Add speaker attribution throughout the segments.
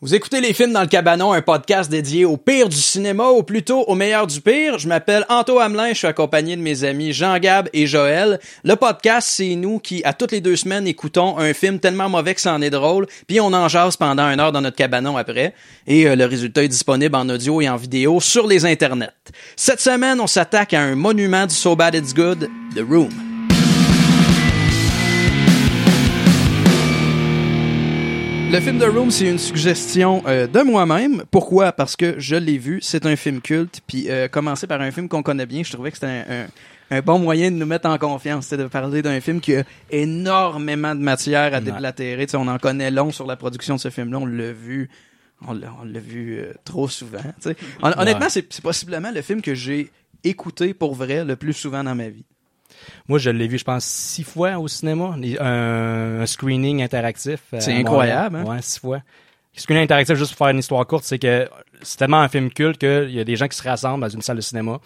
Speaker 1: Vous écoutez Les Films dans le Cabanon, un podcast dédié au pire du cinéma, ou plutôt au meilleur du pire. Je m'appelle Anto Hamelin, je suis accompagné de mes amis Jean-Gab et Joël. Le podcast, c'est nous qui, à toutes les deux semaines, écoutons un film tellement mauvais que ça en est drôle, puis on en jase pendant une heure dans notre cabanon après. Et euh, le résultat est disponible en audio et en vidéo sur les internets. Cette semaine, on s'attaque à un monument du So Bad It's Good, The Room. Le film The Room, c'est une suggestion euh, de moi-même. Pourquoi? Parce que je l'ai vu, c'est un film culte, puis euh, commencer par un film qu'on connaît bien, je trouvais que c'était un, un- un bon moyen de nous mettre en confiance, c'est de parler d'un film qui a énormément de matière à déblatérer. Tu sais, on en connaît long sur la production de ce film-là, on l'a vu, on l'a on l'a vu euh, trop souvent. tu sais. Hon- Honnêtement, c'est c'est possiblement le film que j'ai écouté pour vrai le plus souvent dans ma vie.
Speaker 2: Moi, je l'ai vu, je pense, six fois au cinéma. Les- Un, un screening interactif. euh, à
Speaker 1: C'est
Speaker 2: Montréal.
Speaker 1: incroyable, hein?
Speaker 2: Ouais, six fois. Le screening interactif, juste pour faire une histoire courte, c'est que c'est tellement un film culte qu'il y a des gens qui se rassemblent dans une salle de cinéma,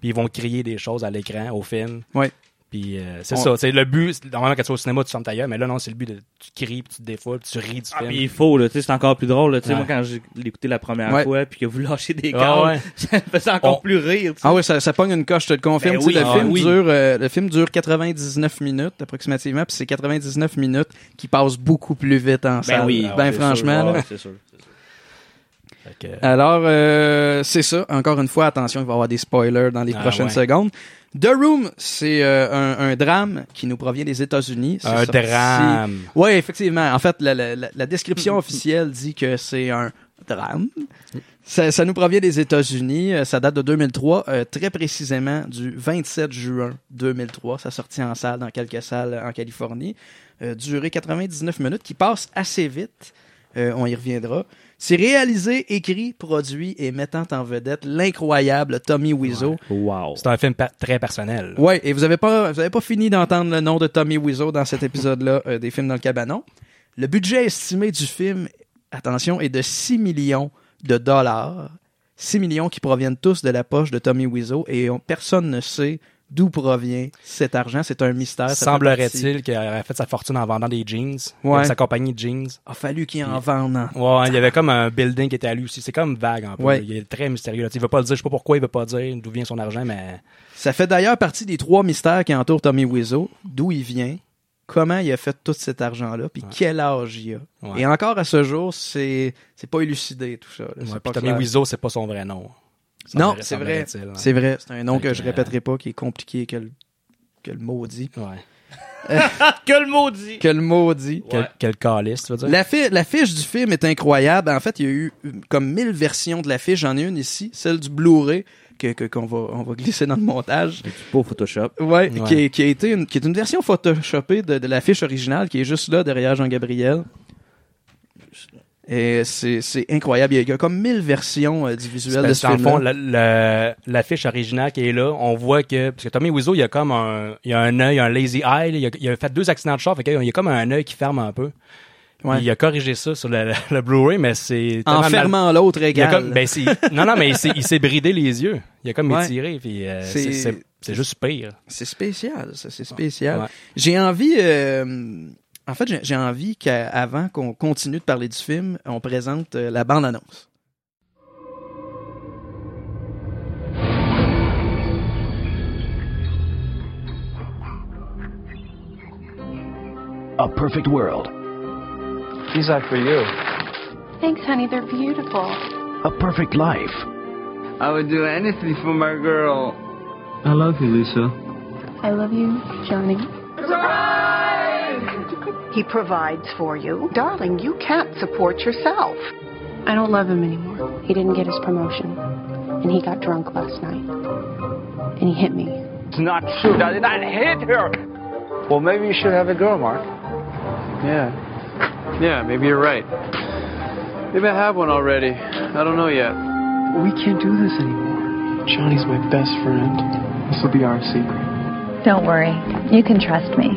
Speaker 2: puis ils vont crier des choses à l'écran, au film.
Speaker 1: Ouais.
Speaker 2: Puis euh, c'est
Speaker 1: On-
Speaker 2: ça. c'est Le but, c'est- normalement, quand tu es au cinéma, tu sens ta gueule, mais là, non, c'est le but de. Tu cries, puis tu te défoules, puis tu ris du
Speaker 3: Ah,
Speaker 2: film.
Speaker 3: puis il faut, là, tu sais, c'est encore plus drôle. Là, tu sais,
Speaker 2: Ouais.
Speaker 3: Moi, quand j'ai écouté la première
Speaker 1: Ouais.
Speaker 3: fois, puis que vous lâchez des
Speaker 2: Ouais,
Speaker 3: câbles,
Speaker 2: ouais.
Speaker 3: ça me faisait encore
Speaker 2: On-
Speaker 3: plus rire. tu sais.
Speaker 1: Ah oui, ça, ça pogne une coche, je te le confirme.
Speaker 3: Ben
Speaker 1: Tu sais,
Speaker 3: oui,
Speaker 1: le,
Speaker 3: ah
Speaker 1: film
Speaker 3: oui.
Speaker 1: dure, euh, le film dure 99 minutes approximativement, puis c'est 99 minutes qui passent beaucoup plus vite en salle.
Speaker 3: Ben oui.
Speaker 1: ben
Speaker 3: c'est
Speaker 1: franchement.
Speaker 3: sûr,
Speaker 1: là.
Speaker 3: ouais, c'est sûr.
Speaker 2: Fait que, euh,
Speaker 1: Alors, euh, c'est ça. Encore une fois, attention, il va y avoir des spoilers dans les
Speaker 2: Ah
Speaker 1: prochaines
Speaker 2: ouais.
Speaker 1: secondes. The Room, c'est euh, un, un drame qui nous provient des États-Unis. C'est
Speaker 2: un
Speaker 1: sorti-
Speaker 2: drame.
Speaker 1: Oui, effectivement. En fait, la, la- la- la description officielle dit que c'est un drame. Ça, ça nous provient des États-Unis. Euh, Ça date de 2003, euh, très précisément du 27 juin 2003. Ça sortit en salle, dans quelques salles euh, en Californie. Euh, durée 99 minutes, qui passe assez vite. Euh, on y reviendra. C'est réalisé, écrit, produit et mettant en vedette l'incroyable Tommy Wiseau.
Speaker 3: Wow.
Speaker 2: C'est un film pa- très personnel. là.
Speaker 1: Ouais, et vous avez pas, vous avez pas fini d'entendre le nom de Tommy Wiseau dans cet épisode-là euh, des films dans le cabanon. Le budget estimé du film, attention, est de 6 millions de dollars. 6 millions qui proviennent tous de la poche de Tommy Wiseau et on- personne ne sait d'où provient cet argent. C'est un mystère. ça fait partie-
Speaker 2: Semblerait-il qu'il aurait fait sa fortune en vendant des jeans.
Speaker 1: Ouais.
Speaker 2: Avec Sa compagnie de jeans.
Speaker 1: A fallu qu'il en vende. hein.
Speaker 2: Ouais, il y avait comme un building qui était à lui aussi. C'est comme vague un peu.
Speaker 1: Ouais.
Speaker 2: là. Il est très mystérieux. là. Tu sais, Il veut pas le dire, je sais pas pourquoi il veut pas dire d'où vient son argent, mais
Speaker 1: Ça fait d'ailleurs partie des trois mystères qui entourent Tommy Wiseau. D'où il vient, comment il a fait tout cet argent-là, puis quel âge il a.
Speaker 2: Ouais.
Speaker 1: Et encore à ce jour, c'est c'est pas élucidé tout ça. là. C'est
Speaker 2: Ouais,
Speaker 1: pas
Speaker 2: puis Tommy
Speaker 1: clair.
Speaker 2: Wiseau, c'est pas son vrai nom.
Speaker 1: Non,
Speaker 2: Semblerait-
Speaker 1: c'est vrai.
Speaker 2: semblerait-il, hein.
Speaker 1: C'est vrai. C'est un nom
Speaker 2: Fait
Speaker 1: que
Speaker 2: que,
Speaker 1: je
Speaker 2: euh,
Speaker 1: répéterai pas, qui est compliqué que le, que le maudit.
Speaker 2: Ouais.
Speaker 3: Que le maudit!
Speaker 1: Que le maudit.
Speaker 2: Quel, quel calice, tu veux dire?
Speaker 1: La, fi- la fiche du film est incroyable. En fait, il y a eu euh, comme 1000 versions de la fiche. J'en ai une ici, celle du Blu-ray, que- que- qu'on va, on va glisser dans le montage.
Speaker 3: Pour Photoshop.
Speaker 1: Ouais,
Speaker 2: Ouais.
Speaker 1: Qui, est, qui a été une, qui est une version photoshopée de, de l'affiche originale qui est juste là derrière Jean-Gabriel. Et c'est c'est incroyable. Il y a- il y, a comme 1000 versions euh, du
Speaker 2: C'est
Speaker 1: visuel de
Speaker 2: parce
Speaker 1: ce
Speaker 2: que dans le fond,
Speaker 1: film.
Speaker 2: la- la- l'affiche originale qui est là, on voit que. Parce que Tommy Wiseau, il a comme un. Il a un œil, un lazy eye. là. Il a, il a fait deux accidents de char. Fait qu'il y a comme un œil qui ferme un peu.
Speaker 1: Ouais.
Speaker 2: Il a corrigé ça sur le, le Blu-ray, mais c'est.
Speaker 1: En
Speaker 2: tellement mal-
Speaker 1: fermant l'autre
Speaker 2: Il a
Speaker 1: égal.
Speaker 2: comme- ben, c'est- non, non, mais il s'est- il s'est bridé les yeux. Il a comme
Speaker 1: Ouais.
Speaker 2: étiré. puis, euh,
Speaker 1: C'est-
Speaker 2: c'est- c'est c'est juste pire.
Speaker 1: C'est spécial, ça, c'est spécial.
Speaker 2: Ouais.
Speaker 1: J'ai envie, euh, en fait, j'ai- j'ai envie qu'avant qu'on continue de parler du film, on présente euh, la bande-annonce.
Speaker 4: A perfect world.
Speaker 5: These are for you.
Speaker 6: Thanks, honey. They're beautiful.
Speaker 4: A perfect life.
Speaker 5: I would do anything for my girl.
Speaker 7: I love you, Lisa.
Speaker 6: I love you, Johnny.
Speaker 8: He provides for you. Darling, you can't support yourself.
Speaker 6: I don't love him anymore. He didn't get his promotion, and he got drunk last night, and he hit me.
Speaker 5: It's not true. I did not hit her. Well, maybe you should have a girl, Mark. Yeah. Yeah, maybe you're right. Maybe I have one already. I don't know yet.
Speaker 9: We can't do this anymore. Johnny's my best friend. This will be our secret.
Speaker 10: Don't worry. You can trust me.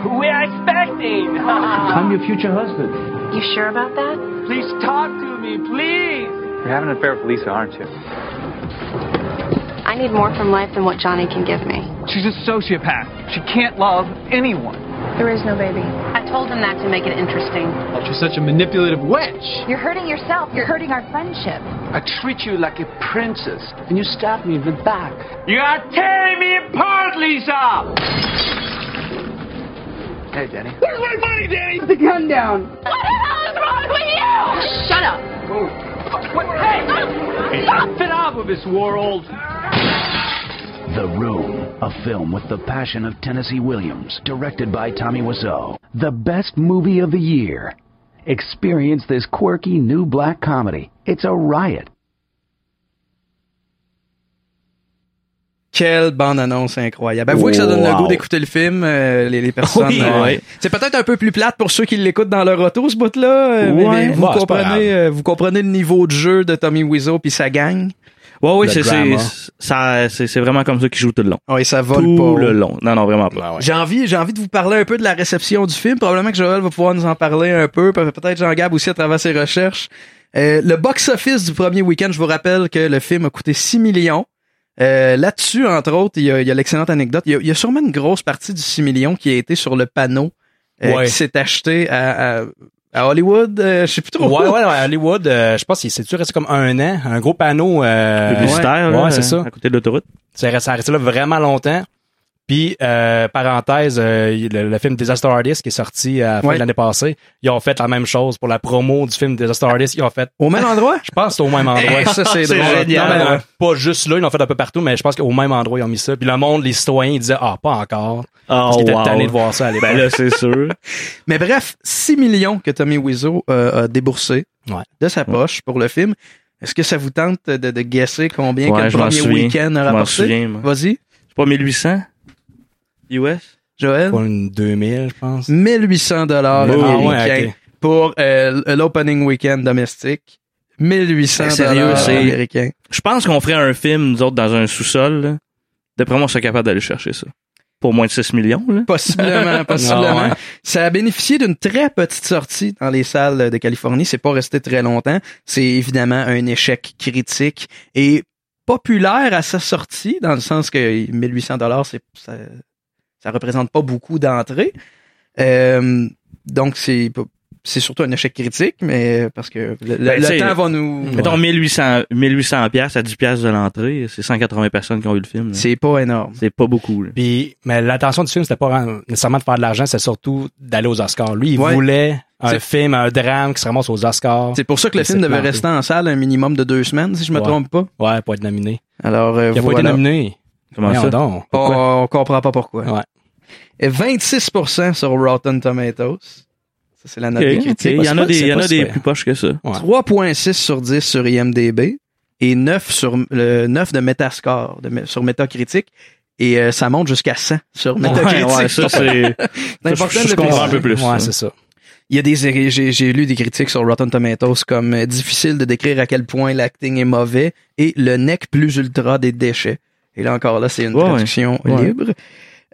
Speaker 5: We're expecting.
Speaker 7: I'm your future husband.
Speaker 6: You sure about that?
Speaker 5: please talk to me, please. You're having an affair with Lisa, aren't you?
Speaker 6: I need more from life than what Johnny can give me.
Speaker 5: She's a sociopath. She can't love anyone.
Speaker 10: There is no baby. I
Speaker 6: told him that to make it interesting.
Speaker 9: You're such a manipulative witch.
Speaker 10: You're hurting yourself. You're hurting our friendship.
Speaker 9: I treat you like a princess, and you stab me in the back.
Speaker 5: You are tearing me apart, Lisa!
Speaker 9: Hey, Danny.
Speaker 5: Where's my money, Danny? Put the gun down.
Speaker 6: What the hell is wrong with you? Shut up.
Speaker 5: What? Hey! I'm fed up with this world.
Speaker 4: The Room, a film with the passion of Tennessee Williams, directed by Tommy Wiseau. The best movie of the year. Experience this quirky new black comedy. It's a riot.
Speaker 1: Quelle bande-annonce incroyable. Avouez que ça donne le
Speaker 4: Wow.
Speaker 1: goût d'écouter le film, euh, les, les personnes.
Speaker 3: Oui,
Speaker 1: euh,
Speaker 3: ouais.
Speaker 1: C'est peut-être un peu plus plate pour ceux qui l'écoutent dans leur auto, ce bout-là. euh, mais-
Speaker 3: Ouais.
Speaker 1: mais vous,
Speaker 2: Bah, c'est pas grave.
Speaker 1: comprenez, euh, vous comprenez le niveau de jeu de Tommy Wiseau puis sa gang.
Speaker 3: Ouais, oui,
Speaker 2: Le
Speaker 3: c'est, c'est,
Speaker 2: drama.
Speaker 3: ça, c'est, c'est vraiment comme ça qu'il joue tout le long.
Speaker 1: Ouais, ça vole
Speaker 3: tout
Speaker 1: pas.
Speaker 3: le long. Non, non, vraiment pas.
Speaker 2: Ben
Speaker 1: J'ai envie, j'ai envie de vous parler un peu de la réception du film. Probablement que Joël va pouvoir nous en parler un peu. Pe- Peut-être Jean Gab aussi à travers ses recherches. Euh, le box-office du premier week-end, je vous rappelle que le film a coûté 6 millions. Euh, Là-dessus, entre autres, il y a, il y a l'excellente anecdote. Il y a, il y a sûrement une grosse partie du 6 millions qui a été sur le panneau euh,
Speaker 2: Ouais.
Speaker 1: qui s'est acheté à, à- à Hollywood. euh, je sais plus trop.
Speaker 2: Ouais, ouais, ouais, à Hollywood, euh, je pense qu'il s'est-tu resté comme un an, un gros panneau
Speaker 3: Ah,
Speaker 2: euh,
Speaker 3: Publicitaire,
Speaker 2: ouais,
Speaker 3: là, euh.
Speaker 2: ouais, c'est ça.
Speaker 3: À côté de l'autoroute.
Speaker 2: Ça reste- ça a resté là vraiment longtemps. Puis, euh, parenthèse, euh, il- le, le film Disaster Artist qui est sorti à la fin
Speaker 1: Ouais.
Speaker 2: de l'année passée, ils ont fait la même chose pour la promo du film Disaster Artist. Ils ont fait,
Speaker 1: Au même endroit?
Speaker 2: je pense, que c'est au même endroit.
Speaker 1: Ouais, ça, c'est
Speaker 3: C'est
Speaker 1: drôle.
Speaker 3: génial.
Speaker 2: Non, mais,
Speaker 3: ouais.
Speaker 2: euh, pas juste là, ils l'ont fait un peu partout, mais je pense qu'au même endroit, ils ont mis ça. Puis le monde, les citoyens, ils disaient, ah, pas encore.
Speaker 3: Oh,
Speaker 2: Parce qu'ils étaient
Speaker 3: wow.
Speaker 2: tannés de voir ça à l'époque.
Speaker 3: Ben là, c'est sûr.
Speaker 1: Mais bref, 6 millions que Tommy Wiseau euh, a déboursé
Speaker 2: Ouais.
Speaker 1: de sa poche pour le film. Est-ce que ça vous tente de, de guesser combien
Speaker 3: Ouais,
Speaker 1: que le
Speaker 3: je m'en
Speaker 1: premier
Speaker 3: souviens.
Speaker 1: week-end a
Speaker 3: Je m'en
Speaker 1: rapporté?
Speaker 3: souviens, moi.
Speaker 1: Vas-y,
Speaker 3: C'est pas 1800 US?
Speaker 1: Joël.
Speaker 2: Pas une 2000, je pense.
Speaker 1: 1800 dollars
Speaker 3: Oh,
Speaker 2: Ah ouais,
Speaker 1: américains
Speaker 2: ok.
Speaker 1: pour euh, l'opening weekend domestique. 1800
Speaker 3: Eh, sérieux,
Speaker 1: dollars
Speaker 3: c'est-
Speaker 1: américains.
Speaker 3: Je pense qu'on ferait un film, nous autres, dans un sous-sol. là. D'après moi, on serait capable d'aller chercher ça. Pour moins de 6 millions, là.
Speaker 1: Possiblement, possiblement.
Speaker 2: Ah ouais.
Speaker 1: Ça a bénéficié d'une très petite sortie dans les salles de Californie. C'est pas resté très longtemps. C'est évidemment un échec critique et populaire à sa sortie, dans le sens que 1800 dollars, ça, ça représente pas beaucoup d'entrées. Euh, donc c'est pas- c'est surtout un échec critique, mais parce que le, le-
Speaker 3: Ben,
Speaker 1: le
Speaker 3: tu sais,
Speaker 1: temps va nous.
Speaker 3: Mettons 1800, 1800 piastres à 10 piastres de l'entrée, c'est 180 personnes qui ont vu le film. là.
Speaker 1: C'est pas énorme.
Speaker 3: C'est pas beaucoup, là.
Speaker 2: Puis, mais l'attention du film, c'était pas euh, nécessairement de faire de l'argent, c'était surtout d'aller aux Oscars. Lui, il
Speaker 1: Ouais.
Speaker 2: voulait un
Speaker 1: C'est-
Speaker 2: film, un drame qui se ramasse aux Oscars.
Speaker 1: C'est pour ça que le
Speaker 2: Mais
Speaker 1: film
Speaker 2: c'est
Speaker 1: devait
Speaker 2: planté.
Speaker 1: rester en salle un minimum de deux semaines, si je me
Speaker 2: Ouais.
Speaker 1: trompe pas.
Speaker 2: Ouais, pour être nominé.
Speaker 1: Alors, euh,
Speaker 2: Il a pas
Speaker 1: voilà.
Speaker 2: été nominé.
Speaker 3: Comment
Speaker 2: Voyons
Speaker 3: ça?
Speaker 2: donc.
Speaker 1: On, on comprend pas pourquoi.
Speaker 2: Ouais.
Speaker 1: Et 26% sur Rotten Tomatoes. Ça, c'est la note
Speaker 3: Ok,
Speaker 1: des
Speaker 3: ok.
Speaker 1: critiques.
Speaker 3: Il y en a des, il y en a des
Speaker 2: super.
Speaker 3: plus poches que ça.
Speaker 2: Ouais.
Speaker 1: 3.6 sur 10 sur IMDB et 9 sur le 9 de Metascore de, me- sur Metacritic et euh, ça monte jusqu'à 100 sur Metacritic.
Speaker 3: Ouais, ouais, ça, c'est,
Speaker 1: C'est important
Speaker 3: je-
Speaker 1: de
Speaker 3: je
Speaker 1: le
Speaker 3: comprends
Speaker 1: préciser.
Speaker 3: un peu plus.
Speaker 2: Ouais, c'est ça.
Speaker 1: Il y a des j'ai, j'ai lu des critiques sur Rotten Tomatoes comme euh, difficile de décrire à quel point l'acting est mauvais et le nec plus ultra des déchets. Et là encore là, c'est une
Speaker 3: Ouais,
Speaker 1: traduction
Speaker 3: ouais.
Speaker 1: libre.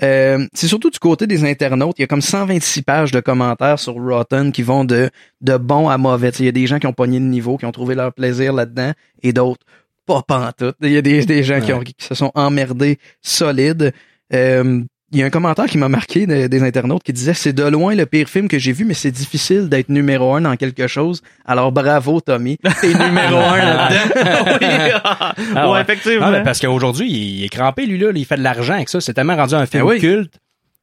Speaker 1: Euh, c'est surtout du côté des internautes. Il y a comme 126 pages de commentaires sur Rotten qui vont de de bon à mauvais. Tu sais, il y a des gens qui ont pogné le niveau, qui ont trouvé leur plaisir là-dedans, et d'autres pas pantoute. Il y a des, des gens qui, ont, qui se sont emmerdés solides. Euh, il y a un commentaire qui m'a marqué de- des internautes qui disait c'est de loin le pire film que j'ai vu mais c'est difficile d'être numéro un dans quelque chose alors bravo Tommy t'es numéro un là-dedans
Speaker 3: oui,
Speaker 2: Ah ouais.
Speaker 3: ouais, effectivement.
Speaker 2: Non, mais parce qu'aujourd'hui, il est crampé, lui, là. Il fait de l'argent avec ça. C'est tellement rendu
Speaker 3: Ben
Speaker 2: un film
Speaker 1: Ah oui.
Speaker 2: culte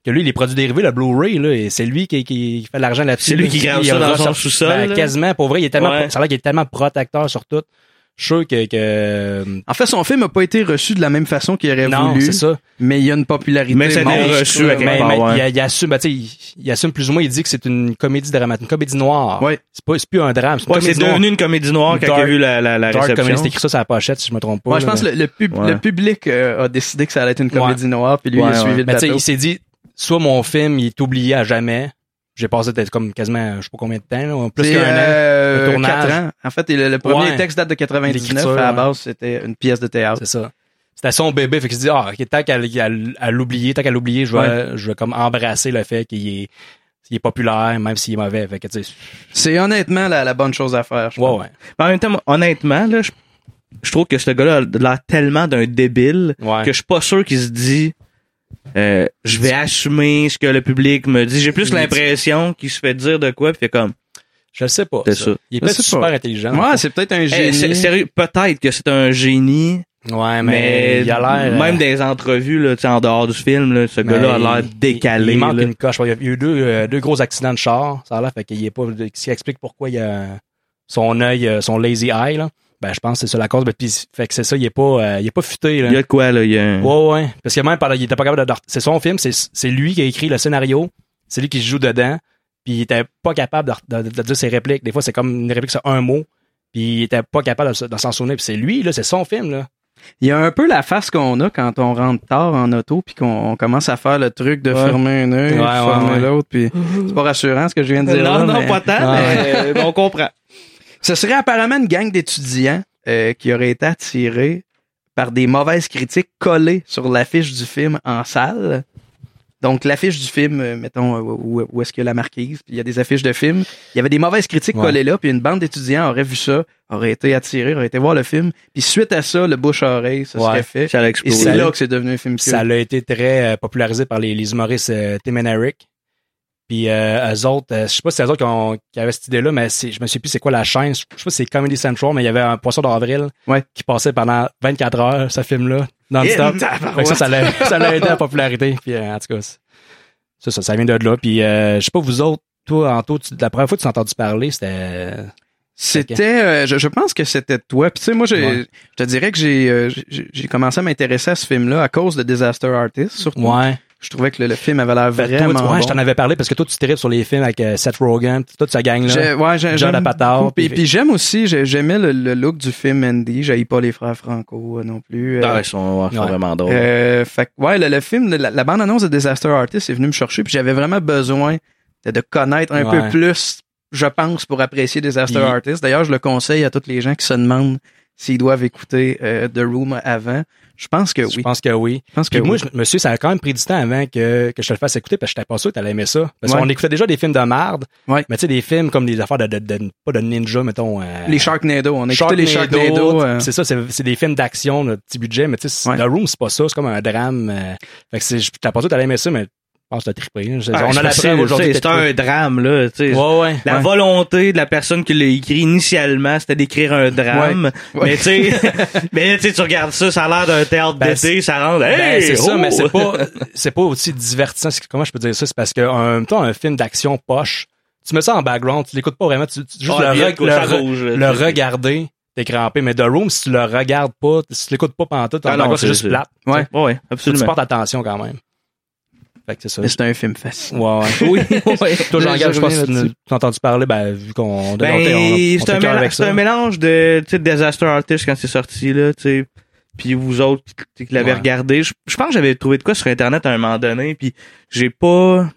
Speaker 2: que lui, les produits dérivés, le Blu-ray, là, et c'est lui qui, qui fait de l'argent là-dessus.
Speaker 3: C'est lui qui
Speaker 2: Il
Speaker 3: grave ça
Speaker 2: a
Speaker 3: dans
Speaker 2: ressorti-
Speaker 3: son sous-sol,
Speaker 2: ben,
Speaker 3: là.
Speaker 2: quasiment. Pour vrai, il est tellement,
Speaker 3: Ouais.
Speaker 2: ça a l'air qu'il est tellement protecteur sur tout. Je suis sûr que, que-
Speaker 1: en fait son film n'a pas été reçu de la même façon qu'il aurait
Speaker 2: non,
Speaker 1: voulu
Speaker 2: c'est ça.
Speaker 1: mais il y a une popularité
Speaker 3: Mais ça a été
Speaker 1: monstre.
Speaker 3: reçu à quelque
Speaker 2: Mais,
Speaker 3: part,
Speaker 2: mais
Speaker 3: Bah ouais.
Speaker 2: il, il assume, ben, tu sais, il, il assume plus ou moins, il dit que c'est une comédie dramatique, une comédie noire.
Speaker 1: Ouais.
Speaker 2: C'est pas, c'est plus un drame. C'est une
Speaker 3: Ouais, c'est
Speaker 2: comédie noire.
Speaker 3: devenu une comédie noire quand
Speaker 2: Dark-
Speaker 3: il a vu la, la, la
Speaker 2: Dark Comedy,
Speaker 3: réception.
Speaker 2: c'est écrit ça sur la pochette, si je me trompe pas.
Speaker 1: Ouais,
Speaker 2: là,
Speaker 1: je pense
Speaker 2: mais-
Speaker 1: que le, le pub-
Speaker 3: Ouais.
Speaker 1: le public euh, a décidé que ça allait être une
Speaker 2: Ouais.
Speaker 1: comédie noire puis lui il
Speaker 3: Ouais,
Speaker 1: a suivi
Speaker 3: ouais.
Speaker 1: le
Speaker 2: Mais tu sais,
Speaker 1: bateau
Speaker 2: il s'est dit, soit mon film, il est oublié à jamais. J'ai passé peut-être comme quasiment, je sais pas combien de temps, là, plus
Speaker 1: C'est,
Speaker 2: qu'un an.
Speaker 1: euh,
Speaker 2: le tournage.
Speaker 1: quatre ans. En fait, le, le premier
Speaker 2: Ouais.
Speaker 1: texte date de 99.
Speaker 2: L'écriture,
Speaker 1: À la
Speaker 2: ouais.
Speaker 1: base, c'était une pièce de théâtre.
Speaker 2: C'est ça. C'était son bébé, fait qu'il se dit, ah, ok, tant qu'à à- à l'oublier, tant qu'à l'oublier, je vais, je vais comme embrasser le fait qu'il est, il est populaire, même s'il est mauvais. Fait que, tu sais,
Speaker 1: C'est honnêtement la, la bonne chose à faire. je
Speaker 2: ouais,
Speaker 1: pense.
Speaker 2: ouais.
Speaker 3: Mais En même temps, moi, honnêtement, là, je, je trouve que ce gars-là a l'air tellement d'un débile
Speaker 2: Ouais.
Speaker 3: que je suis pas sûr qu'il se dit euh, je vais assumer ce que le public me dit. J'ai plus l'impression qu'il se fait dire de quoi, puis fait comme.
Speaker 2: Je le sais pas.
Speaker 3: C'est
Speaker 2: ça.
Speaker 3: ça.
Speaker 2: Il est
Speaker 3: Je
Speaker 2: peut-être
Speaker 3: sais
Speaker 2: super
Speaker 3: pas.
Speaker 2: intelligent.
Speaker 1: Ouais, c'est peut-être un
Speaker 3: Eh, c'est-
Speaker 1: génie.
Speaker 3: sérieux, peut-être que c'est un génie,
Speaker 2: Ouais, mais,
Speaker 3: mais
Speaker 2: il a l'air. euh,
Speaker 3: même des entrevues là, tu sais, en dehors du film, là, ce
Speaker 2: mais
Speaker 3: gars-là a l'air
Speaker 2: il-
Speaker 3: décalé.
Speaker 2: Il, manque
Speaker 3: là.
Speaker 2: une coche. Il y a eu deux, euh, deux gros accidents de char, ça a l'air, fait qu'il est pas. Ce qui explique pourquoi il a son œil, euh, son lazy eye, là. Ben, je pense que c'est ça la cause. Ben, puis, fait que c'est ça, il est pas, euh, il est pas futé, là.
Speaker 3: Il y a de quoi là Il y a un-
Speaker 2: Ouais, ouais. Parce que même pendant, il était pas capable de. C'est son film, c'est c'est lui qui a écrit le scénario, c'est lui qui joue dedans, puis il était pas capable de, de- de dire ses répliques. Des fois, c'est comme une réplique sur un mot, puis il était pas capable de, se- de s'en souvenir. Puis c'est lui, là, c'est son film, là.
Speaker 1: Il y a un peu la face qu'on a quand on rentre tard en auto puis qu'on on commence à faire le truc de
Speaker 3: Ouais.
Speaker 1: fermer un œil,
Speaker 2: Ouais,
Speaker 1: puis
Speaker 2: ouais,
Speaker 1: fermer
Speaker 2: ouais.
Speaker 1: l'autre puis c'est pas rassurant ce que je viens de dire là,
Speaker 3: Non, non,
Speaker 1: mais-
Speaker 3: pas tant,
Speaker 2: Ah,
Speaker 3: mais euh, on comprend.
Speaker 1: Ce serait apparemment une gang d'étudiants euh, qui aurait été attirés par des mauvaises critiques collées sur l'affiche du film en salle. Donc, l'affiche du film, euh, mettons, euh, où, où est-ce qu'il y a la marquise, puis il y a des affiches de films. Il y avait des mauvaises critiques
Speaker 2: Ouais.
Speaker 1: collées là, puis une bande d'étudiants aurait vu ça, aurait été attirés, aurait été voir le film. Puis suite à ça, le bouche-oreille, ça
Speaker 2: Ouais.
Speaker 1: serait fait.
Speaker 3: Ça l'a
Speaker 1: Et
Speaker 3: explosé.
Speaker 1: c'est
Speaker 2: ça-
Speaker 1: là que c'est devenu un film
Speaker 2: Puis ça
Speaker 1: culte.
Speaker 2: l'a été très euh, popularisé par les, les humoristes euh, Tim and Eric. Puis euh, eux autres, euh, je sais pas si c'est eux autres qui, ont- qui avaient cette idée-là, mais c'est- je me suis plus c'est quoi la chaîne. Je sais pas si c'est Comedy Central, mais il y avait un Poisson d'avril
Speaker 1: Ouais.
Speaker 2: qui passait pendant 24 heures, ce film-là, non-stop.
Speaker 1: Et tabarouette.
Speaker 2: Fait que ça, ça l'a, ça l'a aidé à la popularité. Puis, euh, en tout cas, c'est- ça, ça, ça vient de là. Puis, euh, je sais pas, vous autres, toi, Anto, tu, la première fois que tu t'es entendu parler, c'était.
Speaker 1: C'était, euh, je, je pense que c'était toi. Puis tu sais, moi, j'ai-
Speaker 2: Ouais.
Speaker 1: je te dirais que j'ai, euh, j'ai j'ai commencé à m'intéresser à ce film-là à cause de Disaster Artist, surtout.
Speaker 2: Ouais.
Speaker 1: Je trouvais que le, le film avait l'air
Speaker 2: Fait que
Speaker 1: vraiment
Speaker 2: toi, tu- ouais, je t'en
Speaker 1: bon.
Speaker 2: avais parlé parce que toi, tu tripes sur les films avec euh, Seth Rogen, toute sa gang-là.
Speaker 1: J'ai- ouais, j'ai-
Speaker 2: John
Speaker 1: j'aime
Speaker 2: Apatow,
Speaker 1: beaucoup. Puis,
Speaker 2: puis-
Speaker 1: puis j'aime aussi, j'ai- j'aimais le, le look du film Andy. J'haïs pas les frères Franco euh, non plus. Euh,
Speaker 3: Ah, ils sont, ils sont
Speaker 2: Ouais.
Speaker 3: vraiment drôles.
Speaker 1: euh, fait que, ouais, le, le film, la, la bande-annonce de Disaster Artist est venue me chercher, puis j'avais vraiment besoin de, de connaître un
Speaker 2: Ouais.
Speaker 1: peu plus, je pense, pour apprécier Disaster
Speaker 2: Puis-
Speaker 1: Artist. D'ailleurs, je le conseille à toutes les gens qui se demandent s'ils doivent écouter euh, The Room avant. Je pense que
Speaker 2: Je
Speaker 1: oui.
Speaker 2: pense que oui.
Speaker 1: Je pense que
Speaker 2: Puis moi,
Speaker 1: Ben oui.
Speaker 2: je me suis, ça a quand même pris du temps avant que, que je te le fasse écouter parce que j'étais pas sûr que t'allais aimer ça. Parce
Speaker 1: Ouais.
Speaker 2: qu'on écoutait déjà des films de merde.
Speaker 1: Ouais.
Speaker 2: Mais tu sais, des films comme des affaires de, de, de- pas de ninja, mettons. euh,
Speaker 1: Les Sharknado, on a écouté les
Speaker 2: Sharknado,
Speaker 1: Sharknado. euh,
Speaker 2: C'est ça, c'est c'est des films d'action de petit budget, mais tu sais,
Speaker 1: Ouais.
Speaker 2: The Room, c'est pas ça, c'est comme un drame. euh, fait que c'est- je- t'as pas sûr que t'allais aimer ça, mais je pense que t'as trippé. hein. Je-
Speaker 3: Ah,
Speaker 2: on
Speaker 3: c'est
Speaker 2: a la
Speaker 3: facile,
Speaker 2: preuve
Speaker 3: tu
Speaker 2: aujourd'hui.
Speaker 3: sais, C'est
Speaker 2: que t'as
Speaker 3: un drame, là. tu sais.
Speaker 2: trippé. Ouais, ouais.
Speaker 3: La
Speaker 2: Ouais.
Speaker 3: volonté de la personne qui l'a écrit initialement, c'était d'écrire un drame.
Speaker 1: Ouais.
Speaker 3: Mais tu sais, mais tu sais, tu regardes ça, ça a l'air d'un théâtre
Speaker 2: Ben,
Speaker 3: d'été, ça rend.
Speaker 2: Ben,
Speaker 3: Hey,
Speaker 2: c'est ça,
Speaker 3: oh!
Speaker 2: mais c'est pas, c'est pas aussi divertissant. C'est- Comment je peux dire ça? C'est parce que, en même temps, un film d'action poche, tu mets ça en background, tu l'écoutes pas vraiment, tu, tu- juste
Speaker 3: Ah,
Speaker 2: le,
Speaker 3: il y a
Speaker 2: reg-
Speaker 3: de quoi,
Speaker 2: le
Speaker 3: ça
Speaker 2: re-
Speaker 3: rouge, là,
Speaker 2: le
Speaker 3: tu sais.
Speaker 2: regarder, t'es crampé. Mais The Room, si tu le regardes pas, si tu l'écoutes pas pendant tout, en
Speaker 3: Ah non,
Speaker 2: background, c'est
Speaker 3: c'est-
Speaker 2: juste
Speaker 3: c'est-
Speaker 2: plate.
Speaker 1: Ouais.
Speaker 3: Ouais, ouais,
Speaker 2: Tu
Speaker 3: absolument.
Speaker 2: portes attention quand même. Fait que c'est ça.
Speaker 1: mais C'est un film facile.
Speaker 2: Ouais, ouais.
Speaker 3: Oui,
Speaker 1: Je-
Speaker 2: Toi, jean
Speaker 1: je
Speaker 2: je pense que tu
Speaker 1: reviens
Speaker 2: nous- tu as entendu parler, ben, vu qu'on
Speaker 3: Ben,
Speaker 2: on était- on- on
Speaker 3: c'est
Speaker 2: était
Speaker 3: un,
Speaker 2: cœur
Speaker 3: mélange-
Speaker 2: avec
Speaker 3: c'est
Speaker 2: ça.
Speaker 3: un mélange de tu sais, Disaster Artist quand c'est sorti, là, tu sais. Puis vous autres qui- qui, qui l'avez
Speaker 2: Ouais.
Speaker 3: regardé, je, je pense que j'avais trouvé de quoi sur Internet à un moment donné, puis j'ai pas,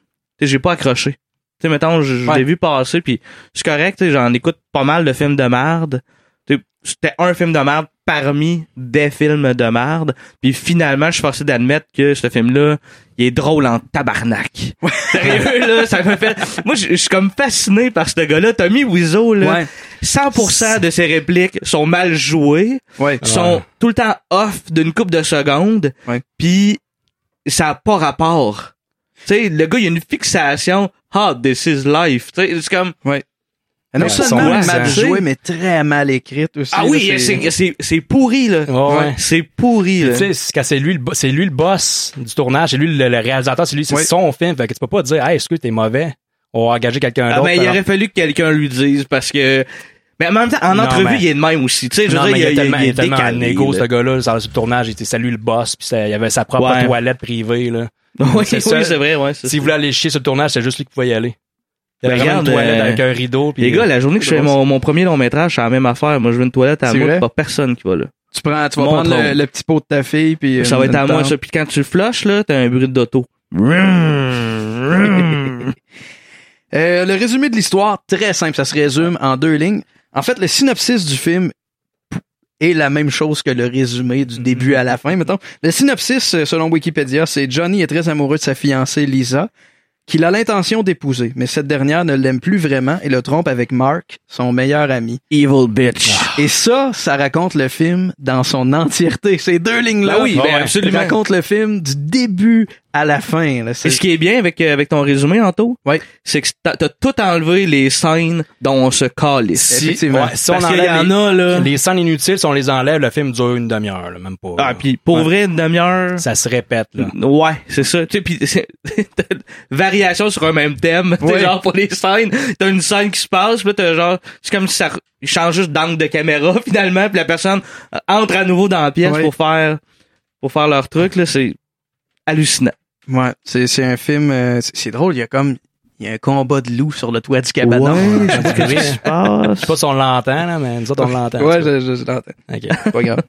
Speaker 3: tu sais, j'ai pas accroché. Tu sais, mettons, je, je
Speaker 1: Ouais.
Speaker 3: l'ai vu passer, puis c'est correct, tu sais, j'en écoute pas mal de films de merde. Tu sais, C'était un film de merde parmi des films de merde, puis finalement, je suis forcé d'admettre que ce film-là, il est drôle en tabarnak. Sérieux, là, ça me fait... Moi, je je suis comme fasciné par ce gars-là. Tommy Wiseau, là,
Speaker 1: Ouais.
Speaker 3: 100% de ses répliques sont mal jouées,
Speaker 1: Ah Ouais.
Speaker 3: sont tout le temps off d'une coupe de secondes,
Speaker 1: Ouais.
Speaker 3: puis ça n'a pas rapport. Tu sais, le gars, il a une fixation. Ah, this is life. Tu sais, c'est comme...
Speaker 1: Non
Speaker 2: Ouais,
Speaker 1: seulement
Speaker 2: ils sont
Speaker 1: mal
Speaker 3: axés.
Speaker 1: jouée, mais très mal écrite aussi.
Speaker 3: Ah
Speaker 1: là,
Speaker 3: oui,
Speaker 1: c'est-
Speaker 3: c'est- c'est c'est pourri, là.
Speaker 2: Ouais, ouais.
Speaker 3: C'est pourri,
Speaker 2: Puis,
Speaker 3: là.
Speaker 2: Tu sais, c'est quand c'est lui, le bo- c'est lui le boss du tournage, c'est lui le, le réalisateur, c'est lui, c'est
Speaker 1: Oui.
Speaker 2: son film. Fait que tu peux pas dire, hey, est-ce que t'es mauvais? On va engager quelqu'un
Speaker 3: Ah,
Speaker 2: d'autre.
Speaker 3: mais il
Speaker 2: Alors-
Speaker 3: aurait fallu que quelqu'un lui dise, parce que... Mais en même temps, en
Speaker 2: Non,
Speaker 3: entrevue,
Speaker 2: mais-
Speaker 3: il est de même aussi. Tu sais, je
Speaker 2: Non,
Speaker 3: veux dire,
Speaker 2: mais il y a
Speaker 3: il,
Speaker 2: tellement,
Speaker 3: il
Speaker 2: il
Speaker 3: est
Speaker 2: y a tellement un
Speaker 3: décalé,
Speaker 2: égo,
Speaker 3: là.
Speaker 2: ce gallé sur le tournage. Il était salut le boss, puis ça- il avait sa propre
Speaker 3: Ouais.
Speaker 2: toilette privée, là.
Speaker 3: Oui,
Speaker 2: C'est
Speaker 3: oui,
Speaker 2: ça.
Speaker 3: c'est vrai, ouais. c'est
Speaker 2: S'il
Speaker 3: ça.
Speaker 2: voulait aller chier sur le tournage, c'est juste lui qui pouvait y aller. Il y avait
Speaker 3: Mais
Speaker 2: vraiment une
Speaker 3: regarde,
Speaker 2: toilette
Speaker 3: euh,
Speaker 2: avec un rideau. Puis
Speaker 3: Les gars, la journée que je fais
Speaker 2: drôle,
Speaker 3: mon, mon premier long métrage, c'est la même affaire. Moi, je veux une toilette à
Speaker 1: C'est
Speaker 3: moi,
Speaker 1: vrai?
Speaker 3: pis pas personne qui va là.
Speaker 1: Tu prends, tu vas
Speaker 3: Mon
Speaker 1: prendre le,
Speaker 3: trône.
Speaker 1: le petit pot de ta fille puis
Speaker 3: ça
Speaker 1: une-
Speaker 3: va être à
Speaker 1: une
Speaker 3: moi,
Speaker 1: tente.
Speaker 3: ça. Puis quand tu flushes, là, t'as un bruit d'auto. ouais,
Speaker 1: Euh, le résumé de l'histoire, très simple, ça se résume en deux lignes. En fait, le synopsis du film est la même chose que le résumé
Speaker 3: Mm-hmm.
Speaker 1: du début à la fin, mettons. Le synopsis, euh, selon Wikipédia, c'est Johnny est très amoureux de sa fiancée Lisa, qu'il a l'intention d'épouser, mais cette dernière ne l'aime plus vraiment et le trompe avec Mark, son meilleur ami. Evil bitch. Et ça, ça raconte le film dans son entièreté. Ces deux lignes-là
Speaker 3: Ben Ah oui, ben
Speaker 1: racontent le film du début à la fin. Là, c'est-
Speaker 3: Et ce qui est bien avec, euh, avec ton résumé, Anto,
Speaker 1: Ouais.
Speaker 3: c'est que t'as t'as tout enlevé les scènes dont on se calisse.
Speaker 1: Si- Effectivement.
Speaker 2: ouais, si on
Speaker 3: Parce qu'il y
Speaker 2: enlève
Speaker 3: en
Speaker 2: les-
Speaker 3: a, là.
Speaker 2: Les scènes inutiles, si on les enlève, le film dure une demi-heure, là, même pas.
Speaker 3: Ah,
Speaker 2: là.
Speaker 3: puis pour
Speaker 2: Ouais.
Speaker 3: vrai, une demi-heure.
Speaker 2: Ça se répète, là.
Speaker 3: Ouais, c'est ça. Tu sais, puis c'est- t'as- variation sur un même thème. T'sais,
Speaker 1: Ouais.
Speaker 3: genre pour les scènes, t'as une scène qui se passe, puis là, t'as genre, c'est comme si ça re- il change juste d'angle de caméra finalement, puis la personne euh, entre à nouveau dans la pièce
Speaker 1: Ouais.
Speaker 3: pour faire pour faire leur truc là, c'est hallucinant.
Speaker 1: Ouais, c'est, c'est un film. euh, c'est, c'est drôle, il y a comme. Il y a un combat de loups sur le toit du cabanon.
Speaker 3: Ouais,
Speaker 2: je sais pas ce qui se
Speaker 3: passe.
Speaker 2: Je sais pas si on l'entend, là, mais nous autres, on l'entend.
Speaker 1: Ouais, je, je, je l'entends.
Speaker 2: Ok.
Speaker 1: C'est Pas grave.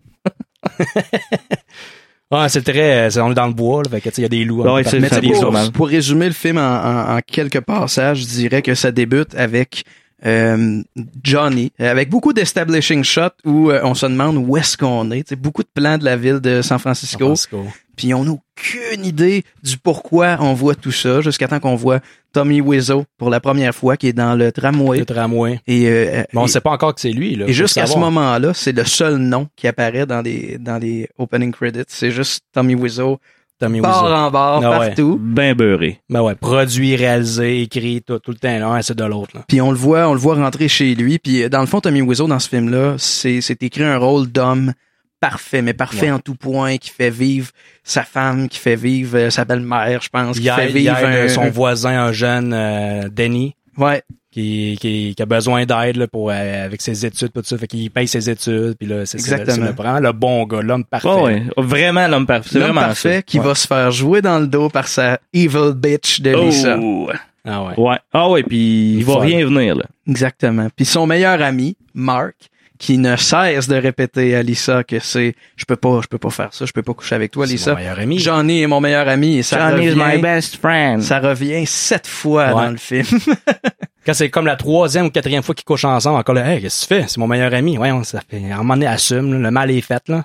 Speaker 2: Ouais, c'est très, c'est- on est dans le bois, là, fait que, tu sais, il y a des loups.
Speaker 3: Ouais,
Speaker 2: partout.
Speaker 3: c'est-
Speaker 2: Mais
Speaker 3: c'est
Speaker 2: c'est
Speaker 3: beau.
Speaker 2: des
Speaker 1: pour,
Speaker 2: ours.
Speaker 3: normal.
Speaker 1: pour résumer le film en, en- en quelques passages, je dirais que ça débute avec euh, Johnny, avec beaucoup d'establishing shots où euh, on se demande où est-ce qu'on est. Tu sais, beaucoup de plans de la ville de San
Speaker 2: San
Speaker 1: Francisco,
Speaker 2: Francisco.
Speaker 1: puis on n'a aucune idée du pourquoi on voit tout ça, jusqu'à temps qu'on voit Tommy Wiseau pour la première fois, qui est dans le tramway.
Speaker 2: Le tramway.
Speaker 1: Et, euh,
Speaker 2: Mais on
Speaker 1: et-
Speaker 2: sait pas encore que c'est lui, là.
Speaker 1: Et
Speaker 2: faut
Speaker 1: jusqu'à ce
Speaker 2: savoir.
Speaker 1: moment-là, c'est le seul nom qui apparaît dans les, dans les opening credits. C'est juste Tommy Wiseau,
Speaker 2: Tommy
Speaker 1: bord
Speaker 2: Wiseau.
Speaker 1: en bord,
Speaker 2: Ah ouais.
Speaker 1: partout.
Speaker 3: Ben beurré.
Speaker 2: Ben ouais, produit, réalisé, écrit, tout, tout le temps, là, un, c'est de l'autre, là.
Speaker 1: Puis on le voit, on le voit rentrer chez lui. Puis euh, dans le fond, Tommy Wiseau, dans ce film-là, c'est c'est écrit un rôle d'homme parfait, mais parfait en tout point, qui fait vivre sa femme, qui fait vivre euh, sa belle-mère, je pense, qui
Speaker 2: Il
Speaker 1: fait
Speaker 2: aide- il
Speaker 1: vivre
Speaker 2: aide,
Speaker 1: un-
Speaker 2: euh, son voisin, un jeune, euh, Danny,
Speaker 1: Ouais,
Speaker 2: qui, qui, qui a besoin d'aide, là, pour, euh, avec ses études, tout ça. Fait qu'il paye ses études, puis là, c'est, c'est, le- c'est
Speaker 1: Exactement.
Speaker 2: le prend. Le bon gars, l'homme parfait.
Speaker 3: Ah Ouais, ouais. Vraiment l'homme parfait. C'est
Speaker 1: l'homme
Speaker 3: vraiment
Speaker 1: parfait
Speaker 3: ça.
Speaker 1: qui
Speaker 3: Ouais.
Speaker 1: va se faire jouer dans le dos par sa evil bitch de Lisa.
Speaker 3: Oh.
Speaker 2: Ah ouais.
Speaker 3: Ouais. Ah ouais, puis il va
Speaker 2: Folle.
Speaker 3: rien venir là.
Speaker 1: Exactement. Puis son meilleur ami, Mark, qui ne cesse de répéter à Lisa que c'est je peux pas je peux pas faire ça, je peux pas coucher avec toi
Speaker 2: C'est
Speaker 1: Lisa.
Speaker 2: mon meilleur ami.
Speaker 1: Johnny est mon meilleur ami et ça
Speaker 3: Johnny's my
Speaker 1: revient,
Speaker 3: best friend.
Speaker 1: ça revient sept fois
Speaker 2: Ouais.
Speaker 1: dans le film.
Speaker 2: Quand c'est comme la troisième ou quatrième fois qu'ils couchent ensemble, encore là, hey, qu'est-ce que tu fais? C'est mon meilleur ami. Ouais, on, ça fait, à un moment donné, assume, là, le mal est fait, là.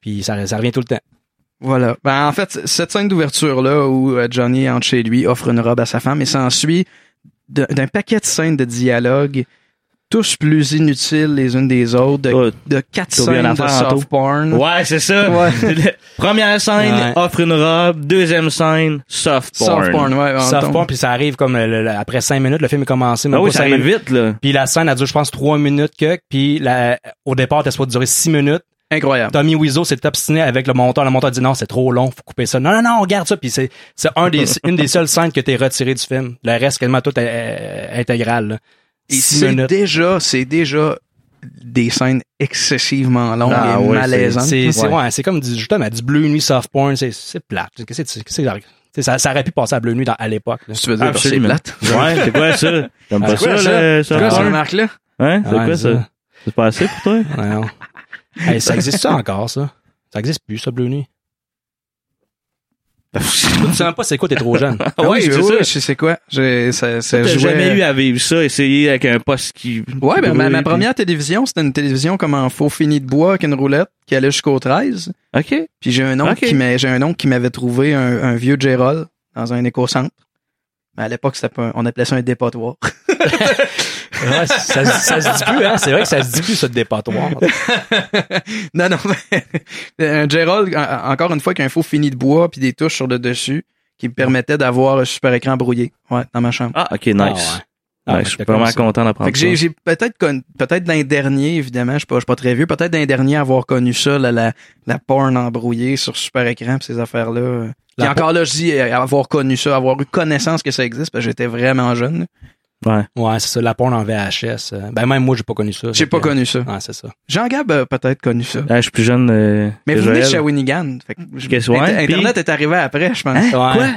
Speaker 2: Puis ça, ça revient tout le temps.
Speaker 1: voilà. Ben, en fait, cette scène d'ouverture là où euh, Johnny entre chez lui, offre une robe à sa femme et s'ensuit de- d'un paquet de scènes de dialogue tous plus inutiles les unes des autres, de,
Speaker 3: Ouais.
Speaker 1: de quatre
Speaker 3: T'as oublié une
Speaker 1: scènes de
Speaker 3: affaire, Anto.
Speaker 1: soft porn.
Speaker 3: Ouais, c'est ça. Première scène,
Speaker 2: Ouais.
Speaker 3: offre une robe. Deuxième scène, soft porn.
Speaker 1: Soft porn,
Speaker 3: Ah,
Speaker 1: ouais. on
Speaker 2: Sauf
Speaker 1: tombe.
Speaker 2: pas, puis ça arrive comme le- le- après cinq minutes, le film est commencé. même
Speaker 3: Ah oui,
Speaker 2: pas
Speaker 3: ça
Speaker 2: cinq
Speaker 3: arrive
Speaker 2: minutes.
Speaker 3: vite, là.
Speaker 2: Puis la scène a duré, je pense, trois minutes que. Puis la, au départ, elle supposée durer six minutes.
Speaker 1: Incroyable.
Speaker 2: Tommy Wiseau s'est obstiné avec le monteur. Le monteur a dit non, c'est trop long, faut couper ça. Non, non, non, on garde ça. Puis c'est, c'est un des, une des seules scènes que t'es retirée du film. Le reste, quasiment tout est euh, intégral. là.
Speaker 1: Et
Speaker 2: Six
Speaker 1: c'est
Speaker 2: minutes.
Speaker 1: déjà, c'est déjà des scènes excessivement longues
Speaker 3: Ah
Speaker 1: et
Speaker 3: ouais,
Speaker 1: malaisantes.
Speaker 2: C'est, c'est,
Speaker 3: Ouais.
Speaker 2: ouais, c'est comme du, justement, du Blue Nuit soft porn, c'est, c'est plate. C'est, c'est, c'est, c'est- c'est- ça, ça aurait pu passer à Blue Nuit dans- à l'époque. là.
Speaker 1: Si tu veux dire, c'est
Speaker 3: Absolument.
Speaker 1: plate.
Speaker 3: Ouais, c'est quoi ça? T'aimes
Speaker 2: Ah,
Speaker 3: pas
Speaker 2: c'est
Speaker 3: ça,
Speaker 1: quoi, ça?
Speaker 3: là,
Speaker 1: C'est quoi
Speaker 3: soft
Speaker 1: cette
Speaker 3: porn?
Speaker 1: remarque-là?
Speaker 3: Hein? C'est
Speaker 2: Ouais,
Speaker 3: quoi
Speaker 2: c'est
Speaker 3: ça? C'est pas assez pour toi?
Speaker 2: Ouais, non. Hey, ça existe ça encore, ça? Ça existe plus, ça, Blue Nuit? Tu sais même pas c'est quoi, t'es trop jeune.
Speaker 1: Ah
Speaker 3: ouais, c'est ça.
Speaker 1: Je sais c'est quoi. J'ai, ça, ça
Speaker 3: T'as
Speaker 1: jouait-
Speaker 3: jamais eu à vivre ça, essayer avec un poste qui...
Speaker 1: Ouais, ben, ma, ma
Speaker 3: brûle,
Speaker 1: première télévision, c'était une télévision comme en faux fini de bois avec une roulette qui allait jusqu'au 13.
Speaker 3: puis- OK.
Speaker 1: Puis j'ai un oncle
Speaker 3: Ok.
Speaker 1: qui m'a, j'ai un oncle qui m'avait trouvé un, un vieux Gérald dans un éco-centre. Mais à l'époque, c'était pas un- on appelait ça un dépotoir.
Speaker 2: Ouais, ça, se- ça se dit plus, hein? C'est vrai que ça se dit plus, ça, de dépotoir.
Speaker 1: non, non, mais un Gerald, en- encore une fois, qui a un faux fini de bois puis des touches sur le dessus qui me permettait d'avoir un super écran brouillé ouais, dans ma chambre.
Speaker 3: Ah, OK, nice.
Speaker 2: Ah, ouais. Ah,
Speaker 3: Ouais,
Speaker 2: mais
Speaker 3: je suis
Speaker 2: t'as comme
Speaker 3: vraiment
Speaker 2: ça.
Speaker 3: content d'apprendre
Speaker 1: Fait que j'ai,
Speaker 3: Ah, ça.
Speaker 1: j'ai peut-être connu, peut-être d'un dernier, évidemment, je suis pas, je suis pas très vieux, peut-être d'un dernier avoir connu ça, la, la, la porn embrouillée sur super écran pis ces affaires-là.
Speaker 2: La
Speaker 1: Puis encore là, je dis euh, avoir connu ça, avoir eu connaissance que ça existe, parce que j'étais vraiment jeune.
Speaker 3: Ouais.
Speaker 2: Ouais, c'est ça, la porn en VHS. euh, Ben, même moi, j'ai pas connu ça.
Speaker 1: J'ai
Speaker 2: Fait
Speaker 1: pas
Speaker 2: que-
Speaker 1: connu ça.
Speaker 2: Ouais, c'est ça.
Speaker 1: Jean-Gab a peut-être connu ça.
Speaker 3: Ah, je suis plus jeune euh,
Speaker 1: Mais
Speaker 3: que
Speaker 1: vous venez de
Speaker 3: Joël.
Speaker 1: Shawinigan. Fait que je-
Speaker 3: Qu'est-ce que- ouais,
Speaker 1: Internet est arrivé après, je
Speaker 3: Hein?
Speaker 1: pense.
Speaker 2: Ouais.
Speaker 1: Quoi?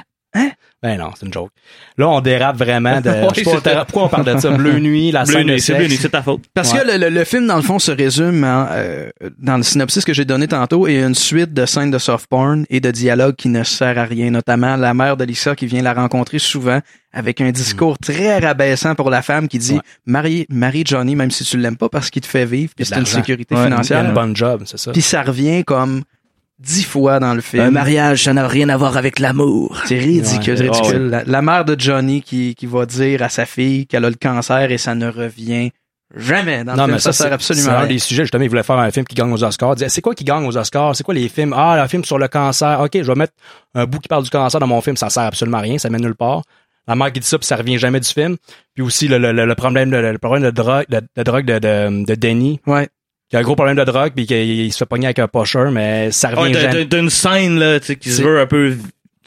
Speaker 2: Ben non, c'est une joke. Là, on dérape vraiment de. je sais pas,
Speaker 3: c'est ça.
Speaker 2: pourquoi on parle de ça? Bleu Nuit, la
Speaker 3: Bleu
Speaker 2: scène de
Speaker 3: nuit, c'est bleu
Speaker 2: sexe.
Speaker 3: nuit, c'est ta faute.
Speaker 1: Parce
Speaker 2: Ouais.
Speaker 1: que le, le- le film, dans le fond, se résume en, euh, dans le synopsis que j'ai donné tantôt et une suite de scènes de soft porn et de dialogues qui ne sert à rien, notamment la mère de Lisa qui vient la rencontrer souvent avec un discours très rabaissant pour la femme qui dit
Speaker 2: Mm-hmm. Ouais.
Speaker 1: marie, marie Johnny même si tu l'aimes pas parce qu'il te fait vivre puis
Speaker 2: de
Speaker 1: c'est une
Speaker 2: l'argent.
Speaker 1: sécurité
Speaker 3: Ouais,
Speaker 2: Il y a une
Speaker 1: financière.
Speaker 2: bonne job, c'est ça.
Speaker 1: Puis ça revient comme dix fois dans le film.
Speaker 3: mariage, ça n'a rien à voir avec l'amour.
Speaker 1: C'est ridicule,
Speaker 2: Ouais.
Speaker 1: ridicule. La, la mère de Johnny qui, qui va dire à sa fille qu'elle a le cancer et ça ne revient Jamais dans
Speaker 2: Non,
Speaker 1: le
Speaker 2: mais
Speaker 1: film. Ça,
Speaker 2: ça, c'est
Speaker 1: sert absolument
Speaker 2: absolument
Speaker 1: à
Speaker 2: un
Speaker 1: rien.
Speaker 2: des sujets. Justement, ils voulaient faire un film qui gagne aux Oscars. Ils disaient, c'est quoi qui gagne aux Oscars? C'est quoi les films? Ah, un film sur le cancer. OK, je vais mettre un bout qui parle du cancer dans mon film. Ça sert absolument à rien. Ça mène nulle part. La mère qui dit ça, puis ça revient jamais du film. Puis aussi, le, le- le- le problème, de- le, le problème de drogue, de, de drogue de, de, de Denny.
Speaker 1: Ouais.
Speaker 2: Qui a un gros problème de drogue, puis qu'il il se fait pogner avec un pocheur, mais ça revient
Speaker 3: Ouais, t'as- t'as-
Speaker 2: jamais.
Speaker 3: t'as une scène là, tu sais, qui se
Speaker 2: C'est-
Speaker 3: veut un peu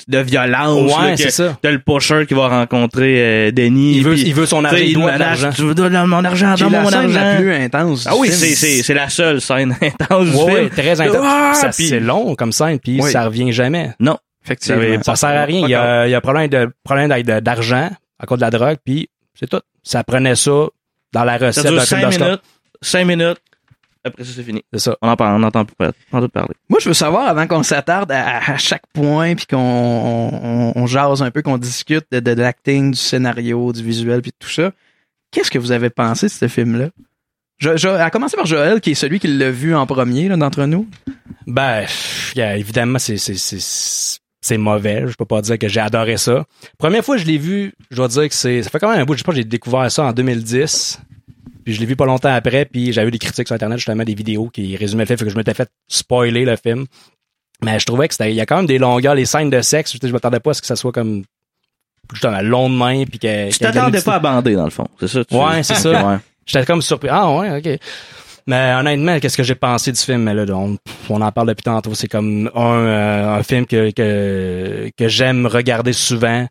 Speaker 3: de violence.
Speaker 2: Ouais,
Speaker 3: là, que
Speaker 2: c'est ça.
Speaker 3: T'as le pusher qui va rencontrer euh, Denis.
Speaker 2: Il veut-
Speaker 3: puis,
Speaker 2: il veut son
Speaker 3: tu sais,
Speaker 2: argent, il doit de
Speaker 3: menace,
Speaker 2: l'argent.
Speaker 3: Tu veux donner mon argent,
Speaker 1: Qui est
Speaker 3: donne-moi
Speaker 1: la
Speaker 3: mon
Speaker 1: scène la
Speaker 3: argent.
Speaker 1: plus intense.
Speaker 3: Ah oui,
Speaker 1: du film.
Speaker 3: c'est, c'est, c'est la seule scène intense du
Speaker 2: Ouais,
Speaker 3: film.
Speaker 2: ouais, très intense.
Speaker 3: Ah,
Speaker 2: Ça,
Speaker 3: puis-
Speaker 2: c'est long comme scène, puis
Speaker 1: Oui.
Speaker 2: ça revient jamais.
Speaker 3: Non.
Speaker 1: Effectivement.
Speaker 2: Ça sert à rien. Il y a, il y a problème de problème d'a- de- d'argent à cause de la drogue, puis c'est tout. Ça prenait ça dans la recette
Speaker 3: Ça dure
Speaker 2: d'un film
Speaker 3: 5
Speaker 2: d'Oscar.
Speaker 3: minutes. 5 minutes. Après ça, c'est fini.
Speaker 2: C'est ça.
Speaker 3: On en parle, on entend plus parler. On entend plus parler.
Speaker 1: Moi, je veux savoir, avant qu'on s'attarde à, à chaque point, puis qu'on on, on- on jase un peu, qu'on discute de, de l'acting, du scénario, du visuel, puis tout ça, qu'est-ce que vous avez pensé de ce film-là? Je, je- à commencer par Joël, qui est celui qui l'a vu en premier là, d'entre nous.
Speaker 2: Ben, pff, yeah, évidemment, c'est c'est- c'est- c'est mauvais. Je peux pas dire que j'ai adoré ça. Première fois que je l'ai vu, je dois dire que c'est. Ça fait quand même un bout. Je sais pas, j'ai découvert ça en 2010. Puis je l'ai vu pas longtemps après, puis j'avais eu des critiques sur Internet, justement, des vidéos qui résumaient le film, fait que je m'étais fait spoiler le film. Mais je trouvais que c'était. Il y a quand même des longueurs, les scènes de sexe. Je, je m'attendais pas à ce que ça soit comme. Justement, long de main, puis que.
Speaker 3: Tu t'attendais pas à bander, dans le fond. C'est ça? tu-
Speaker 2: Ouais, c'est ça.
Speaker 3: Ouais.
Speaker 2: J'étais comme surpris. Ah ouais, ok. Mais honnêtement, qu'est-ce que j'ai pensé du film? Mais là, on, on en parle depuis tantôt. C'est comme un, euh, un film que, que, que j'aime regarder souvent,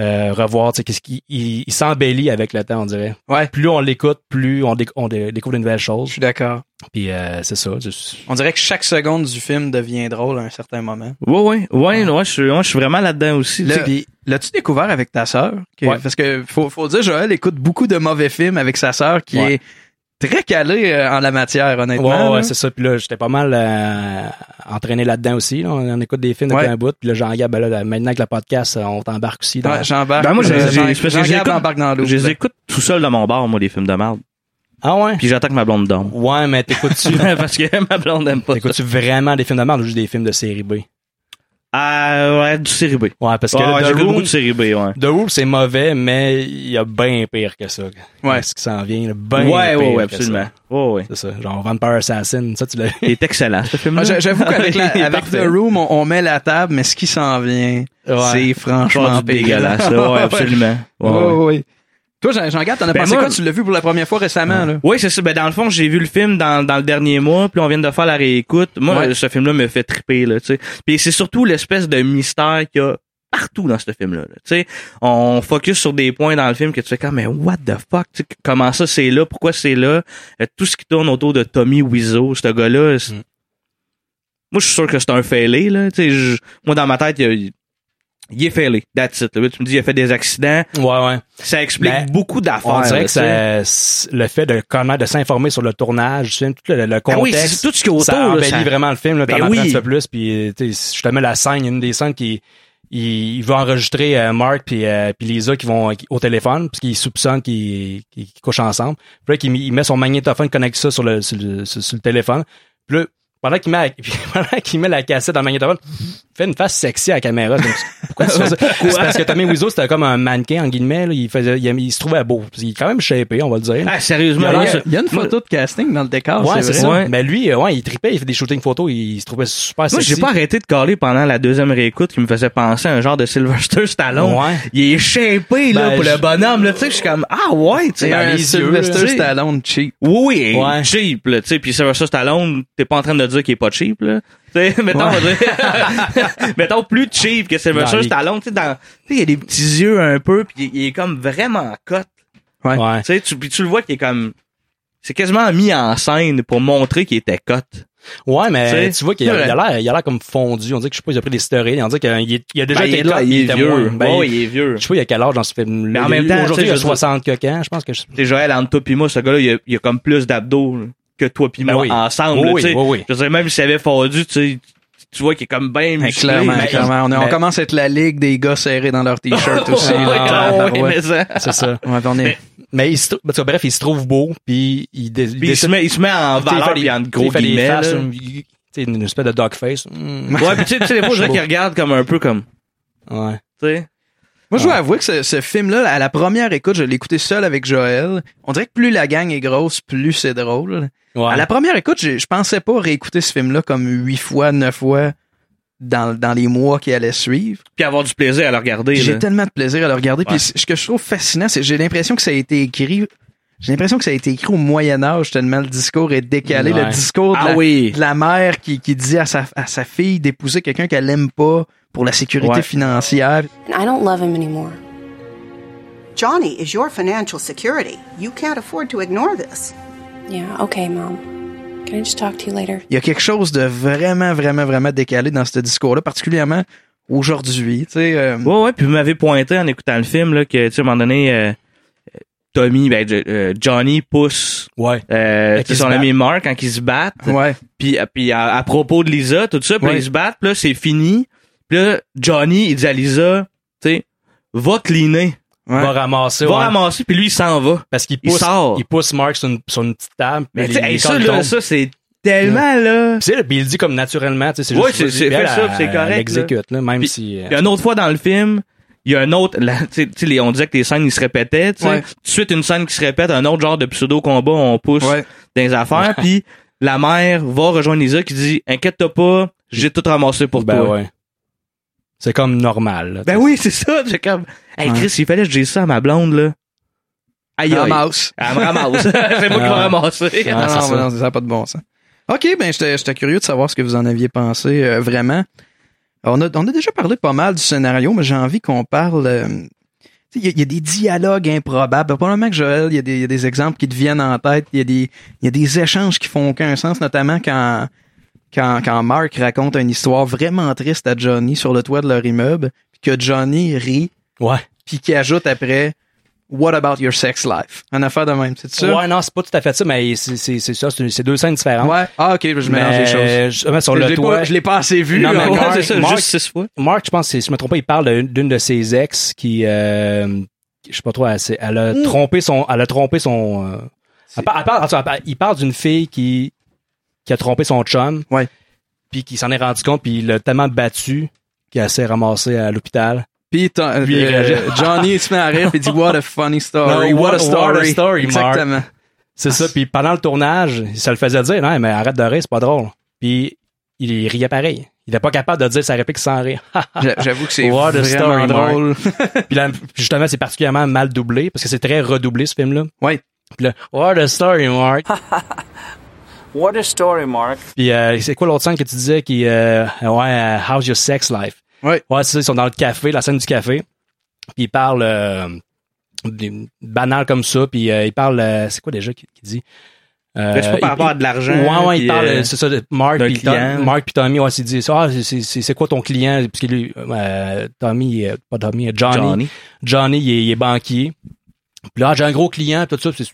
Speaker 2: euh, revoir. Tu sais, qu'est-ce qu'il- il, il s'embellit avec le temps, on dirait.
Speaker 1: Ouais.
Speaker 2: Plus on l'écoute, plus on, déc- on dé- découvre de nouvelles
Speaker 1: Je
Speaker 2: choses.
Speaker 1: suis d'accord.
Speaker 2: Puis euh, c'est ça. juste-
Speaker 1: On dirait que chaque seconde du film devient drôle à un certain moment.
Speaker 3: Ouais, ouais, ouais, ouais, je suis, ouais, je suis vraiment là-dedans aussi.
Speaker 1: Là,
Speaker 3: Tu sais, puis-
Speaker 1: L'as-tu découvert avec ta sœur? Que-
Speaker 2: Ouais.
Speaker 1: Parce que faut, faut dire, Joël écoute beaucoup de mauvais films avec sa sœur, qui
Speaker 2: Ouais.
Speaker 1: est très calée euh, en la matière, honnêtement.
Speaker 2: Ouais,
Speaker 1: là.
Speaker 2: ouais, c'est ça. Puis là, j'étais pas mal euh, entraîné là-dedans aussi. là. On, on écoute des films depuis
Speaker 1: Ouais.
Speaker 2: un bout. Puis là, Jean-Gab, ben là, maintenant avec le podcast, euh, on t'embarque aussi. Dans...
Speaker 1: Ouais, Ah, J'embarque.
Speaker 3: Ben, moi, j'ai-
Speaker 1: Jean-
Speaker 3: j'ai- parce que
Speaker 1: Jean-Gab
Speaker 3: j'écoute-
Speaker 1: embarque dans l'eau.
Speaker 3: je les écoute tout seul dans mon bar, moi, les films de merde.
Speaker 2: Ah ouais?
Speaker 3: Puis j'attends que ma blonde dorme.
Speaker 2: Ouais, mais t'écoutes-tu
Speaker 3: Parce que ma blonde aime pas. ça.
Speaker 2: T'écoutes-tu vraiment des films de merde ou juste des films de série B? Ouais,
Speaker 3: Ah, ouais, du série B.
Speaker 2: parce que
Speaker 3: Ouais,
Speaker 1: Ah,
Speaker 3: ouais,
Speaker 2: The
Speaker 3: Ah, j'écoute
Speaker 2: Room-
Speaker 3: beaucoup de série B,
Speaker 1: Ben,
Speaker 3: ouais.
Speaker 2: The Room, c'est mauvais, mais il y a bien pire que ça.
Speaker 1: Ouais.
Speaker 2: Ce qui s'en vient, là,
Speaker 1: ben,
Speaker 2: bien
Speaker 3: ouais,
Speaker 2: pire
Speaker 3: ouais,
Speaker 2: que
Speaker 3: ouais, absolument.
Speaker 2: ça.
Speaker 3: Ouais, ouais.
Speaker 2: C'est ça. Genre Vampire Assassin, ça, tu l'as
Speaker 3: Il est excellent, ce film-là.
Speaker 1: Ah, j'a- J'avoue qu'avec la-
Speaker 3: Il est
Speaker 1: avec
Speaker 3: parfait.
Speaker 1: The Room, on, on met la table, mais ce qui s'en vient,
Speaker 2: Ouais.
Speaker 1: c'est franchement
Speaker 3: Genre du dégueulasse, là. Ouais, absolument. Ouais, ouais.
Speaker 1: oui. Toi, Jean- Jean-Gab, t'en as
Speaker 3: Ben
Speaker 1: pensé
Speaker 3: moi-
Speaker 1: quoi? Tu l'as vu pour la première fois récemment, là?
Speaker 3: Oui, c'est ça. Ben, dans le fond, j'ai vu le film dans, dans le dernier mois, puis on vient de faire la réécoute. Moi, euh,
Speaker 1: Ouais.
Speaker 3: ce film-là me fait triper, là, tu sais. Puis c'est surtout l'espèce de mystère qu'il y a partout dans ce film-là, là. tu sais. On focus sur des points dans le film que tu fais comme, mais what the fuck, tu sais, comment ça c'est là, pourquoi c'est là. Euh, tout ce qui tourne autour de Tommy Wiseau, ce gars-là, c'est-
Speaker 2: Mm.
Speaker 3: moi, je suis sûr que c'est un failé, là, tu sais. je- Moi, dans ma tête, il, y a- il est failé, that's it. là. Tu me dis, il a fait des accidents,
Speaker 2: Ouais, ouais.
Speaker 3: ça explique
Speaker 2: Ben,
Speaker 3: beaucoup d'affaires.
Speaker 2: On
Speaker 3: là,
Speaker 2: dirait que
Speaker 3: tu sais.
Speaker 2: ça- c'est- le fait de connaître, de s'informer sur le tournage, du film, tout le, le
Speaker 3: Ah oui,
Speaker 2: contexte.
Speaker 3: c'est tout ce qui est autour,
Speaker 2: ça
Speaker 3: là,
Speaker 2: embellit
Speaker 3: ça-
Speaker 2: vraiment le film, là. T'en
Speaker 3: Ben
Speaker 2: apprends
Speaker 3: oui.
Speaker 2: un petit peu plus, puis, euh, tu sais, justement, la scène, une des scènes qui, il, il veut enregistrer euh, Mark puis euh, puis Lisa qui vont qui- au téléphone parce qu'il soupçonne qu'ils qu'ils- qu'ils couchent ensemble. Puis là, qu'il met- il met son magnétophone, connecte ça sur le sur le, sur- sur le téléphone. Puis là, pendant qu'il met, la- pendant qu'il met la cassette dans le magnétophone, il fait une face sexy à la caméra. Donc, pourquoi tu fais ça? C'est parce que Tommy Wiseau, c'était comme un mannequin, en guillemets. là. Il, faisait, il, il se trouvait beau. Il est quand même shapé, on va le dire.
Speaker 3: Ah, sérieusement,
Speaker 2: Il y a-
Speaker 3: là,
Speaker 1: Il y a-
Speaker 3: ça-
Speaker 1: il y a une photo de casting dans le
Speaker 3: Ah,
Speaker 1: décor,
Speaker 2: Ouais, c'est
Speaker 1: c'est
Speaker 2: ça.
Speaker 1: vrai.
Speaker 3: Ouais.
Speaker 2: Mais lui, euh, ouais, il tripait, il fait des shootings photos, il se trouvait super
Speaker 3: Moi,
Speaker 2: sexy.
Speaker 3: j'ai pas arrêté de caler pendant la deuxième réécoute qui me faisait penser à un genre de Sylvester Stallone.
Speaker 2: Ouais.
Speaker 3: Il est shapé, là,
Speaker 2: Ben,
Speaker 3: pour
Speaker 2: je-
Speaker 3: le bonhomme, là. Tu sais, je suis comme, ah ouais, tu sais,
Speaker 1: C'est
Speaker 3: dans
Speaker 1: un
Speaker 3: les yeux,
Speaker 1: Sylvester
Speaker 3: là, tu sais.
Speaker 1: Stallone cheap.
Speaker 3: Oui, oui, il est
Speaker 2: Ouais.
Speaker 3: cheap, là, tu sais. Puis Sylvester Stallone, t'es pas en train de dire qu'il est pas cheap, là. Tu sais, mettons, on va dire- mettons plus cheap que Sylvester
Speaker 2: Dans les-
Speaker 3: Stallone, tu sais, dans, tu sais, il a des petits yeux un peu, puis il il est comme vraiment cote.
Speaker 2: Ouais.
Speaker 3: Tu sais, tu, puis tu le vois qu'il est comme, c'est quasiment mis en scène pour montrer qu'il était cote.
Speaker 2: Ouais, mais
Speaker 3: Tu sais,
Speaker 2: tu vois qu'il a
Speaker 3: ouais.
Speaker 2: il a l'air, il a l'air comme fondu. On dirait que je sais pas, il a pris des stéroïdes. On dirait qu'il il a déjà
Speaker 3: Ben,
Speaker 2: été
Speaker 3: il est-
Speaker 2: là,
Speaker 3: il est
Speaker 2: était
Speaker 3: vieux.
Speaker 2: moins. Ben,
Speaker 3: Ouais, il est vieux.
Speaker 2: Je sais pas, il a quel âge dans ce film.
Speaker 3: Mais en même temps, tu sais,
Speaker 2: aujourd'hui, il a
Speaker 3: je veux dire-
Speaker 2: 60 coquins. Je pense que je-
Speaker 3: T'sais, Joël, entre toi pis moi, ce gars-là, il a, il a comme plus d'abdos là, que toi pis
Speaker 2: Ben
Speaker 3: moi
Speaker 2: oui.
Speaker 3: ensemble.
Speaker 2: Oui,
Speaker 3: là, t'sais.
Speaker 2: oui, oui.
Speaker 3: Je veux dire, même s'il avait fondu, tu sais, tu vois qu'il est comme bien
Speaker 1: Ben,
Speaker 3: musclé.
Speaker 1: clairement,
Speaker 3: mais-
Speaker 1: clairement. On, est- on
Speaker 3: mais-
Speaker 1: commence à être la ligue des gars serrés dans leur t-shirt aussi.
Speaker 3: ben- Ouais,
Speaker 1: là.
Speaker 3: ah,
Speaker 1: Ah,
Speaker 3: ouais,
Speaker 1: ouais.
Speaker 3: mais ça-
Speaker 2: c'est ça.
Speaker 1: Ouais, ben, on est-
Speaker 2: Mais il se trou- en tout cas, bref, il se trouve beau, puis il, dé-
Speaker 3: Pis il se
Speaker 2: décide-
Speaker 3: met, il se met en
Speaker 2: tu sais, il
Speaker 3: valeur
Speaker 2: fait
Speaker 3: pis en
Speaker 2: des-
Speaker 3: gros
Speaker 2: il fait des
Speaker 3: guillemets.
Speaker 2: faces, hein.
Speaker 3: là.
Speaker 2: une- tu sais, une espèce de dog face. Mm.
Speaker 3: Ouais, pis tu sais, des fois, je
Speaker 2: Je
Speaker 3: qu'il regarde comme un peu comme,
Speaker 2: Ouais.
Speaker 3: tu sais.
Speaker 1: Moi, je dois avouer que ce, ce film-là, à la première écoute, je l'ai écouté seul avec Joël. On dirait que plus la gang est grosse, plus c'est drôle.
Speaker 2: Ouais.
Speaker 1: À la première écoute, j'ai- je pensais pas réécouter ce film-là comme huit fois, neuf fois dans, dans les mois qui allaient suivre.
Speaker 3: Puis avoir du plaisir à le regarder.
Speaker 1: J'ai
Speaker 3: là.
Speaker 1: tellement de plaisir à le regarder.
Speaker 3: Ouais.
Speaker 1: Puis ce que je trouve fascinant, c'est que j'ai l'impression que ça a été écrit. J'ai l'impression que ça a été écrit au Moyen Âge tellement le discours est décalé.
Speaker 2: Ouais.
Speaker 1: Le discours de,
Speaker 3: Ah
Speaker 1: la,
Speaker 3: oui.
Speaker 1: de la mère qui, qui dit à sa, à sa fille d'épouser quelqu'un qu'elle aime pas pour la sécurité
Speaker 3: Ouais.
Speaker 1: financière.
Speaker 6: And I don't love him anymore.
Speaker 8: Johnny is your financial security. You can't afford to ignore this.
Speaker 6: Yeah, okay, Mom. Can I just talk to you later?
Speaker 1: Il y a quelque chose de vraiment, vraiment, vraiment décalé dans ce discours-là, particulièrement aujourd'hui. Tu sais, euh,
Speaker 3: Ouais, ouais, puis vous m'avez pointé en écoutant le film là, que, tu sais, à un moment donné, euh, Tommy, ben, je- euh, Johnny pousse
Speaker 2: Ouais. Quand ils
Speaker 3: euh, tu sais,
Speaker 2: Ben, se
Speaker 3: son
Speaker 2: battent.
Speaker 3: ami Mark quand ils se battent.
Speaker 1: ouais.
Speaker 3: Puis, euh, puis à, à propos de Lisa, tout ça, puis
Speaker 1: Ouais.
Speaker 3: ils se battent, puis là, c'est fini. Puis là, Johnny, il dit à Lisa, tu sais, va cleaner.
Speaker 2: Va ramasser.
Speaker 3: Va
Speaker 2: ouais.
Speaker 3: ramasser, puis lui, il s'en va.
Speaker 2: Parce qu'il
Speaker 3: Il
Speaker 2: pousse,
Speaker 3: sort.
Speaker 2: il pousse Mark sur une, sur une petite table.
Speaker 3: Mais
Speaker 2: puis
Speaker 3: tu sais,
Speaker 2: Ben, les-
Speaker 3: hey,
Speaker 2: les
Speaker 3: ça,
Speaker 2: cordes
Speaker 3: là,
Speaker 2: tombent.
Speaker 3: ça, c'est tellement, là...
Speaker 2: Puis, tu sais, puis il le dit comme naturellement, tu sais, c'est
Speaker 3: Ouais,
Speaker 2: juste.
Speaker 3: c'est- c'est-
Speaker 2: puis elle,
Speaker 3: fais ça,
Speaker 2: elle-
Speaker 3: puis c'est correct,
Speaker 2: Elle exécute, là, même si. euh,
Speaker 3: Puis une autre fois dans le film, il y a un autre, la- tu sais- tu sais, les- on disait que les scènes, ils se répétaient, tu sais.
Speaker 1: Ouais.
Speaker 3: Tout de suite, une scène qui se répète, un autre genre de pseudo-combat, on pousse
Speaker 1: Ouais.
Speaker 3: dans les affaires, puis la mère va rejoindre Lisa qui dit, inquiète-toi pas, j'ai tout ramassé pour
Speaker 2: ben
Speaker 3: toi.
Speaker 2: ouais. C'est comme normal. là, tu
Speaker 3: Ben
Speaker 2: sais.
Speaker 3: oui, c'est ça, j'ai comme, hey Chris, il fallait que je dise ça à ma blonde, là. Aïe, aïe.
Speaker 1: Ramasse.
Speaker 3: Elle me ramasse. c'est moi qui vais
Speaker 2: Ah.
Speaker 3: ramasser.
Speaker 2: Ah,
Speaker 1: non,
Speaker 2: c'est
Speaker 1: non,
Speaker 2: ça.
Speaker 1: non, ça n'a pas de bon sens. OK, ben j'étais j'étais curieux de savoir ce que vous en aviez pensé euh, vraiment. On a, on a déjà parlé pas mal du scénario, mais j'ai envie qu'on parle. euh, tu sais, il y, a- il y a des dialogues improbables. Probablement que Joël, il y, a des- il y a des exemples qui te viennent en tête. Il y, a des- il y a des échanges qui font aucun sens, notamment quand, quand, quand Mark raconte une histoire vraiment triste à Johnny sur le toit de leur immeuble, puis que Johnny rit,
Speaker 2: Ouais.
Speaker 1: puis qui ajoute après What about your sex life? Une affaire de même, c'est ça?
Speaker 2: Ouais, non, c'est pas tout à fait ça, mais c'est c'est- c'est ça, c'est c'est deux scènes différentes.
Speaker 1: Ouais. Ah, ok, je mélange les choses.
Speaker 2: Mais justement, sur
Speaker 1: Je
Speaker 2: le
Speaker 1: l'ai
Speaker 2: toit.
Speaker 1: pas- je l'ai pas assez vu.
Speaker 2: Non,
Speaker 1: là.
Speaker 2: mais
Speaker 3: Ouais,
Speaker 2: Mark-
Speaker 3: c'est ça,
Speaker 2: Mark-
Speaker 3: juste six fois.
Speaker 2: Mark, je pense, c'est- si je me trompe pas, il parle d'une d'une de ses ex qui, euh, je sais pas trop, elle, s'est- elle a trompé son, elle a trompé son. euh, elle par- elle parle- en tout cas, elle par- il parle d'une fille qui, qui a trompé son chum.
Speaker 1: Ouais.
Speaker 2: Puis qui s'en est rendu compte, puis il l'a tellement battu qu'elle s'est ramassée à l'hôpital.
Speaker 1: Puis t'en-
Speaker 2: Lui, il
Speaker 1: euh,
Speaker 2: réagit.
Speaker 1: Johnny il se met à rire et dit What a funny story.
Speaker 2: Non,
Speaker 1: what, a
Speaker 2: what-
Speaker 1: story.
Speaker 2: what a story, Mark.
Speaker 1: Exactement.
Speaker 2: C'est ça. Puis pendant le tournage, ça le faisait dire, non, mais arrête de rire, c'est pas drôle. Puis il, riait pareil. Il n'était pas capable de dire sa réplique sans rire.
Speaker 1: J'a- J'avoue que c'est
Speaker 2: What a
Speaker 1: vraiment
Speaker 2: story, Mark.
Speaker 1: drôle.
Speaker 2: Puis là, justement, c'est particulièrement mal doublé parce que c'est très redoublé ce film-là.
Speaker 1: ouais.
Speaker 2: Puis là, What a story, Mark.
Speaker 5: What a story, Mark.
Speaker 2: Puis euh, c'est quoi l'autre scène que tu disais qui euh, ouais euh, How's your sex life?
Speaker 1: Ouais.
Speaker 2: Ouais, c'est ça, ils sont dans le café, la scène du café. Puis ils parlent euh, des- banal comme ça, puis euh, ils parlent euh, c'est quoi déjà qui, qui dit euh,
Speaker 3: Mais Ben, c'est pas par
Speaker 2: il-
Speaker 3: rapport à de l'argent,
Speaker 2: Ouais, ouais,
Speaker 3: puis,
Speaker 2: il parle,
Speaker 3: euh,
Speaker 2: c'est ça, de Mark
Speaker 3: d'un
Speaker 2: puis Tom-
Speaker 3: client.
Speaker 2: Mark puis Tommy, ouais, ils disent, ah, c'est- c'est- c'est c'est quoi ton client? Parce que lui, euh, Tommy, euh, pas Tommy, euh, Johnny,
Speaker 3: Johnny.
Speaker 2: Johnny, il est, il est banquier. Puis là, j'ai un gros client, puis tout ça, puis c'est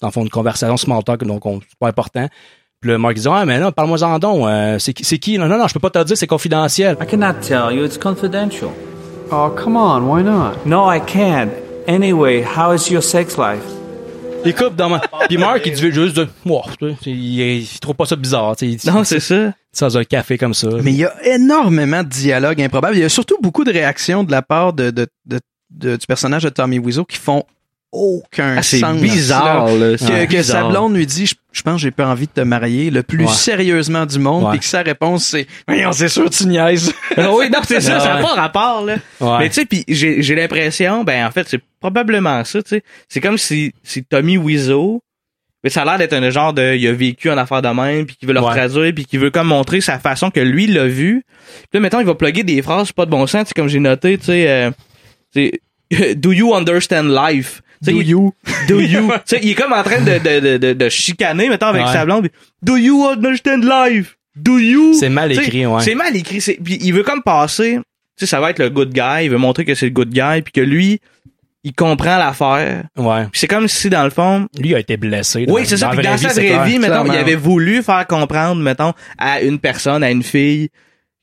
Speaker 2: dans le fond une conversation small talk, donc on- c'est pas important. Puis le Mark dit Ah, mais là, parle-moi en don. euh, c'est qui, c'est qui? Non, non, non, je peux pas te le dire, c'est confidentiel.
Speaker 5: I cannot tell you. It's confidential.
Speaker 7: Oh, come on, why not?
Speaker 5: No, I can't. Anyway, how is your sex life?
Speaker 2: Il coupe dans ma. Puis Mark, il dit juste de. Wow, tu sais, il, il trouve pas ça bizarre. tu sais, Il,
Speaker 3: Non, c'est ça.
Speaker 2: c'est dans un café comme ça.
Speaker 1: Mais il y a énormément de dialogues improbables. Il y a surtout beaucoup de réactions de la part de, de- de- de- du personnage de Tommy Wiseau qui font aucun
Speaker 3: Ah, c'est
Speaker 1: sens.
Speaker 3: bizarre, là.
Speaker 1: que,
Speaker 3: C'est
Speaker 1: que sa
Speaker 3: bizarre.
Speaker 1: blonde lui dit je, je pense que j'ai pas envie de te marier le plus
Speaker 2: Ouais.
Speaker 1: sérieusement du monde
Speaker 2: Ouais.
Speaker 1: puis que sa réponse c'est voyons c'est sûr tu niaises
Speaker 3: Ah oui, non, c'est ça,
Speaker 2: Ah
Speaker 3: ça
Speaker 2: ouais.
Speaker 3: n'a pas rapport, là.
Speaker 2: Ouais.
Speaker 3: Mais tu sais, puis j'ai j'ai l'impression, ben en fait, c'est probablement ça, tu sais. C'est comme si, si Tommy Wiseau, mais ça a l'air d'être un genre de, il a vécu en affaire de même, puis qu'il veut le
Speaker 2: Ouais.
Speaker 3: retraduire, puis qu'il veut comme montrer sa façon que lui l'a vu. Puis là, mettons, il va plugger des phrases pas de bon sens, tu sais, comme j'ai noté, tu sais, euh, tu sais, Do you understand life? Tu sais, il-
Speaker 1: you
Speaker 3: Do you? tu sais, il est comme en train de, de, de, de, de chicaner, mettons, avec
Speaker 2: Ouais.
Speaker 3: sa blonde. puis, Do you understand life? Do you?
Speaker 2: C'est mal
Speaker 3: Tu sais,
Speaker 2: écrit, ouais.
Speaker 3: C'est mal écrit. c'est- Puis il veut comme passer, tu sais, ça va être le good guy, il veut montrer que c'est le good guy, puis que lui, il comprend l'affaire.
Speaker 2: Ouais.
Speaker 3: Puis c'est comme si, dans le fond...
Speaker 2: Lui a été blessé. dans-
Speaker 3: Oui, c'est ça.
Speaker 2: la
Speaker 3: Puis dans
Speaker 2: vraie
Speaker 3: sa
Speaker 2: vie, c'est
Speaker 3: vraie
Speaker 2: clair.
Speaker 3: vie, mettons,
Speaker 1: Clairement.
Speaker 3: il avait voulu faire comprendre, mettons, à une personne, à une fille,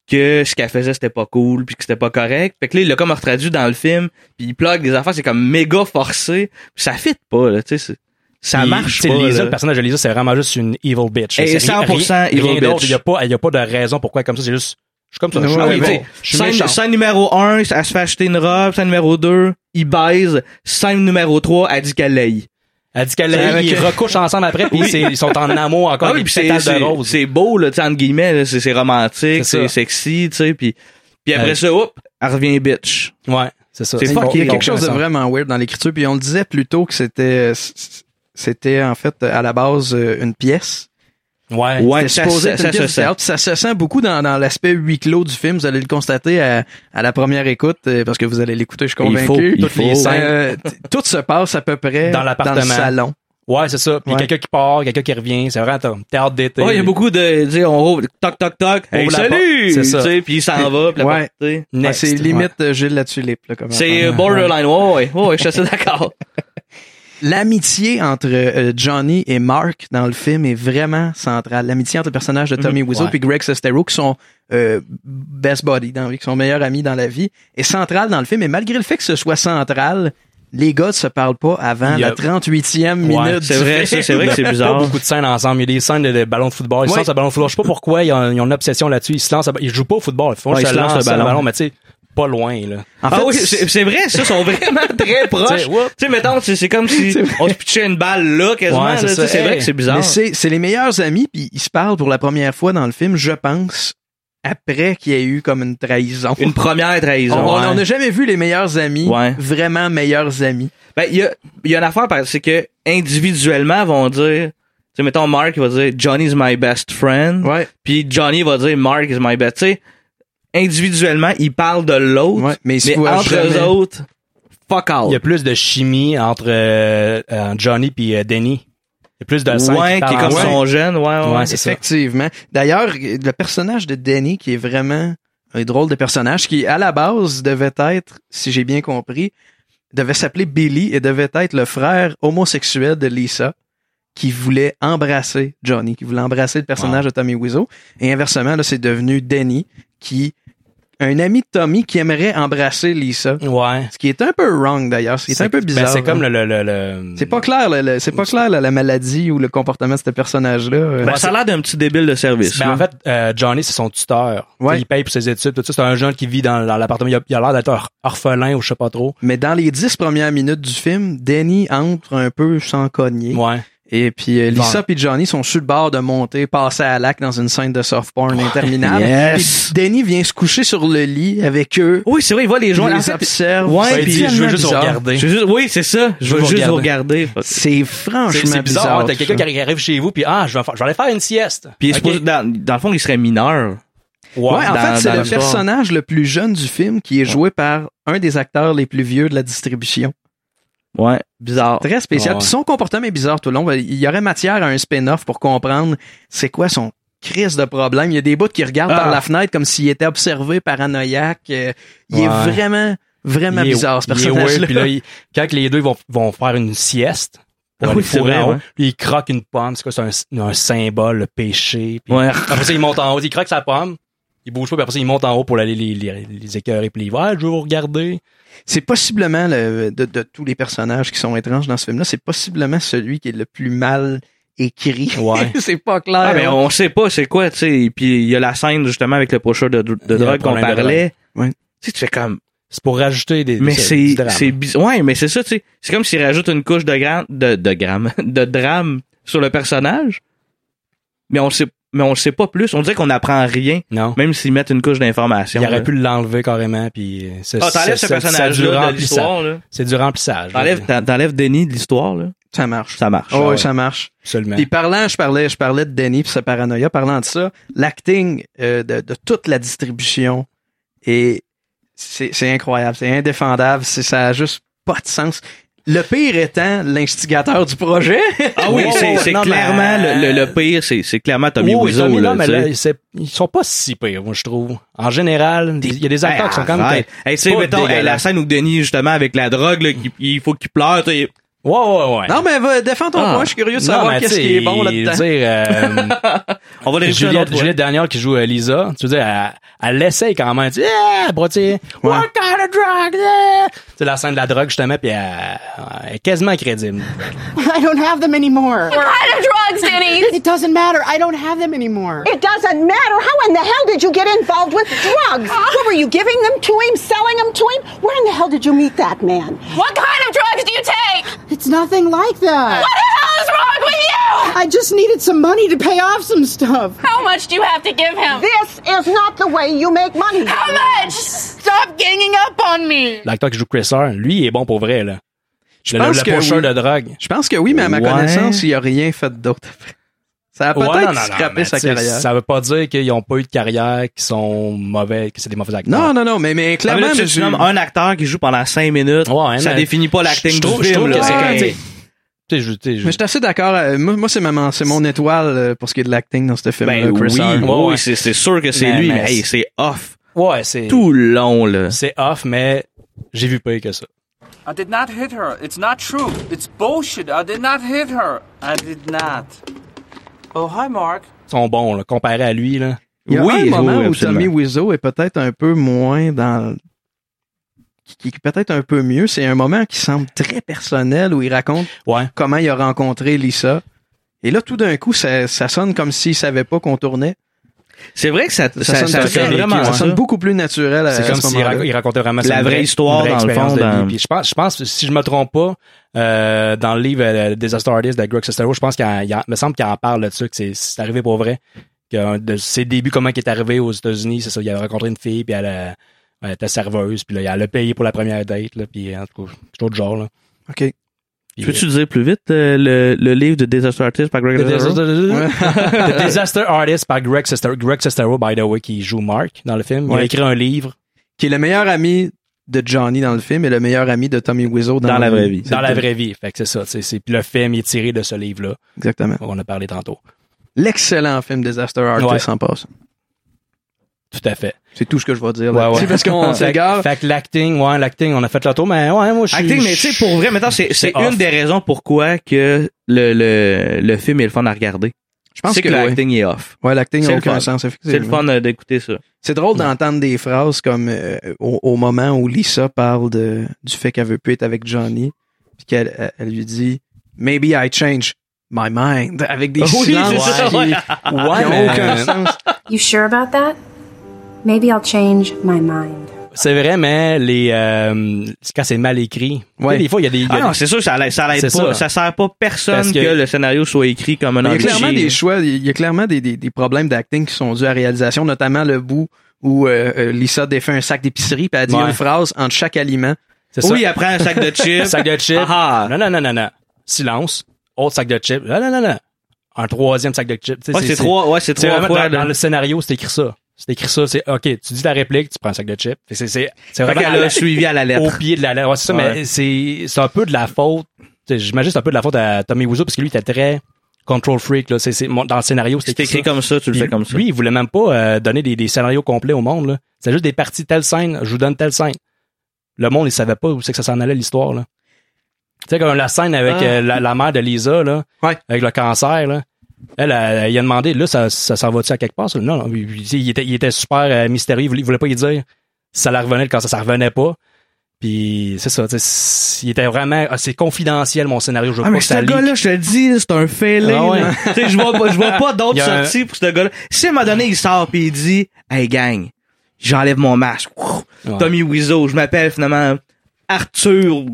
Speaker 3: que ce qu'elle faisait, c'était pas cool, puis que c'était pas correct. Fait que là, il l'a comme retraduit dans le film, puis il plug des affaires, c'est comme méga forcé. Puis ça fit pas, là, tu sais. c'est- Ça
Speaker 2: Puis,
Speaker 3: marche
Speaker 2: tu sais,
Speaker 3: pas,
Speaker 2: Lisa,
Speaker 3: là.
Speaker 2: le personnage de Lisa, c'est vraiment juste une evil bitch.
Speaker 3: Et
Speaker 2: C'est ri-
Speaker 3: 100%
Speaker 2: rien- rien
Speaker 3: evil
Speaker 2: d'autre.
Speaker 3: bitch.
Speaker 2: Il n'y a, pas- il y a pas de raison pourquoi elle est comme ça. C'est juste Je suis comme ça. Je suis
Speaker 3: Ouais,
Speaker 2: evil.
Speaker 3: ben,
Speaker 2: Je suis
Speaker 3: scène,
Speaker 2: méchant.
Speaker 3: scène numéro 1, elle se fait acheter une robe. Scène numéro 2, il baise. Scène numéro 3, elle dit qu'elle l'aille.
Speaker 2: Elle dit qu'elle l'a-
Speaker 3: Avec-
Speaker 2: ils recouchent ensemble après, puis
Speaker 3: Oui.
Speaker 2: c'est- ils sont en amour encore.
Speaker 3: Ah oui,
Speaker 2: avec
Speaker 3: puis
Speaker 2: des
Speaker 3: c'est,
Speaker 2: pétales
Speaker 3: c'est,
Speaker 2: de rose.
Speaker 3: c'est beau, là, tu sais, entre guillemets, là, c'est, c'est romantique,
Speaker 2: C'est
Speaker 3: c'est,
Speaker 2: ça.
Speaker 3: sexy, tu sais, puis, puis après
Speaker 2: Ouais.
Speaker 3: ça, hop, elle revient bitch.
Speaker 2: Ouais, c'est ça.
Speaker 3: C'est
Speaker 2: Ils
Speaker 1: Il y a
Speaker 2: vont-
Speaker 3: fucking
Speaker 1: il y a
Speaker 2: ils vont
Speaker 1: quelque chose de
Speaker 2: ensemble.
Speaker 1: vraiment weird dans l'écriture. Puis on le disait plus tôt que c'était, c'était en fait à la base euh, une pièce.
Speaker 2: Ouais.
Speaker 3: Ouais,
Speaker 1: C'était
Speaker 3: ça,
Speaker 1: supposé
Speaker 3: ça,
Speaker 1: être une
Speaker 3: ça,
Speaker 1: pièce
Speaker 3: ça,
Speaker 1: de théâtre. Puis Ça se sent beaucoup dans, dans l'aspect huis clos du film. Vous allez le constater à, à la première écoute euh, parce que vous allez l'écouter, je suis
Speaker 3: Il
Speaker 1: convaincu.
Speaker 3: faut, il
Speaker 1: Toutes les
Speaker 3: faut. hein.
Speaker 1: scènes, euh, t- tout se passe à peu près
Speaker 2: Dans
Speaker 1: le
Speaker 2: l'appartement.
Speaker 1: salon.
Speaker 2: Ouais, c'est ça. Puis
Speaker 1: Ouais.
Speaker 2: quelqu'un qui part, quelqu'un qui revient. C'est vraiment t'as- t'es hâte d'été.
Speaker 3: Ouais, il y a beaucoup de, tu sais, on roule, toc, toc, toc, hey,
Speaker 2: Ouvre la
Speaker 3: salut!
Speaker 2: porte. C'est ça.
Speaker 3: Tu sais, puis il s'en va, puis la
Speaker 1: Ouais.
Speaker 3: porte, tu sais.
Speaker 1: Ouais,
Speaker 2: Next.
Speaker 1: c'est
Speaker 2: Ouais.
Speaker 1: limite euh, Gilles la tulipe. Là, comme
Speaker 3: C'est euh,
Speaker 1: affaire.
Speaker 3: borderline, ouais, ouais, ouais, ouais, je suis assez d'accord.
Speaker 1: L'amitié entre euh, Johnny et Mark dans le film est vraiment centrale. L'amitié entre le personnage de
Speaker 3: Mhm.
Speaker 1: Tommy Wiseau
Speaker 2: ouais.
Speaker 1: et Greg Sestero, qui sont euh, best buddy dans la vie, qui sont meilleurs amis dans la vie, est centrale dans le film. Et malgré le fait que ce soit central, les gars ne se parlent pas avant
Speaker 2: Il y a-
Speaker 1: la 38e
Speaker 2: Ouais,
Speaker 1: minute.
Speaker 3: C'est vrai, ça, c'est vrai que c'est
Speaker 2: Pas
Speaker 3: bizarre.
Speaker 2: beaucoup de scènes ensemble. Il y a des scènes de, de ballon de football. Ils se
Speaker 1: Ouais.
Speaker 2: lancent le ballon de football. Je sais pas pourquoi ils ont, ils ont une obsession là-dessus. Ils se lancent. à- Ils jouent pas au football. Ils font
Speaker 3: Ouais,
Speaker 2: juste
Speaker 3: ils
Speaker 2: se lancent le ballon. mais tu sais, pas loin, là.
Speaker 1: En
Speaker 3: ah
Speaker 1: fait,
Speaker 3: oui, c'est, c'est vrai, ça, ils sont vraiment très proches.
Speaker 2: Tu sais, whoop.
Speaker 3: Tu sais, mettons, c'est, c'est comme si on se pitchait une balle là, quasiment.
Speaker 2: Ouais, c'est
Speaker 3: là, tu sais,
Speaker 2: ça.
Speaker 3: c'est vrai
Speaker 2: Hey.
Speaker 3: que c'est bizarre.
Speaker 1: Mais c'est, c'est les meilleurs amis, puis ils se parlent pour la première fois dans le film, je pense, après qu'il y ait eu comme une trahison.
Speaker 3: Une première
Speaker 1: On-
Speaker 3: trahison.
Speaker 1: On
Speaker 3: ouais.
Speaker 1: on n'a jamais vu les meilleurs amis,
Speaker 3: Ouais.
Speaker 1: vraiment meilleurs amis.
Speaker 3: Ben, il y a, il y a une affaire, parce- c'est que individuellement, vont dire, tu sais, mettons, Mark, il va dire, Johnny's my best friend.
Speaker 1: Ouais.
Speaker 3: Puis Johnny va dire, Mark is my best. Tu sais, individuellement, ils parlent de l'autre.
Speaker 1: Ouais, mais ils se
Speaker 3: mais
Speaker 1: voient
Speaker 3: entre
Speaker 1: jamais.
Speaker 3: eux autres, fuck out.
Speaker 2: Il y a plus de chimie entre euh, euh, Johnny puis euh, Danny. Il y a plus de scènes
Speaker 3: ouais, qui est
Speaker 2: parlent
Speaker 3: comme
Speaker 2: ensemble.
Speaker 3: son jeune, ouais, ouais.
Speaker 2: Ouais, c'est ça.
Speaker 1: Effectivement. D'ailleurs, le personnage de Danny, qui est vraiment un drôle de personnage, qui à la base devait être, si j'ai bien compris, devait s'appeler Billy et devait être le frère homosexuel de Lisa, qui voulait embrasser Johnny, qui voulait embrasser le personnage de Tommy Wiseau. Et inversement, là, c'est devenu Danny, qui, un ami de Tommy qui aimerait embrasser Lisa.
Speaker 2: Ouais.
Speaker 1: Ce qui est un peu wrong d'ailleurs, ce qui est, un peu bizarre.
Speaker 2: Ben, c'est comme
Speaker 1: hein.
Speaker 2: le, le, le, le-
Speaker 1: C'est pas clair, le- le- c'est pas clair là, la maladie ou le comportement de ce personnage-là. Euh,
Speaker 3: Ben, ça a l'air d'un petit débile de service.
Speaker 2: Ben,
Speaker 3: là.
Speaker 2: en fait, euh, Johnny, c'est son tuteur.
Speaker 1: Ouais.
Speaker 2: Il paye pour ses études. Tout ça, c'est un jeune qui vit dans, dans l'appartement. Il a il a l'air d'être or- orphelin ou je sais pas trop.
Speaker 1: Mais dans les dix premières minutes du film, Danny entre un peu sans cogner.
Speaker 2: Ouais.
Speaker 1: Et puis euh, Lisa
Speaker 2: Ouais.
Speaker 1: puis Johnny sont sur le bord de monter, passer à l'acte dans une scène de soft porn interminable.
Speaker 3: yes.
Speaker 1: Puis Danny vient se coucher sur le lit avec eux.
Speaker 3: oui, c'est vrai, il voit les
Speaker 1: Il
Speaker 3: gens.
Speaker 1: les
Speaker 3: En fait,
Speaker 1: observe.
Speaker 3: ouais,
Speaker 1: C'est
Speaker 3: puis
Speaker 1: tellement
Speaker 2: je veux juste
Speaker 1: bizarre.
Speaker 2: regarder.
Speaker 3: je veux juste- oui, c'est ça. Je veux
Speaker 2: vous
Speaker 3: juste vous
Speaker 2: regarder.
Speaker 3: regarder. Fuck.
Speaker 1: C'est
Speaker 2: C'est
Speaker 1: franchement
Speaker 2: c'est bizarre.
Speaker 1: bizarre.
Speaker 2: hein, T'as quelqu'un
Speaker 1: ça.
Speaker 2: qui arrive chez vous, puis ah, je vais, fa- je vais aller faire une sieste.
Speaker 3: Puis il est
Speaker 2: Ok.
Speaker 3: supposé- dans, dans le fond, il serait mineur.
Speaker 2: Ouais.
Speaker 1: Ouais, en
Speaker 3: dans-
Speaker 1: fait, c'est
Speaker 3: dans
Speaker 1: le
Speaker 3: l'histoire.
Speaker 1: personnage le plus jeune du film qui est joué par un des acteurs les plus vieux de la distribution.
Speaker 3: Ouais, bizarre.
Speaker 1: Très spécial.
Speaker 2: Ah ouais.
Speaker 1: Puis son comportement est bizarre tout le long. Il y aurait matière à un spin-off pour comprendre c'est quoi son crise de problème. Il y a des bouts qui regardent par
Speaker 3: Ah.
Speaker 1: la fenêtre comme s'il était observé paranoïaque. Euh, Il est
Speaker 2: Ouais.
Speaker 1: vraiment, vraiment
Speaker 2: Il est-
Speaker 1: bizarre, ce
Speaker 2: il est weird,
Speaker 1: personnage-là.
Speaker 2: puis là, il- quand les deux vont, vont faire une sieste, pour
Speaker 3: Ah
Speaker 2: aller
Speaker 3: oui, c'est
Speaker 2: fourrer
Speaker 3: vrai,
Speaker 2: en haut,
Speaker 3: ouais.
Speaker 2: puis il croque une pomme. C'est quoi? C'est un, un symbole, le péché. Puis
Speaker 3: Ouais.
Speaker 2: Après ça, il monte en haut, il croque sa pomme. Il bouge pas, puis après ça, il monte en haut pour aller les, les, les écœurer, puis il va, Ah, je vais vous regarder.
Speaker 1: C'est possiblement, le- de, de tous les personnages qui sont étranges dans ce film-là, c'est possiblement celui qui est le plus mal écrit.
Speaker 2: Ouais.
Speaker 1: c'est pas clair.
Speaker 3: Ah, mais on sait pas c'est quoi, tu sais. Puis il y a la scène justement avec le pocheur de, de
Speaker 2: Il y a
Speaker 3: drogue
Speaker 2: le
Speaker 3: qu'on
Speaker 2: problème de
Speaker 3: parlait.
Speaker 1: drogue. Ouais.
Speaker 3: Tu sais, tu fais comme.
Speaker 2: C'est pour rajouter des.
Speaker 3: Mais
Speaker 2: des-
Speaker 3: c'est
Speaker 2: du drame.
Speaker 3: c'est bizarre. Ouais, mais c'est ça, tu sais. C'est comme s'il rajoute une couche de gra- de de gramme, de drame sur le personnage. Mais on sait mais on sait pas plus. On dirait qu'on apprend rien,
Speaker 2: Non.
Speaker 3: même s'ils mettent une couche d'information.
Speaker 2: Il aurait
Speaker 3: là.
Speaker 2: pu l'enlever carrément, puis. euh, c'est-
Speaker 3: Ah, t'enlèves
Speaker 2: c'est- c'est- c'est
Speaker 3: ce
Speaker 2: du
Speaker 3: personnage-là de
Speaker 2: remplissage.
Speaker 3: l'histoire, là.
Speaker 2: C'est du remplissage.
Speaker 3: T'enlèves,
Speaker 2: là.
Speaker 3: t'en- t'enlèves Denis de l'histoire, là.
Speaker 1: Ça marche.
Speaker 3: Ça marche.
Speaker 1: Oh,
Speaker 3: Ah
Speaker 1: oui,
Speaker 3: ouais.
Speaker 1: ça marche.
Speaker 2: Absolument.
Speaker 1: Puis parlant, je parlais, je parlais de Danny puis sa paranoïa. Parlant de ça, l'acting euh, de, de toute la distribution est c'est c'est incroyable, c'est indéfendable, c'est ça a juste pas de sens. Le pire étant l'instigateur du projet.
Speaker 3: Ah oui,
Speaker 2: Wow,
Speaker 3: c'est c'est
Speaker 2: Oh, non, mais- Oh,
Speaker 3: clairement le, le, le pire, c'est c'est clairement Tommy
Speaker 2: Oui, oui,
Speaker 3: Wiseau,
Speaker 2: Tommy,
Speaker 3: là,
Speaker 2: non, mais
Speaker 3: tu sais.
Speaker 2: là, c'est- ils sont pas si pires, moi, je trouve. En général, il y a des acteurs qui sont quand même.
Speaker 3: Hey, tu sais,
Speaker 2: pas
Speaker 3: mettons, hey, la
Speaker 2: dégueulasses.
Speaker 3: scène où Denis, justement, avec la drogue, là, qu'il- il faut qu'il pleure, tu sais,
Speaker 2: Ouais, ouais, ouais.
Speaker 1: Non, mais va, défends ton
Speaker 2: Ah.
Speaker 1: point. Je suis curieux de
Speaker 2: Non,
Speaker 1: savoir
Speaker 2: mais
Speaker 1: qu'est-ce
Speaker 2: tu sais,
Speaker 1: qui est bon là-dedans.
Speaker 2: je veux dire, euh,
Speaker 3: On va les réécouter une
Speaker 2: Juliette,
Speaker 3: autre fois.
Speaker 2: Juliette Daniel qui joue euh, Lisa, tu veux dire, elle, elle l'essaye quand même. Tu sais, yeah, bro, tu sais, what kind of drug? yeah? Tu sais, la scène de la drogue, justement, puis elle, elle est quasiment crédible.
Speaker 11: I don't have them anymore.
Speaker 10: What kind of drugs, Denise?
Speaker 11: It doesn't matter. I don't have them anymore.
Speaker 12: It doesn't matter. How in the hell did you get involved with drugs?
Speaker 8: Ah.
Speaker 12: what were you giving them to him, selling them to him? Where in the hell did you meet that man?
Speaker 10: What kind of drugs do you take?
Speaker 11: It's nothing like that.
Speaker 10: What the hell is wrong with you?
Speaker 11: Uh, I just needed some money to pay off some stuff.
Speaker 10: How much do you have to give him?
Speaker 12: This is not the way you make money.
Speaker 10: How much? Stop ganging up on me.
Speaker 2: L'acteur qui joue Chris Hart, lui, il est bon pour vrai, là. Je
Speaker 1: pense
Speaker 2: le,
Speaker 1: que
Speaker 2: le pocheur
Speaker 1: oui.
Speaker 2: de drogue.
Speaker 1: Je pense que oui, mais à ma
Speaker 2: Ouais.
Speaker 1: connaissance, il a rien fait d'autre. Ça a peut-être
Speaker 2: Ouais, non, non, non,
Speaker 1: scrappé
Speaker 2: mais
Speaker 1: sa
Speaker 2: tu sais,
Speaker 1: carrière.
Speaker 2: Ça veut pas dire qu'ils ont pas eu de carrière, qu'ils sont mauvais, que c'est des mauvais acteurs.
Speaker 1: Non, non, non, mais, mais
Speaker 3: Ah, mais
Speaker 1: clairement,
Speaker 3: là, tu, tu
Speaker 1: monsieur-
Speaker 3: nommes un acteur qui joue pendant 5 minutes.
Speaker 2: Ouais, hein,
Speaker 3: ça
Speaker 2: mais-
Speaker 3: définit pas l'acting
Speaker 2: Je
Speaker 3: du
Speaker 2: trouve-
Speaker 3: film.
Speaker 2: je trouve
Speaker 3: là.
Speaker 2: que c'est
Speaker 3: Ouais.
Speaker 2: quand- tu sais, tu sais, je- tu sais, je-
Speaker 1: Mais je suis assez d'accord. euh, Moi, moi, c'est ma- mon, c'est mon étoile euh, pour ce qui est de l'acting dans ce film.
Speaker 3: Ben
Speaker 1: Chris
Speaker 3: oui,
Speaker 1: Hart.
Speaker 3: oui,
Speaker 2: Ouais, ouais.
Speaker 3: c'est c'est sûr que c'est
Speaker 2: Mais-
Speaker 3: lui,
Speaker 2: mais
Speaker 3: mais hey, c'est off
Speaker 2: Ouais, c'est
Speaker 3: tout le long là.
Speaker 2: c'est off, mais j'ai vu pire que ça.
Speaker 5: I did not hit her. It's not true. It's bullshit. I did not hit her. I did not. Oh, hi, Mark.
Speaker 2: Ils sont bons, là, comparé à lui, là.
Speaker 1: Il y a
Speaker 3: Oui,
Speaker 1: un
Speaker 3: oui,
Speaker 1: moment
Speaker 3: oui,
Speaker 1: où
Speaker 3: absolument.
Speaker 1: Tommy Wiseau est peut-être un peu moins dans le- qui qui est peut-être un peu mieux, c'est un moment qui semble très personnel où il raconte
Speaker 2: Ouais.
Speaker 1: comment il a rencontré Lisa. Et là, tout d'un coup, ça, ça sonne comme s'il savait pas qu'on tournait.
Speaker 3: C'est vrai que ça, ça, ça,
Speaker 1: sonne très
Speaker 3: fait
Speaker 1: vécu,
Speaker 3: vraiment
Speaker 1: ça
Speaker 3: ça.
Speaker 1: sonne beaucoup plus naturel.
Speaker 3: Euh,
Speaker 1: à-
Speaker 2: C'est
Speaker 1: à
Speaker 2: comme
Speaker 1: ce
Speaker 2: s'il
Speaker 1: moment-là.
Speaker 2: rac- il racontait vraiment
Speaker 3: La
Speaker 2: sa- une
Speaker 3: vraie histoire,
Speaker 2: une vraie
Speaker 3: dans le
Speaker 2: expérience
Speaker 3: fond,
Speaker 2: de vie.
Speaker 3: dans-
Speaker 2: Puis je pense, je pense, si je me trompe pas, euh, dans le livre euh, Disaster Artist de Greg Sestero, je pense qu'il en- il en- me semble qu'il en parle là-dessus, que c'est- c'est arrivé pour vrai. Que un de ses débuts, comment il est arrivé aux États-Unis, c'est ça, il avait rencontré une fille, puis elle, euh, elle était serveuse, puis là, elle l'a payé pour la première date, là, puis en tout cas, c'est autre genre, là.
Speaker 1: OK.
Speaker 2: Puis,
Speaker 3: Peux-tu dire plus vite euh, le, le livre de Disaster Artist par Greg
Speaker 2: The
Speaker 3: Rucka?
Speaker 2: Disaster,
Speaker 3: Ah.
Speaker 2: The Disaster Artist par Greg Sestero, Greg Sestero, by the way, qui joue Mark dans le film. Il a
Speaker 1: Ouais.
Speaker 2: écrit un livre
Speaker 1: Qui est le meilleur ami de Johnny dans le film et le meilleur ami de Tommy Wiseau dans,
Speaker 3: Dans la
Speaker 1: le-
Speaker 3: vraie vie.
Speaker 1: C'est
Speaker 2: dans la
Speaker 1: le-
Speaker 2: vraie vie. Fait que c'est ça. tu sais, c'est- Puis le film il est tiré de ce livre-là.
Speaker 1: Exactement.
Speaker 2: On a parlé tantôt.
Speaker 1: L'excellent film Disaster Artist en passe.
Speaker 2: Tout à fait.
Speaker 1: C'est tout ce que je vais dire.
Speaker 2: Ouais,
Speaker 1: là.
Speaker 2: ouais.
Speaker 1: C'est parce qu'on
Speaker 2: fait,
Speaker 1: s'égare.
Speaker 2: fait que l'acting, ouais, l'acting, on a fait le tour, mais ouais, moi, je suis.
Speaker 3: Acting, mais tu sais, pour vrai, maintenant, c'est c'est
Speaker 2: off.
Speaker 3: une des raisons pourquoi que le, le, le film est le fun à regarder.
Speaker 1: Je pense
Speaker 3: c'est
Speaker 1: que,
Speaker 3: que,
Speaker 1: ouais.
Speaker 3: l'acting est off.
Speaker 1: Ouais, l'acting
Speaker 3: C'est
Speaker 1: n'a
Speaker 3: le
Speaker 1: aucun
Speaker 3: fun.
Speaker 1: sens.
Speaker 3: C'est le
Speaker 1: effectivement.
Speaker 3: fun euh, d'écouter ça.
Speaker 1: C'est drôle d'entendre des phrases comme euh, au, au moment où Lisa parle de, du fait qu'elle veut plus être avec Johnny, puis qu'elle elle- elle lui dit Maybe I change my mind avec des
Speaker 3: Oui,
Speaker 1: silences
Speaker 3: c'est ça,
Speaker 1: qui,
Speaker 3: ouais.
Speaker 1: qui
Speaker 2: Ouais,
Speaker 1: ont
Speaker 2: mais-
Speaker 1: aucun sens.
Speaker 10: You sure about that?
Speaker 6: Maybe I'll change my mind.
Speaker 2: C'est vrai, mais les, euh, c'est quand c'est mal écrit.
Speaker 1: Ouais.
Speaker 2: Tu sais, Des fois, il y a des. il y a
Speaker 3: Ah non,
Speaker 2: des-
Speaker 3: c'est sûr, ça l'aide ça l'aide
Speaker 2: C'est
Speaker 3: pas.
Speaker 2: ça.
Speaker 3: Ça. sert pas
Speaker 2: Parce
Speaker 3: personne
Speaker 2: que-
Speaker 3: que... le scénario soit écrit comme un
Speaker 1: Il y a clairement
Speaker 3: anglicisme.
Speaker 1: des choix, il y a clairement des, des- des problèmes d'acting qui sont dus à la réalisation, notamment le bout où euh, euh, Lisa défait un sac d'épicerie puis elle dit
Speaker 2: Ouais.
Speaker 1: une phrase entre chaque aliment.
Speaker 2: c'est
Speaker 3: Oui, après un sac de
Speaker 2: ça.
Speaker 3: chips.
Speaker 2: Sac de chips.
Speaker 3: Ah.
Speaker 2: Non, non, non, non, non. Silence. Autre sac de chips. Non, non, non, non. Un troisième sac de chips. Tu sais,
Speaker 3: Ouais, c'est trois, ouais, c'est
Speaker 2: C'est
Speaker 3: trois
Speaker 2: vraiment
Speaker 3: fois.
Speaker 2: dans, dans
Speaker 3: là.
Speaker 2: le scénario, c'est écrit ça. C'est écrit ça, c'est OK, tu dis ta réplique, tu prends un sac de chips. Fait que C'est c'est- c'est
Speaker 3: Fait
Speaker 2: vraiment à
Speaker 3: qu'elle
Speaker 2: la-
Speaker 3: a suivi à la
Speaker 2: au
Speaker 3: lettre.
Speaker 2: pied de la lettre. Ouais, c'est ça,
Speaker 3: Ouais.
Speaker 2: mais c'est c'est un peu de la faute. tu sais, J'imagine que c'est un peu de la faute à Tommy Wiseau parce que lui il était très control freak là. C'est- c'est- mon- dans le scénario,
Speaker 3: C'est
Speaker 2: c'était
Speaker 3: écrit
Speaker 2: écrit ça.
Speaker 3: comme ça, tu le
Speaker 2: Puis
Speaker 3: fais comme ça.
Speaker 2: Lui, il voulait même pas euh, donner des, des scénarios complets au monde. là. C'est juste des parties telle scène, je vous donne telle scène. Le monde, il savait pas où c'est que ça s'en allait l'histoire là. Tu sais comme la scène avec
Speaker 1: Ah.
Speaker 2: euh, la, la mère de Lisa là,
Speaker 1: Ouais.
Speaker 2: avec le cancer là. Elle, elle, elle, il a demandé, là, ça, ça s'en va-tu à quelque part? ça? Non, non, il, il- il était, il était super euh, mystérieux, il voulait, il voulait pas y dire si ça la revenait quand ça, ça revenait pas. Puis c'est ça, tu sais, c'est- il était vraiment, ah, c'est confidentiel mon scénario, je veux
Speaker 3: Ah,
Speaker 2: pas
Speaker 3: mais
Speaker 2: que ça
Speaker 3: ce
Speaker 2: leak.
Speaker 3: gars-là, je te le dis, c'est un fêlé.
Speaker 2: Ah ouais.
Speaker 3: là. Tu sais, je vois pas, je vois pas
Speaker 2: Il
Speaker 3: d'autres
Speaker 2: y a un-
Speaker 3: sorties pour ce gars-là. Si à un moment donné, il sort pis il dit, hey gang, j'enlève mon masque. Ouh,
Speaker 2: Ouais.
Speaker 3: Tommy Wiseau, je m'appelle finalement Arthur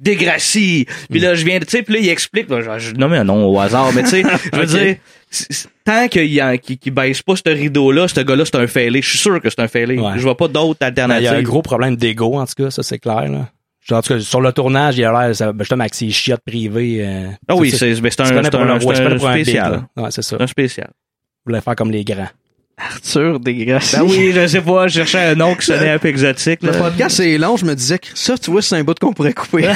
Speaker 3: Degrassi. Puis là, je viens de, tu sais, puis là, il explique, là, je, je nomme un nom au hasard, mais tu sais, je veux dire, c- c- tant qu'il y a- qu'il qu'il baisse pas ce rideau-là, ce gars-là, c'est un fêlé. Je suis sûr que c'est un fêlé.
Speaker 2: Ouais.
Speaker 3: Je vois pas d'autres
Speaker 2: Mais Ben, Il y a un
Speaker 3: alternatives.
Speaker 2: gros problème d'ego, en tout cas, ça c'est clair. Là. Genre, en tout cas, sur le tournage, il a l'air, ça- ben, justement, avec ses chiottes privées. euh,
Speaker 3: Ah oui,
Speaker 2: ça,
Speaker 3: c'est ben, c'est un,
Speaker 2: tu connais
Speaker 3: c'est
Speaker 2: pour le- ouais,
Speaker 3: un,
Speaker 2: je
Speaker 3: c'est
Speaker 2: connais
Speaker 3: un
Speaker 2: pour un big,
Speaker 3: spécial.
Speaker 2: là. Ouais, c'est ça.
Speaker 3: C'est un spécial.
Speaker 2: Je voulais faire comme les grands.
Speaker 1: Arthur Desgracieux.
Speaker 3: Ben oui, je sais pas, je cherchais un nom qui sonnait un peu exotique.
Speaker 1: Le
Speaker 3: là.
Speaker 1: podcast c'est long, je me disais que ça, tu vois, c'est un bout qu'on pourrait couper.
Speaker 2: Ouais.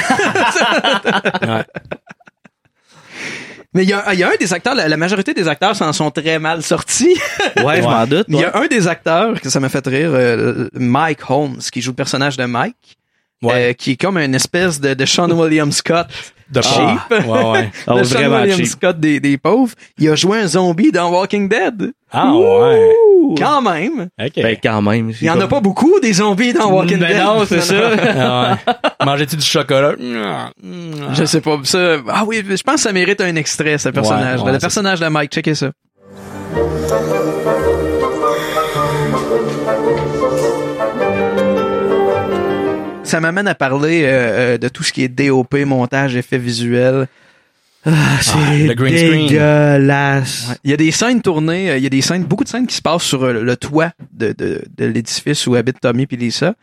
Speaker 1: Mais il y, a, il y a un des acteurs, la, la majorité des acteurs s'en sont très mal sortis.
Speaker 3: Ouais, je m'en doute.
Speaker 1: Il y
Speaker 3: ouais.
Speaker 1: a un des acteurs que ça m'a fait rire, euh, Mike Holmes, qui joue le personnage de Mike. euh, qui est comme une espèce de, de Sean William Scott
Speaker 3: Euh,
Speaker 2: De
Speaker 1: cheap.
Speaker 2: pauvre. Ah. Ouais, ouais.
Speaker 3: Ah
Speaker 1: Le
Speaker 2: Oh,
Speaker 1: Sean
Speaker 2: vraiment
Speaker 1: William
Speaker 2: cheap.
Speaker 1: Scott des, des pauvres. Il a joué un zombie dans Walking Dead.
Speaker 2: Ah, ouais.
Speaker 1: Quand même.
Speaker 3: Ben, quand même.
Speaker 1: Il y en a pas beaucoup des zombies dans Walking
Speaker 3: Ben
Speaker 1: Dead.
Speaker 3: non, c'est
Speaker 2: Ah, ouais. Mangeais-tu du chocolat?
Speaker 1: Je sais pas. Ça, ah oui, je pense que ça mérite un extrait, ce personnage.
Speaker 2: ouais,
Speaker 1: le
Speaker 2: c'est-
Speaker 1: personnage de Mike, checkez ça. Ça m'amène à parler euh, euh, de tout ce qui est DOP, montage, effets visuels. Ah,
Speaker 3: c'est
Speaker 2: le green screen.
Speaker 3: dégueulasse.
Speaker 1: Il y a des scènes tournées, euh, il y a des scènes, beaucoup de scènes qui se passent sur euh, le toit de, de- de l'édifice où habitent Tommy et Lisa.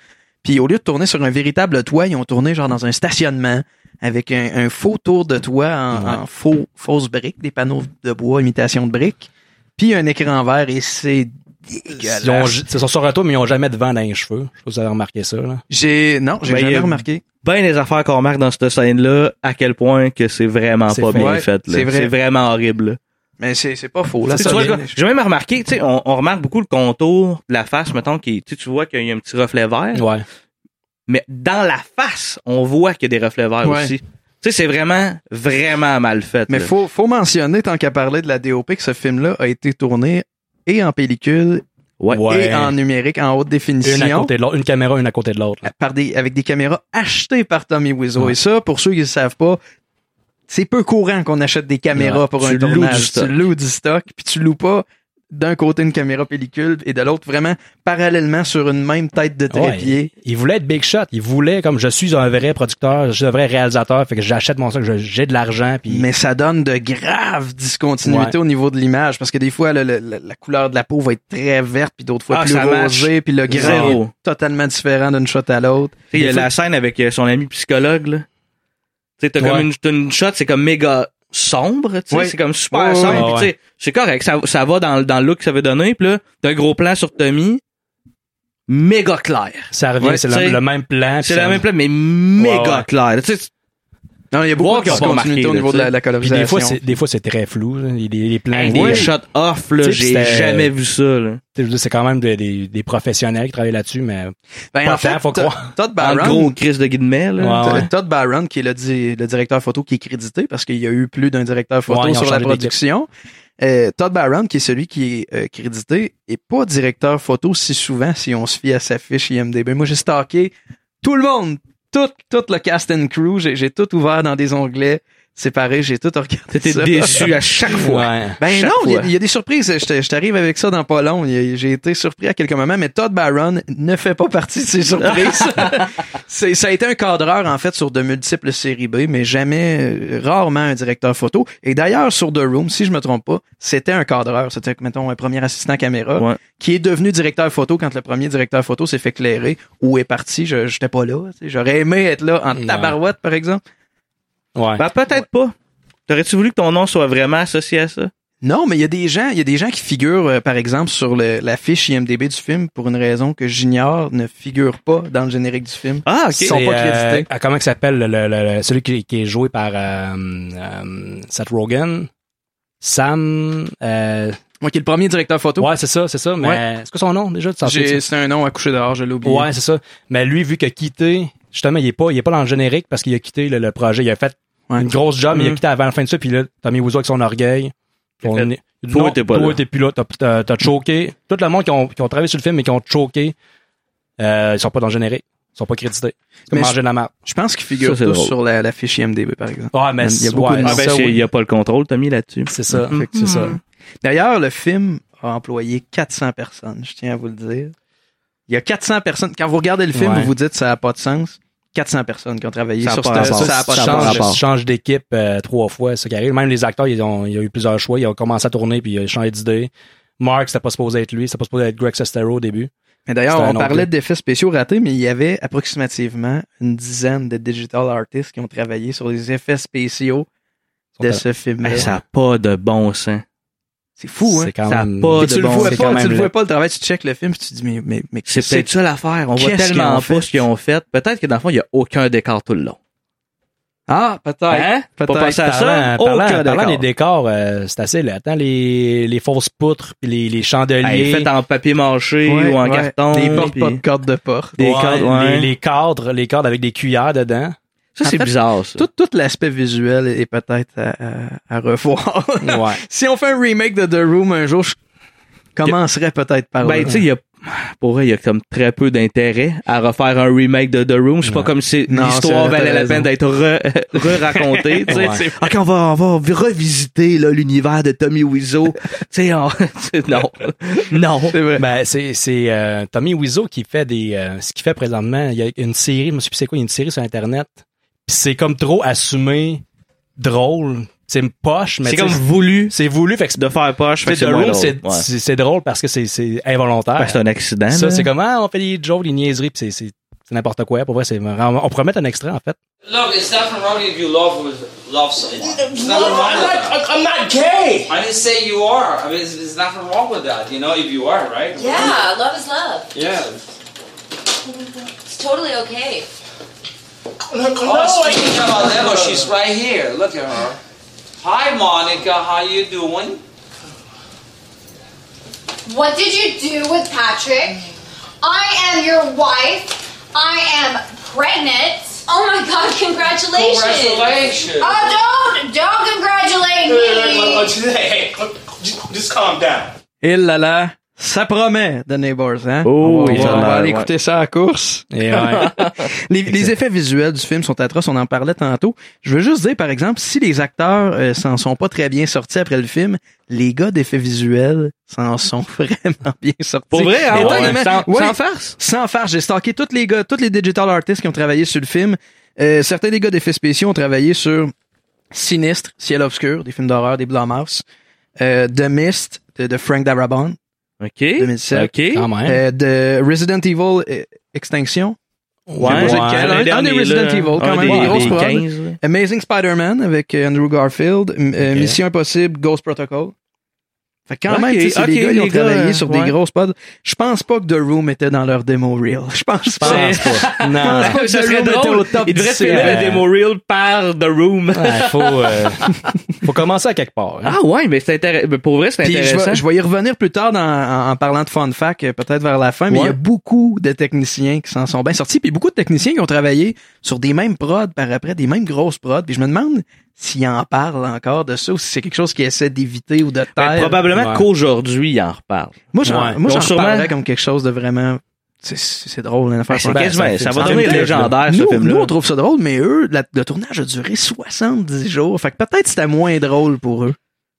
Speaker 1: Puis au lieu de tourner sur un véritable toit, ils ont tourné genre dans un stationnement avec un, un faux tour de toit en, en faux, fausse brique, des panneaux de bois, imitation de briques, puis un écran vert et c'est dégueulasse.
Speaker 2: Ils ont, ju- ils sont sur un toit, mais ils ont jamais de vent dans les cheveux. Je sais pas si vous avez remarqué ça, là.
Speaker 1: J'ai non, j'ai
Speaker 3: Ben, il y
Speaker 1: jamais
Speaker 3: a
Speaker 1: remarqué.
Speaker 3: Ben les affaires qu'on remarque dans cette scène-là, à quel point que c'est vraiment
Speaker 1: C'est
Speaker 3: pas
Speaker 1: fait.
Speaker 3: bien
Speaker 1: Ouais,
Speaker 3: fait. là.
Speaker 1: c'est vrai.
Speaker 3: C'est vraiment horrible. là.
Speaker 1: Mais c'est c'est pas faux là.
Speaker 3: Tu
Speaker 1: ça
Speaker 3: vois,
Speaker 1: vient-
Speaker 3: J'ai même remarqué, tu sais, on, on remarque beaucoup le contour de la face, mettons, qui, tu sais, tu vois qu'il y a un petit reflet vert.
Speaker 2: Ouais.
Speaker 3: Mais dans la face, on voit qu'il y a des reflets verts
Speaker 1: Ouais.
Speaker 3: aussi. Tu sais, c'est vraiment, vraiment mal fait.
Speaker 1: Mais
Speaker 3: là.
Speaker 1: faut, faut mentionner, tant qu'à parler de la DOP, que ce film-là a été tourné et en pellicule
Speaker 3: Ouais.
Speaker 1: et en numérique, en haute
Speaker 2: Une à
Speaker 1: définition,
Speaker 2: côté de l'autre, une caméra, une à côté de l'autre. là.
Speaker 1: par des, avec des caméras achetées par Tommy Wiseau. Et ça, pour ceux qui ne savent pas, c'est peu courant qu'on achète des caméras
Speaker 2: Ouais,
Speaker 1: pour
Speaker 2: tu
Speaker 1: un
Speaker 2: loues du
Speaker 1: tournage. Tu
Speaker 2: stock.
Speaker 1: loues du stock, puis tu loues pas d'un côté une caméra pellicule et de l'autre vraiment parallèlement sur une même tête de
Speaker 2: Ouais.
Speaker 1: trépied.
Speaker 2: Il voulait être big shot. Il voulait, comme je suis un vrai producteur, je suis un vrai réalisateur, fait que j'achète mon sac, je- j'ai de l'argent, puis
Speaker 1: Mais ça donne de graves discontinuités au niveau de l'image parce que des fois le- le- la, la couleur de la peau va être très verte puis d'autres fois
Speaker 3: Ah,
Speaker 1: plus
Speaker 3: ça match.
Speaker 1: rosée puis le grain
Speaker 3: Zéro.
Speaker 1: est totalement différent d'une shot à l'autre.
Speaker 3: Tu sais, il y a
Speaker 1: Des fois-
Speaker 3: la scène avec euh, son ami psychologue, là. Tu sais, t'as
Speaker 2: Ouais.
Speaker 3: comme une, t'as une shot, c'est comme méga sombre, tu sais,
Speaker 1: Ouais.
Speaker 3: c'est comme super
Speaker 1: Ouais, ouais,
Speaker 3: sombre,
Speaker 2: ouais.
Speaker 3: puis tu sais, c'est correct, ça, ça va dans, le- dans le look que ça veut donner, puis là, t'as un gros plan sur Tommy, méga clair.
Speaker 2: ça revient,
Speaker 3: Ouais,
Speaker 2: c'est
Speaker 3: tu
Speaker 2: le,
Speaker 3: sais,
Speaker 2: le même plan. puis
Speaker 3: C'est
Speaker 2: Ah, ça-
Speaker 3: la même plan, mais méga
Speaker 2: ouais.
Speaker 3: clair. Tu sais, c'est-
Speaker 1: Non, il y a beaucoup
Speaker 3: Voir
Speaker 1: de
Speaker 3: qu'ils ont pas
Speaker 1: discontinuités
Speaker 3: remarqué,
Speaker 1: au
Speaker 3: là,
Speaker 1: niveau de
Speaker 3: tu sais.
Speaker 1: la, la
Speaker 2: Puis
Speaker 1: colorisation.
Speaker 2: des fois, c'est, des fois, c'est très flou, hein. là. Les, les- les plans.
Speaker 3: hey,
Speaker 2: les-
Speaker 3: des shots off,
Speaker 2: Tu
Speaker 3: là,
Speaker 2: sais, puis
Speaker 3: j'ai
Speaker 2: c'était-
Speaker 3: jamais vu ça, là.
Speaker 2: je veux dire, c'est quand même des, des- des professionnels qui travaillent là-dessus, mais
Speaker 1: Ben,
Speaker 2: pas
Speaker 1: en fait,
Speaker 2: tant, faut
Speaker 1: Todd-
Speaker 2: croire.
Speaker 1: Todd
Speaker 3: En
Speaker 1: Barron,
Speaker 3: gros, Chris de Guillemets, là.
Speaker 2: Ouais.
Speaker 1: Todd- Todd Barron, qui est le, di- le directeur photo qui est crédité parce qu'il y a eu plus d'un directeur photo
Speaker 2: Ouais, ils ont
Speaker 1: sur la
Speaker 2: changé d'équipe.
Speaker 1: production. Euh, Todd Barron, qui est celui qui est euh, crédité, est pas directeur photo si souvent si on se fie à sa fiche IMDB. Moi, j'ai stocké tout le monde, tout, tout le cast and crew. J'ai j'ai tout ouvert dans des onglets séparés. J'ai tout regardé.
Speaker 3: T'étais
Speaker 1: ça.
Speaker 3: déçu à chaque fois.
Speaker 2: Ouais.
Speaker 1: Ben
Speaker 3: Chaque
Speaker 1: non, il y a-
Speaker 3: fois.
Speaker 1: il y, a des surprises. Je te- je t'arrive avec ça dans pas long. Il y a- J'ai été surpris à quelques moments, mais Todd Barron ne fait pas partie de ces surprises. C'est- ça a été un cadreur, en fait, sur de multiples séries B, mais jamais, euh, rarement un directeur photo. Et d'ailleurs, sur The Room, si je me trompe pas, c'était un cadreur. C'était, mettons, un premier assistant caméra
Speaker 3: Ouais.
Speaker 1: qui est devenu directeur photo quand le premier directeur photo s'est fait clairer ou est parti. Je n'étais pas là. tu sais. J'aurais aimé être là en
Speaker 2: Ouais.
Speaker 1: tabarouette, par exemple. euh,
Speaker 2: Ouais.
Speaker 1: ah,
Speaker 3: Ben, peut-être pas. T'aurais-tu voulu que ton nom soit vraiment associé à ça?
Speaker 1: Non, mais il y a des gens, il y a des gens qui figurent, euh, par exemple, sur le- la fiche IMDB du film pour une raison que j'ignore, ne figure pas dans le générique du film.
Speaker 3: Ah, ok.
Speaker 1: Ils sont
Speaker 2: C'est,
Speaker 1: pas
Speaker 2: euh,
Speaker 1: crédités.
Speaker 2: à comment il s'appelle le, le- le- celui qui, qui est joué par euh, euh, Seth Rogen? Sam. euh,
Speaker 1: Moi, qui est le premier directeur photo.
Speaker 2: ouais, c'est ça, c'est ça. Mais
Speaker 1: Ouais.
Speaker 2: c'est quoi son nom déjà? Tu t'en
Speaker 1: J'ai-
Speaker 2: souviens-tu?
Speaker 1: c'est un nom à coucher dehors, je l'ai oublié.
Speaker 2: Ouais, c'est ça. Mais lui, vu qu'il a quitté, justement, il est pas, il est pas dans le générique parce qu'il a quitté le, le projet. Il a fait
Speaker 1: Ouais.
Speaker 2: une grosse job, mais il a
Speaker 1: Mhm.
Speaker 2: quitté avant la fin de ça. Puis là, Tommy Wiseau avec son orgueil. On
Speaker 3: fait,
Speaker 2: est-
Speaker 3: toi,
Speaker 2: Non,
Speaker 3: t'es pas
Speaker 2: toi,
Speaker 3: là.
Speaker 2: t'es plus là. T'as- T'as t'as choqué. Tout le monde qui ont, qui ont travaillé sur le film et qui ont choqué, euh, ils sont pas dans le générique. Ils sont pas crédités. C'est comme
Speaker 1: Mais
Speaker 2: manger de la merde.
Speaker 1: Je pense qu'ils figurent
Speaker 3: Ça, c'est
Speaker 1: tous
Speaker 3: drôle.
Speaker 1: sur la, la fiche IMDB, par exemple.
Speaker 2: Ouais,
Speaker 1: Il y
Speaker 2: mais
Speaker 1: a
Speaker 2: c'est-
Speaker 1: beaucoup
Speaker 2: ouais,
Speaker 1: de
Speaker 3: Ah, ben,
Speaker 2: ça,
Speaker 3: c'est-
Speaker 2: oui.
Speaker 3: il y a pas le contrôle, Tommy, là-dessus.
Speaker 2: C'est ça.
Speaker 3: Mhm.
Speaker 2: Fait que c'est ça.
Speaker 1: D'ailleurs, le film a employé 400 personnes, je tiens à vous le dire. Il y a 400 personnes. Quand vous regardez le film,
Speaker 2: Ouais.
Speaker 1: vous vous dites ça n'a pas de sens. 400 personnes qui ont travaillé
Speaker 3: Euh, Ça a
Speaker 1: sur
Speaker 3: pas
Speaker 1: ce-
Speaker 3: rapport.
Speaker 1: Ah, ça a pas de
Speaker 2: change,
Speaker 1: sens.
Speaker 3: rapport.
Speaker 2: change d'équipe euh, trois fois, c'est ce qui arrive. Même les acteurs, ils ont, il y a eu plusieurs choix. Ils ont commencé à tourner puis ils ont changé d'idée. Mark, c'était pas supposé être lui, c'était pas supposé être Greg Sestero au début.
Speaker 1: Mais d'ailleurs,
Speaker 2: C'était un
Speaker 1: on
Speaker 2: oncle.
Speaker 1: parlait d'effets spéciaux ratés, mais il y avait approximativement une dizaine de digital artists qui ont travaillé sur les effets spéciaux
Speaker 2: Ils
Speaker 1: de
Speaker 2: sont
Speaker 1: ce film-là.
Speaker 3: Hey, ça n'a pas de bon sens.
Speaker 1: c'est fou, hein?
Speaker 2: C'est quand
Speaker 3: Ça a
Speaker 2: même.
Speaker 3: pas
Speaker 1: Et
Speaker 3: de
Speaker 1: tu le
Speaker 3: bon
Speaker 1: vois
Speaker 2: c'est quand
Speaker 1: pas, tu
Speaker 2: même
Speaker 1: le vois
Speaker 2: laid.
Speaker 1: pas le travail, tu checkes le film, puis tu te dis, mais, mais, mais
Speaker 3: C'est
Speaker 1: c'est-
Speaker 3: peut-être ça l'affaire. On voit
Speaker 1: Qu'est-ce qu'ils
Speaker 3: tellement
Speaker 1: ont
Speaker 3: pas
Speaker 1: fait?
Speaker 3: ce qu'ils ont fait. Peut-être que dans le fond, il n'y a aucun décor tout le long.
Speaker 1: Ah, peut-être.
Speaker 3: Hein?
Speaker 2: Pas
Speaker 3: Peut-être.
Speaker 2: penser à ça.
Speaker 3: Parlant-
Speaker 2: Parlant,
Speaker 3: aucun
Speaker 2: parlant
Speaker 3: décor.
Speaker 2: des décors, euh, c'est assez latent. Les, les fausses poutres, puis les, les chandeliers.
Speaker 3: Hey, fait Ben, en papier mâché ou en carton.
Speaker 1: Des portes,
Speaker 3: puis-
Speaker 1: pas de cordes de porte.
Speaker 2: Des
Speaker 3: Ouais,
Speaker 2: cadres,
Speaker 3: ouais.
Speaker 2: les, les cadres, les cadres avec des cuillères dedans.
Speaker 3: Ça, c'est
Speaker 1: En fait,
Speaker 3: bizarre, ça.
Speaker 1: Tout, tout l'aspect visuel est peut-être à, à- à revoir.
Speaker 2: Ouais.
Speaker 1: si on fait un remake de The Room un jour, je commencerais peut-être par là.
Speaker 3: Ben, tu sais, il y a, pour vrai, il y a comme très peu d'intérêt à refaire un remake de The Room. C'est pas comme si
Speaker 1: Non,
Speaker 3: l'histoire
Speaker 1: c'est vrai,
Speaker 3: valait
Speaker 1: t'as
Speaker 3: la
Speaker 1: raison.
Speaker 3: peine d'être re- re-racontée. tu sais.
Speaker 2: Ouais.
Speaker 3: C'est- OK, on va, on va revisiter là, l'univers de Tommy Wiseau. tu sais, on- tu sais, non. Non.
Speaker 1: C'est vrai.
Speaker 2: Ben, c'est, c'est euh, Tommy Wiseau qui fait des. euh, ce qu'il fait présentement, il y a une série, je me suis dit, c'est quoi, il y a une série sur Internet. Puis c'est comme trop assumé, drôle. C'est une poche, mais
Speaker 3: C'est
Speaker 2: tu sais,
Speaker 3: comme voulu
Speaker 2: c'est voulu. Fait que
Speaker 3: de faire poche. fait
Speaker 2: c'est,
Speaker 3: que
Speaker 2: The
Speaker 3: moins
Speaker 2: Room,
Speaker 3: drôle.
Speaker 2: c'est,
Speaker 3: Ouais.
Speaker 2: c'est, c'est drôle parce que c'est, c'est involontaire.
Speaker 3: Parce que c'est un hein. accident.
Speaker 2: ça,
Speaker 3: là.
Speaker 2: c'est comme, ah, on fait des jokes, des niaiseries, puis c'est, c'est, c'est n'importe quoi. Pour vrai, c'est, vraiment- on pourrait mettre un extrait, en fait.
Speaker 13: Look, it's nothing wrong if you love with love someone. There's nothing wrong with that.
Speaker 14: I'm not gay.
Speaker 13: I didn't say you are. I mean, there's, there's nothing wrong with that. You know, if you are, right?
Speaker 15: Yeah, Ah, love is love.
Speaker 13: Yeah.
Speaker 15: It's totally okay.
Speaker 13: Oh, speaking about Lego, she's right here. Look at her. Hi, Monica. How you doing?
Speaker 16: What did you do with Patrick? I am your wife. I am pregnant.
Speaker 15: Oh my god, congratulations!
Speaker 13: Congratulations.
Speaker 16: Oh, don't don't congratulate me.
Speaker 14: Just calm down.
Speaker 1: Et Eh là là, ça promet, The Neighbors, hein? on
Speaker 3: Oh,
Speaker 1: va,
Speaker 3: oui,
Speaker 1: on
Speaker 3: ça a
Speaker 1: va
Speaker 3: l'air,
Speaker 1: aller
Speaker 3: ouais.
Speaker 1: écouter ça à la course.
Speaker 2: Et euh, ouais.
Speaker 1: les, les effets visuels du film sont atroces, on en parlait tantôt. Je veux juste dire, par exemple, si les acteurs euh, s'en sont pas très bien sortis après le film, les gars d'effets visuels s'en sont vraiment bien sortis.
Speaker 3: Pour vrai, hein? Ouais,
Speaker 1: Étonnamment.
Speaker 3: sans-
Speaker 1: Ouais.
Speaker 3: sans farce?
Speaker 1: Sans farce. J'ai stocké tous les gars, tous les digital artists qui ont travaillé sur le film. Euh, certains des gars d'effets spéciaux ont travaillé sur Sinistre, Ciel obscur, des films d'horreur, des Blumhouse, euh, The Mist de, de Frank Darabont,
Speaker 3: OK.
Speaker 1: 2007.
Speaker 3: OK.
Speaker 2: Quand même.
Speaker 1: Euh, de Resident Evil euh, Extinction.
Speaker 3: Ouais,
Speaker 1: Je sais pas
Speaker 3: ouais,
Speaker 1: lequel.
Speaker 3: le
Speaker 1: Un- un,
Speaker 3: dernier,
Speaker 1: des Resident
Speaker 3: là.
Speaker 1: Evil, quand
Speaker 3: Un
Speaker 1: même.
Speaker 3: des-
Speaker 1: une grosse
Speaker 3: des
Speaker 1: prod.
Speaker 3: 15, là.
Speaker 1: Amazing Spider-Man avec euh, Andrew Garfield. M- euh,
Speaker 3: Ok.
Speaker 1: Mission Impossible, Ghost Protocol. Fait que quand
Speaker 3: Ok,
Speaker 1: même, tu sais, c'est
Speaker 3: ok,
Speaker 1: les gars, ils ont
Speaker 3: les gars,
Speaker 1: travaillé
Speaker 3: euh,
Speaker 1: sur
Speaker 3: ouais.
Speaker 1: des grosses pods. Je pense pas que The Room était dans leur démo reel. Je pense pas.
Speaker 2: Pense pas. Non.
Speaker 1: Je pense pas que
Speaker 3: Ça
Speaker 1: The
Speaker 3: serait
Speaker 1: Room était
Speaker 3: drôle.
Speaker 1: au top euh, du
Speaker 3: Il devrait
Speaker 1: ciel.
Speaker 3: filmer le démo reel par The Room.
Speaker 2: Ouais, faut, euh, faut commencer à quelque part. hein.
Speaker 3: Ah ouais, mais c'est intéressant. Pour vrai, c'est
Speaker 1: Puis je
Speaker 3: intéressant.
Speaker 1: vais, je vais y revenir plus tard dans- en, en parlant de fun fact, euh, peut-être vers la fin, mais il y
Speaker 3: Ouais.
Speaker 1: a beaucoup de techniciens qui s'en sont bien sortis, puis beaucoup de techniciens qui ont travaillé sur des mêmes prods par après, des mêmes grosses prods, puis je me demande s'ils en parlent encore de ça, ou si c'est quelque chose qu'ils essaient d'éviter ou de taire.
Speaker 3: Ben, probablement
Speaker 2: Ouais.
Speaker 3: qu'aujourd'hui, il en reparle.
Speaker 1: moi, j'en,
Speaker 2: Ouais.
Speaker 1: moi,
Speaker 3: Ils
Speaker 1: j'en
Speaker 3: ont sûrement-
Speaker 1: reparlerais comme quelque chose de vraiment... C'est, c'est c'est drôle, une affaire
Speaker 3: Ben, c'est
Speaker 1: sur-
Speaker 3: quasiment-
Speaker 1: c'est un film.
Speaker 3: ça va
Speaker 1: C'est un
Speaker 3: devenir
Speaker 1: film.
Speaker 3: légendaire, ce
Speaker 1: Nous,
Speaker 3: film-là.
Speaker 1: Nous, on trouve ça drôle, mais eux, la- le tournage a duré 70 jours. Fait que peut-être c'était moins drôle pour eux.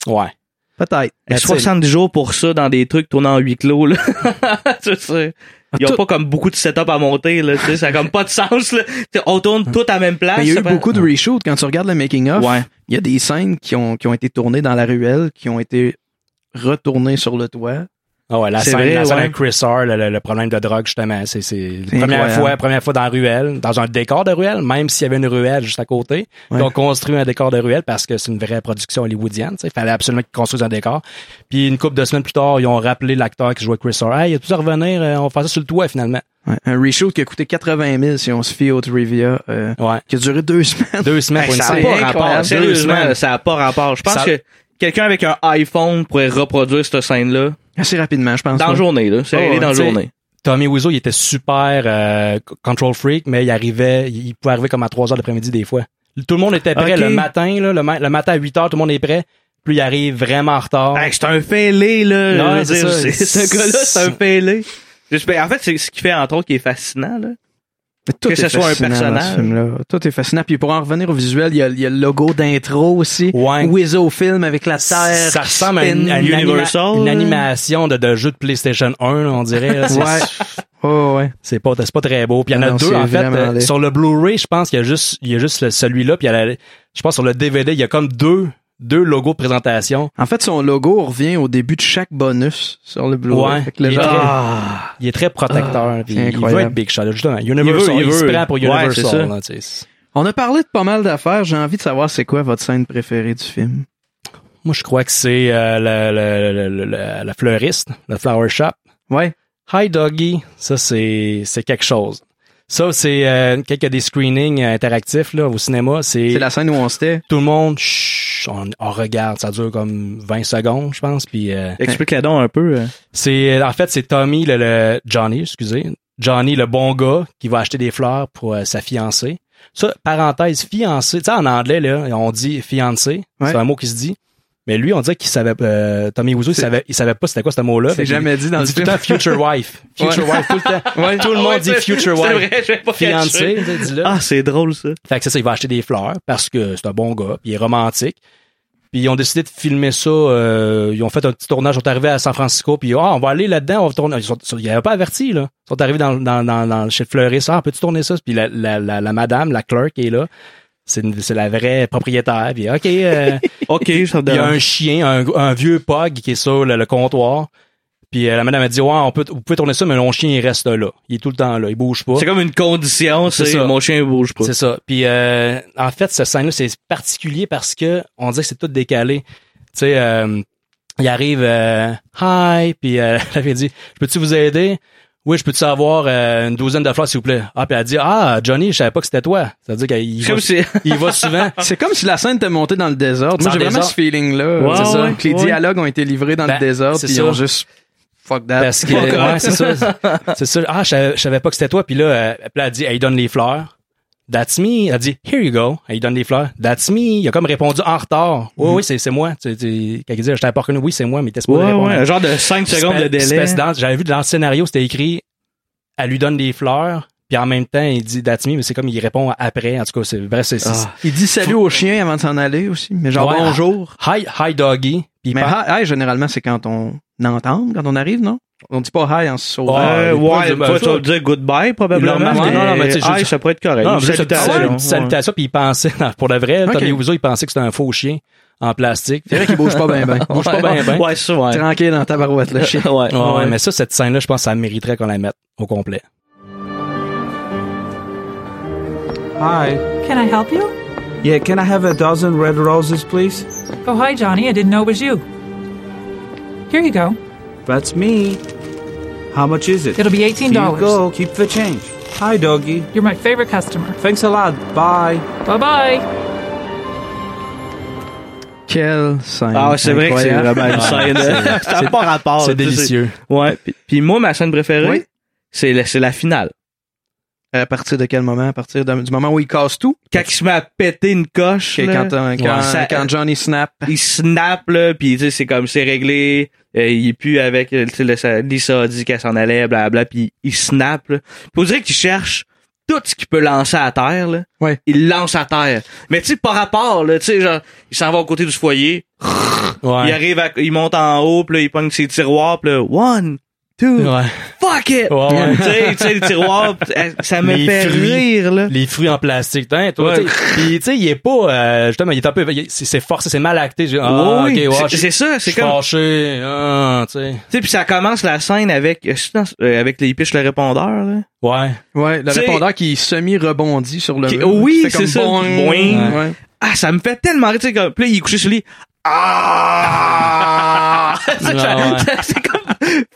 Speaker 2: Ouais.
Speaker 1: Peut-être.
Speaker 3: Mais
Speaker 2: Mais tu sais-
Speaker 3: 70 jours pour ça dans des trucs tournant en huis clos, là. tu sais. Ils ont
Speaker 1: Tout-
Speaker 3: pas comme beaucoup de setup à monter, là. Tu sais, ça a comme pas de sens, là. Tu sais, on tourne tout à la même place.
Speaker 1: Mais il y a
Speaker 3: Ah, ça
Speaker 1: eu
Speaker 3: fait-
Speaker 1: beaucoup de reshoots. Quand tu regardes le making-of,
Speaker 3: Ouais.
Speaker 1: il y a des scènes qui ont, qui ont été tournées dans la ruelle, qui ont été retournées sur le toit.
Speaker 2: Ah ouais, la
Speaker 1: C'est
Speaker 2: scène,
Speaker 1: vrai,
Speaker 2: la scène
Speaker 1: ouais.
Speaker 2: avec Chris R, le, le- le problème de drogue, justement, c'est, c'est la
Speaker 1: C'est
Speaker 2: première
Speaker 1: incroyable.
Speaker 2: fois, première fois dans la ruelle, dans un décor de ruelle, même s'il y avait une ruelle juste à côté.
Speaker 1: Ouais.
Speaker 2: Ils ont construit un décor de ruelle parce que c'est une vraie production hollywoodienne, tu sais. Il fallait absolument qu'ils construisent un décor. Puis une couple de semaines plus tard, ils ont rappelé l'acteur qui jouait Chris R. Hey, il a tout à revenir, euh, on va faire ça sur le toit, finalement.
Speaker 1: Ouais, Un reshoot qui a coûté 80 000 si on se fie au trivia, euh,
Speaker 2: Ouais.
Speaker 1: qui a duré deux semaines.
Speaker 2: Deux semaines pour une
Speaker 3: Ben, Ça a
Speaker 2: scène.
Speaker 3: pas rapport.
Speaker 1: incroyable.
Speaker 3: Sérieusement, ça a pas rapport. Je pense
Speaker 2: Ça-
Speaker 3: que quelqu'un avec un iPhone pourrait reproduire cette scène-là.
Speaker 1: Assez rapidement, je pense.
Speaker 3: Dans la
Speaker 1: ouais.
Speaker 3: journée, là. C'est
Speaker 2: Oh,
Speaker 3: réglé dans la
Speaker 2: tu sais,
Speaker 3: journée.
Speaker 2: Tommy Wiseau, il était super euh, c- control freak, mais il arrivait, il pouvait arriver comme à 3 heures l'après-midi des fois. Tout le monde était prêt
Speaker 3: Ok.
Speaker 2: le matin, là, le, ma- le matin à 8 heures, tout le monde est prêt. Puis il arrive vraiment en retard.
Speaker 3: Hey, c'est un fêlé, là.
Speaker 2: Non,
Speaker 3: Je veux
Speaker 2: c'est
Speaker 3: dire,
Speaker 2: ça.
Speaker 3: c'est- Ce gars-là, c'est un fêlé. Je- ben, En fait, c'est ce qui fait, entre autres, qui est fascinant, là.
Speaker 1: Mais Tout
Speaker 3: Que
Speaker 1: est
Speaker 3: ce soit un
Speaker 1: fascinant dans
Speaker 3: personnage.
Speaker 1: ce film-là. Tout est fascinant. Puis pour en revenir au visuel, il y a, il y a le logo d'intro aussi.
Speaker 2: Ouais.
Speaker 1: Wizo Film avec la terre.
Speaker 2: ça
Speaker 1: qui
Speaker 2: ressemble à une,
Speaker 1: spin. hein?
Speaker 2: à une anima-
Speaker 3: Universal,
Speaker 2: une
Speaker 3: là.
Speaker 2: animation de, de jeu de PlayStation 1, là, on dirait. là. C'est-
Speaker 1: Ouais. Oh, ouais.
Speaker 2: C'est pas, c'est pas très beau. Puis il y en a
Speaker 1: Non,
Speaker 2: deux,
Speaker 1: c'est
Speaker 2: en fait.
Speaker 1: vraiment
Speaker 2: euh,
Speaker 1: laid.
Speaker 2: sur le Blu-ray, je pense qu'il y a juste, il y a juste le- celui-là. Puis il y a la- je pense sur le DVD, il y a comme deux, deux logos de présentation.
Speaker 1: En fait, son logo revient au début de chaque bonus sur le Blu-ray.
Speaker 2: Ouais.
Speaker 1: Fait que le
Speaker 2: Il est
Speaker 1: genre-
Speaker 2: très-
Speaker 1: Ah!
Speaker 2: Il est très protecteur. puis il
Speaker 1: incroyable.
Speaker 2: veut être Big Shot. Justement, Universal,
Speaker 3: Il
Speaker 2: il,
Speaker 3: veut, il
Speaker 2: se
Speaker 3: veut.
Speaker 2: prend pour
Speaker 3: Ouais, c'est
Speaker 2: Universal.
Speaker 3: ça.
Speaker 2: là, tu sais.
Speaker 1: On a parlé de pas mal d'affaires. J'ai envie de savoir c'est quoi votre scène préférée du film.
Speaker 2: Moi, je crois que c'est euh, la, la- la- la- la- la fleuriste, le flower shop.
Speaker 1: Ouais.
Speaker 2: Hi Doggy, ça c'est c'est quelque chose. Ça, c'est euh, quelques des screenings euh, interactifs là, au cinéma. C'est
Speaker 1: la scène où on s'était.
Speaker 2: Tout le monde, chut, on, on regarde. Ça dure comme 20 secondes, je pense. Puis euh,
Speaker 3: Explique-la donc un peu. euh.
Speaker 2: c'est en fait c'est Tommy le, le- Johnny, excusez, Johnny le bon gars qui va acheter des fleurs pour euh, sa fiancée. Ça parenthèse fiancée, tu sais en anglais là, on dit fiancée, c'est un mot qui se dit. Mais lui, on dirait qu'il savait euh, Tommy Wiseau, il
Speaker 1: C'est-
Speaker 2: savait il savait pas c'était quoi ce mot-là.
Speaker 1: C'est
Speaker 2: Fait qu'il-
Speaker 1: jamais dit dans
Speaker 2: il
Speaker 1: le
Speaker 2: dit
Speaker 1: film.
Speaker 2: tout le temps future wife, future
Speaker 1: Ouais.
Speaker 2: wife tout le temps. Ah
Speaker 1: Ouais.
Speaker 2: Tout le monde
Speaker 1: Ouais,
Speaker 2: dit
Speaker 1: c'est-
Speaker 2: future
Speaker 1: c'est
Speaker 2: wife.
Speaker 1: vrai, je vais pas cacher.
Speaker 2: fiancée, tu sais, dis-le.
Speaker 3: Ah, c'est drôle ça.
Speaker 2: Fait que ça, ça, il va acheter des fleurs parce que c'est un bon gars, puis il est romantique. Puis ils ont décidé de filmer ça. euh, ils ont fait un petit tournage. Ils sont arrivés à San Francisco. Puis ah, on va aller là-dedans. On va tourner. Ils sont, ils avaient pas averti là. Ils sont arrivés dans, dans, dans, dans chez le fleuriste. Ah, peux-tu tourner ça Puis la, la, la, la madame, la clerk est là. C'est une- c'est la vraie propriétaire. Puis ok. euh,
Speaker 3: Ok, ça me
Speaker 2: il y a
Speaker 3: donne-
Speaker 2: un chien, un, un vieux pug qui est sur le, le comptoir. Puis euh, la madame a dit ouais, on peut, vous pouvez tourner ça, mais mon chien il reste là. Il est tout le temps là. Il bouge pas.
Speaker 3: C'est comme une condition,
Speaker 2: C'est
Speaker 3: c'est
Speaker 2: ça.
Speaker 3: mon chien bouge pas.
Speaker 2: C'est ça. Puis euh, en fait, ce scène-là, c'est particulier parce que on dirait que c'est tout décalé. Tu sais, euh, il arrive euh, Hi, puis euh, elle avait dit Je peux-tu vous aider? Oui, je peux-tu avoir euh, une douzaine de fleurs, s'il vous plaît? Ah, puis elle dit Ah, Johnny, je savais pas que c'était toi. Ça veut dire qu'il va,
Speaker 1: Comme si-
Speaker 2: il va souvent.
Speaker 1: C'est comme si la scène était montée dans le désordre. Moi,
Speaker 2: Dans
Speaker 1: j'ai
Speaker 2: le
Speaker 1: vraiment
Speaker 2: désordre.
Speaker 1: ce feeling-là.
Speaker 2: Ouais,
Speaker 1: C'est ça,
Speaker 2: ouais,
Speaker 1: que les
Speaker 2: ouais.
Speaker 1: dialogues ont été livrés dans
Speaker 2: Ben,
Speaker 1: le désordre,
Speaker 2: c'est
Speaker 1: puis ils
Speaker 2: ça.
Speaker 1: ont juste fuck that.
Speaker 2: Parce que,
Speaker 1: Fuck off.
Speaker 2: ouais, c'est ça. C'est ça. Ah, je savais, je savais pas que c'était toi. Puis là, euh, puis là, elle dit, elle lui donne les fleurs. That's me. Elle dit, here you go. Elle lui donne les fleurs. That's me. Il a comme répondu en retard. Oui, oui, c'est, c'est moi. Tu, tu, quand il dit, je t'ai pas reconnu. Oui, c'est moi, mais t'es pas
Speaker 3: Mm-hmm. Ouais, ouais, un genre de cinq secondes de délai.
Speaker 2: J'avais vu dans le scénario, c'était écrit, elle lui donne des fleurs. Puis en même temps, il dit that's me, mais c'est comme il répond après. En tout cas, c'est bref, c'est. c'est-
Speaker 1: Ah. Il dit salut au chien avant de s'en aller aussi, mais genre
Speaker 2: Ouais,
Speaker 1: bonjour.
Speaker 3: Ah.
Speaker 2: Hi, hi doggy. Puis il
Speaker 1: Mais
Speaker 2: parle-
Speaker 1: hi, hi, généralement, c'est quand on entend, quand on arrive, non? On dit pas hi en se sauvant.
Speaker 3: Euh,
Speaker 1: Des fois, on
Speaker 3: ouais,
Speaker 1: dit, ben,
Speaker 3: toi, tu
Speaker 1: ça-
Speaker 3: vas dire goodbye probablement.
Speaker 2: Il l'a remarqué. Non, non, mais tu sais, je-
Speaker 3: Ah, ça pourrait être correct.
Speaker 2: Non,
Speaker 3: Une
Speaker 2: juste une
Speaker 3: salutation.
Speaker 2: salutation. salutation, puis il pensait, non, pour de vrai,
Speaker 1: Ok.
Speaker 2: Tommy Wiseau, il pensait que c'était un faux chien en plastique.
Speaker 1: C'est vrai qu'il bouge pas bien, ben.
Speaker 2: Il bouge pas bien, ben.
Speaker 3: Ah, Ouais, ça, ouais.
Speaker 1: Tranquille dans ta barouette, le chien.
Speaker 3: Ouais,
Speaker 2: Ouais,
Speaker 3: ouais.
Speaker 2: ouais, mais ça, cette scène-là, je pense que ça mériterait qu'on la mette au complet.
Speaker 17: Hi.
Speaker 18: Can I help you?
Speaker 17: Yeah, can I have a dozen red roses, please?
Speaker 18: Oh, hi, Johnny. I didn't know it was you. Here you go.
Speaker 17: That's me. How much is it?
Speaker 18: It'll be $18.
Speaker 17: Here you go. Keep the change. Hi, doggy.
Speaker 18: You're my favorite customer.
Speaker 17: Thanks a lot. Bye.
Speaker 18: Bye bye.
Speaker 1: Quelle scène.
Speaker 3: Ah, ouais, c'est vrai que c'est
Speaker 1: incroyable.
Speaker 3: vraiment une scène. euh,
Speaker 1: C'est-
Speaker 3: Ça n'a pas rapport.
Speaker 1: c'est
Speaker 3: tu sais,
Speaker 1: délicieux.
Speaker 3: Ouais. Puis, puis moi, ma scène préférée,
Speaker 1: Oui.
Speaker 3: c'est la, c'est la finale.
Speaker 1: À partir de quel moment? À partir de- du moment où il casse tout?
Speaker 3: Quand il se met à péter une coche.
Speaker 1: Ok,
Speaker 3: là,
Speaker 1: quand, euh, quand-
Speaker 3: ça-
Speaker 1: quand Johnny snap.
Speaker 3: il snap, là, puis tu sais, c'est comme, c'est réglé. euh, il est plus avec, euh, tu sais, le- sa- Lisa a dit qu'elle s'en allait, blablabla, puis il snap, là. Puis on dirait qu'il cherche tout ce qu'il peut lancer à terre, là. Il lance à terre. Mais tu sais, par rapport, là, tu sais, genre, il s'en va au côté du foyer, il arrive, à- il monte en haut, puis là, il pogne ses tiroirs, puis là, one, two, fuck
Speaker 2: Ouais,
Speaker 3: it!
Speaker 2: ouais.
Speaker 3: tu sais, tu sais, le tiroir, euh, ça me
Speaker 2: Les
Speaker 3: fait
Speaker 2: fruits,
Speaker 3: rire, là.
Speaker 2: Les fruits en plastique, Tain, toi,
Speaker 3: Ouais.
Speaker 2: tu sais. Puis, tu sais, il est pas, euh, justement, il est un peu, il- c'est c'est forcé, c'est mal acté. J'ai- Ah,
Speaker 3: Oui,
Speaker 2: ok, ouais,
Speaker 3: c'est-
Speaker 2: je-
Speaker 3: c'est ça, c'est
Speaker 2: je suis
Speaker 3: comme-
Speaker 2: fâché, ah, tu sais.
Speaker 3: Tu sais, puis ça commence la scène avec, euh, c'est dans- euh, avec les piches le répondeur, là.
Speaker 2: Ouais.
Speaker 1: Ouais, le
Speaker 3: T'sais-
Speaker 1: répondeur qui semi-rebondit sur le
Speaker 3: Qui-
Speaker 1: mur.
Speaker 3: oui,
Speaker 1: Fait
Speaker 3: c'est
Speaker 1: comme
Speaker 3: ça.
Speaker 1: boing.
Speaker 3: Boing.
Speaker 1: Ouais.
Speaker 3: Ah, ça me fait tellement rire, tu sais, comme, puis là, il est couché sur le lit. Ah! Ça, ça-
Speaker 2: Ouais, ouais.
Speaker 3: ça- c'est comme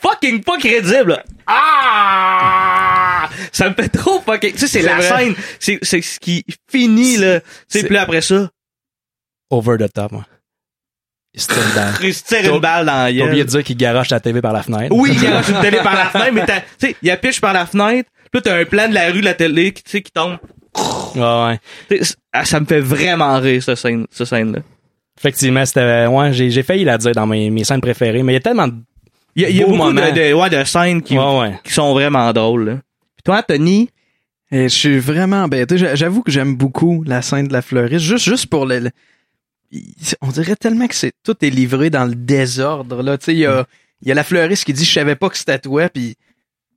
Speaker 3: fucking pas crédible. là. Ah! Ça me fait trop fucking. Tu sais, c'est
Speaker 2: C'est
Speaker 3: la
Speaker 2: vrai.
Speaker 3: scène. C'est, c'est ce qui finit, là. Tu sais, puis là, après ça,
Speaker 2: Over the top, moi. Il se tire dans-
Speaker 3: il se tire une balle dans la
Speaker 2: T'as
Speaker 3: gueule.
Speaker 2: oublié de dire qu'il garoche la TV par la fenêtre.
Speaker 3: Oui, il arrache une télé par la fenêtre, mais t'as- tu sais, il affiche par la fenêtre. Puis là, t'as un plan de la rue, de la télé, qui- tu sais, qui tombe.
Speaker 2: Ouais, ouais.
Speaker 3: Tu sais, c- ah, ça me fait vraiment rire, cette scène, cette scène-là.
Speaker 2: Effectivement, c'était, ouais, j'ai, j'ai failli la dire dans mes, mes scènes préférées, mais il y a tellement de
Speaker 3: Il y a, il y a
Speaker 2: beaux
Speaker 3: beaucoup de,
Speaker 2: moments.
Speaker 3: de- ouais, de scènes qui,
Speaker 2: Ouais, ouais.
Speaker 3: qui sont vraiment drôles. là. Puis toi, Anthony,
Speaker 1: Et je suis vraiment embêté. J'a- J'avoue que j'aime beaucoup la scène de la fleuriste. Juste, juste pour le, le- il- on dirait tellement que c'est, tout est livré dans le désordre, là. Tu sais, il y a, il y a la fleuriste qui dit, je savais pas que c'était toi, puis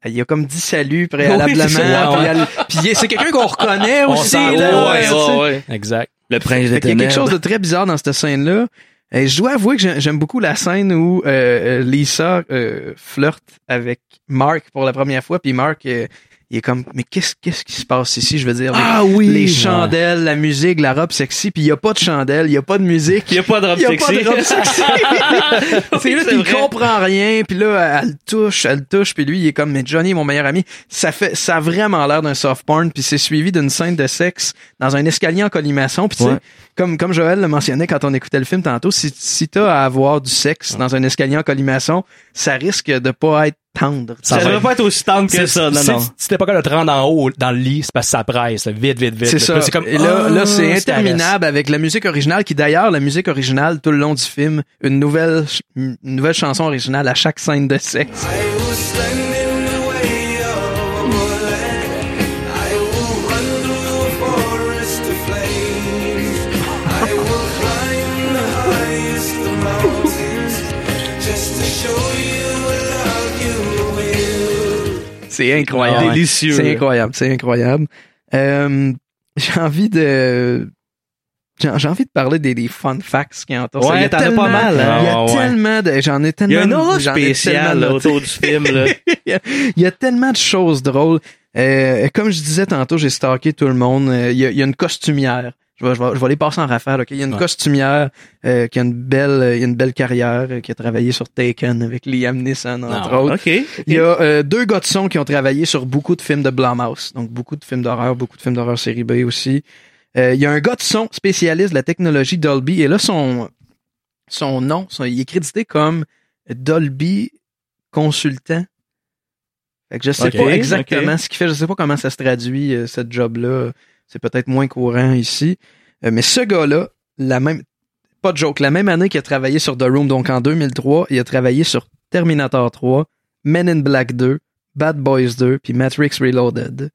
Speaker 1: il y a comme dit salut préalablement.
Speaker 3: Oui, c'est ça,
Speaker 1: puis
Speaker 3: ouais.
Speaker 1: elle- puis il y a- c'est quelqu'un qu'on reconnaît
Speaker 2: On
Speaker 1: aussi.
Speaker 2: s'en-
Speaker 1: là, hein,
Speaker 2: ouais,
Speaker 1: tu sais.
Speaker 2: Exact.
Speaker 3: Le prince
Speaker 1: Fait
Speaker 3: des
Speaker 1: qu'il y a
Speaker 3: ténèbres.
Speaker 1: quelque chose de très bizarre dans cette scène-là. Et je dois avouer que j'ai- j'aime beaucoup la scène où euh, euh, Lisa euh, flirte avec Mark pour la première fois, puis Mark euh, il est comme, mais qu'est-ce, qu'est-ce qui se passe ici? Je veux dire, les,
Speaker 3: Ah oui,
Speaker 1: les
Speaker 3: ouais.
Speaker 1: chandelles, la musique, la robe sexy, puis il n'y a pas de chandelle, il n'y a pas de musique.
Speaker 3: Il n'y a pas de robe
Speaker 1: Il y a
Speaker 3: sexy.
Speaker 1: pas de robe sexy. c'est là,
Speaker 3: c'est
Speaker 1: puis il
Speaker 3: vrai.
Speaker 1: comprend rien, puis là, elle le touche, elle le touche, puis lui, il est comme, mais Johnny est mon meilleur ami. Ça fait, ça a vraiment l'air d'un soft porn, puis c'est suivi d'une scène de sexe dans un escalier en colimaçon, puis tu sais,
Speaker 3: Ouais.
Speaker 1: comme, comme Joël le mentionnait quand on écoutait le film tantôt, si, si t'as à avoir du sexe dans un escalier en colimaçon, ça risque de pas être tendre.
Speaker 3: Ça devrait pas être aussi tendre que
Speaker 1: C'est-
Speaker 3: ça, non,
Speaker 1: c'est-
Speaker 3: non.
Speaker 2: Si t'es pas capable de te rendre en haut dans le lit, c'est parce que ça presse, là, vite, vite, vite.
Speaker 1: C'est
Speaker 2: Là,
Speaker 1: ça.
Speaker 2: puis C'est comme,
Speaker 1: Et là,
Speaker 2: ah,
Speaker 1: là c'est
Speaker 2: ça
Speaker 1: interminable avec la musique originale, qui d'ailleurs, la musique originale, tout le long du film, une nouvelle, ch- une nouvelle chanson originale à chaque scène de sexe. C'est incroyable.
Speaker 3: Ah ouais. Délicieux.
Speaker 1: C'est incroyable, c'est incroyable. Euh, j'ai envie de... J'ai j'ai envie de parler des, des fun facts qui entourent ça.
Speaker 3: Ouais,
Speaker 1: Il y a
Speaker 3: t'en as pas
Speaker 1: tellement-
Speaker 3: mal, hein?
Speaker 1: Il y a
Speaker 3: Ah ouais.
Speaker 1: tellement de... J'en ai
Speaker 3: Il y
Speaker 1: tellement...
Speaker 3: a un
Speaker 1: j'en
Speaker 3: aura
Speaker 1: ai tellement
Speaker 3: spécial là,
Speaker 1: noté.
Speaker 3: autour du film. Là.
Speaker 1: il, y a, il y a tellement de choses drôles. Euh, comme je disais tantôt, j'ai stalké tout le monde. Euh, il, y a, il y a une costumière. Je vais, je, vais, je vais les passer en rafale. ok? Il y a une costumière euh, qui a une belle, euh, il y a une belle carrière, euh, qui a travaillé sur Taken avec Liam Neeson, entre
Speaker 3: Ah,
Speaker 1: autres.
Speaker 3: ok, ok.
Speaker 1: Il y a euh, deux gars de son qui ont travaillé sur beaucoup de films de Blumhouse. Donc, beaucoup de films d'horreur, beaucoup de films d'horreur série B aussi. Euh, il y a un gars de son spécialiste de la technologie Dolby. Et là, son, son nom, son- il est crédité comme Dolby consultant. Fait que je sais
Speaker 3: Ok,
Speaker 1: pas exactement
Speaker 3: ok.
Speaker 1: ce qu'il fait, je sais pas comment ça se traduit, euh, cette job-là. C'est peut-être moins courant ici. Euh, mais ce gars-là, la même, pas de joke, la même année qu'il a travaillé sur The Room, donc en 2003, il a travaillé sur Terminator 3, Men in Black 2, Bad Boys 2, puis Matrix Reloaded.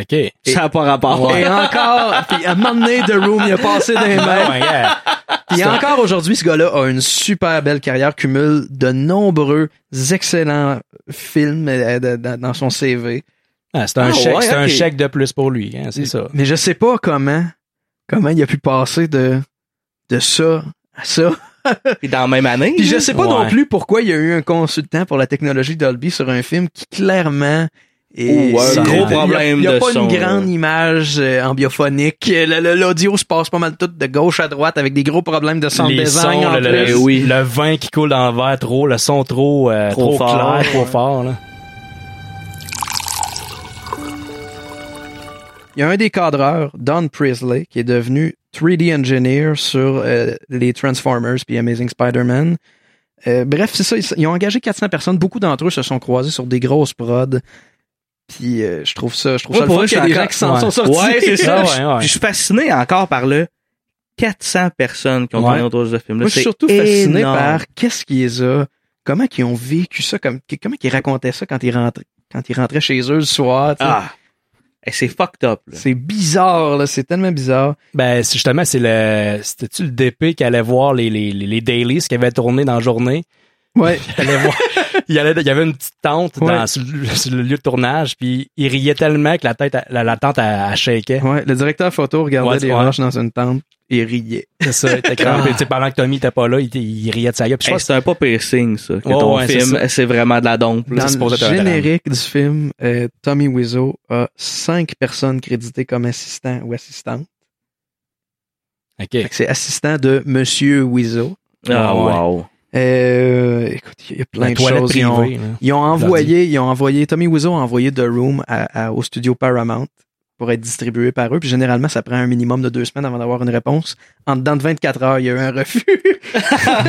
Speaker 2: OK.
Speaker 3: Ça n'a pas rapport.
Speaker 1: Et encore, puis à un moment donné, The Room, il a passé d'un mains.
Speaker 2: Oh my God.
Speaker 1: Puis encore aujourd'hui, ce gars-là a une super belle carrière, cumule de nombreux excellents films euh, de- dans dans son CV.
Speaker 2: Ah, c'est un,
Speaker 1: Ah,
Speaker 2: chèque,
Speaker 1: ouais,
Speaker 2: c'est un
Speaker 1: ok.
Speaker 2: chèque de plus pour lui, hein, c'est ça.
Speaker 1: Mais je sais pas comment, comment il a pu passer de, de ça à ça.
Speaker 3: Puis dans la même année.
Speaker 1: Puis je sais pas
Speaker 3: Ouais.
Speaker 1: non plus pourquoi il y a eu un consultant pour la technologie Dolby sur un film qui clairement est
Speaker 3: Ouh, ouais,
Speaker 1: c'est-
Speaker 3: gros
Speaker 1: il y a-
Speaker 3: problème
Speaker 1: Il y a,
Speaker 3: de
Speaker 1: pas
Speaker 3: son,
Speaker 1: une grande
Speaker 3: là.
Speaker 1: image euh, ambiophonique. Le- le- L'audio se passe pas mal tout de gauche à droite avec des gros problèmes de sound
Speaker 2: Les
Speaker 1: design
Speaker 2: sons,
Speaker 1: en
Speaker 2: le, le-
Speaker 1: plus.
Speaker 3: Eh
Speaker 2: le- le vin qui coule dans le verre trop, le son trop, euh,
Speaker 3: Trop
Speaker 2: trop,
Speaker 3: fort.
Speaker 2: clair, trop fort. Là.
Speaker 1: Il y a un des cadreurs, Don Priestley, qui est devenu 3D engineer sur euh, les Transformers puis Amazing Spider-Man. Euh, bref, c'est ça. Ils, ils ont engagé 400 personnes. Beaucoup d'entre eux se sont croisés sur des grosses prods. Puis euh, je trouve ça, je trouve
Speaker 3: Ouais,
Speaker 1: ça
Speaker 3: pour
Speaker 1: le fun
Speaker 3: vrai,
Speaker 1: qu'il y a des
Speaker 3: je suis
Speaker 1: gens
Speaker 3: encore-
Speaker 1: qui s'en
Speaker 3: ouais.
Speaker 1: sont sortis.
Speaker 3: Ouais, c'est ça.
Speaker 2: Ah, ouais,
Speaker 3: Je-
Speaker 2: ouais.
Speaker 3: puis Je suis fasciné encore par le 400 personnes qui ont
Speaker 2: Ouais.
Speaker 3: tourné autour de ce film-là.
Speaker 1: Moi, je suis
Speaker 3: C'est
Speaker 1: surtout fasciné
Speaker 3: énorme.
Speaker 1: par qu'est-ce qui les a, comment ils ont vécu ça, comme, comment ils racontaient ça quand ils rentraient, quand ils rentraient chez eux le soir. tu sais.
Speaker 3: Ah! Eh, C'est fucked up. là.
Speaker 1: C'est bizarre, là. C'est tellement bizarre.
Speaker 2: Ben, c'est justement, c'est le. C'était-tu le DP qui allait voir les, les, les, les dailies qui avaient tourné dans la journée?
Speaker 1: Ouais.
Speaker 2: Il allait voir. il, allait- il y avait une petite tente dans,
Speaker 1: Ouais.
Speaker 2: sur, le, sur le lieu de tournage, puis il riait tellement que la tête, la, la tente, elle, elle shakeait.
Speaker 1: Ouais, le directeur photo regardait
Speaker 2: Ouais,
Speaker 1: les
Speaker 2: ouais.
Speaker 1: roches dans une tente et riait.
Speaker 2: C'est ça, il était crampé. Tu sais, pendant que Tommy était pas là, il, était- il riait de sa gueule. Puis je
Speaker 3: Eh,
Speaker 2: pense
Speaker 3: C'est un pas piercing, ça. Que
Speaker 2: Ouais,
Speaker 3: ton
Speaker 2: ouais, c'est
Speaker 3: film, eh,
Speaker 2: ça.
Speaker 3: c'est vraiment de la dompe.
Speaker 1: Dans
Speaker 3: là. C'est supposé
Speaker 1: le
Speaker 3: être un drame.
Speaker 1: générique du film, euh, Tommy Wiseau a cinq personnes créditées comme assistant ou assistante.
Speaker 2: que-
Speaker 1: Fait
Speaker 2: OK.
Speaker 1: que C'est assistant de Monsieur Wiseau.
Speaker 3: Ah,
Speaker 2: Ouais, ouais.
Speaker 3: wow.
Speaker 1: Euh, écoute, il y a plein
Speaker 2: La
Speaker 1: de
Speaker 2: toilette
Speaker 1: choses. Ils ont,
Speaker 2: privée, là.
Speaker 1: ils ont envoyé, ils ont envoyé, Tommy Wiseau a envoyé The Room à- à- au studio Paramount pour être distribué par eux. Puis généralement, ça prend un minimum de deux semaines avant d'avoir une réponse. En dedans de 24 heures, il y a eu un refus.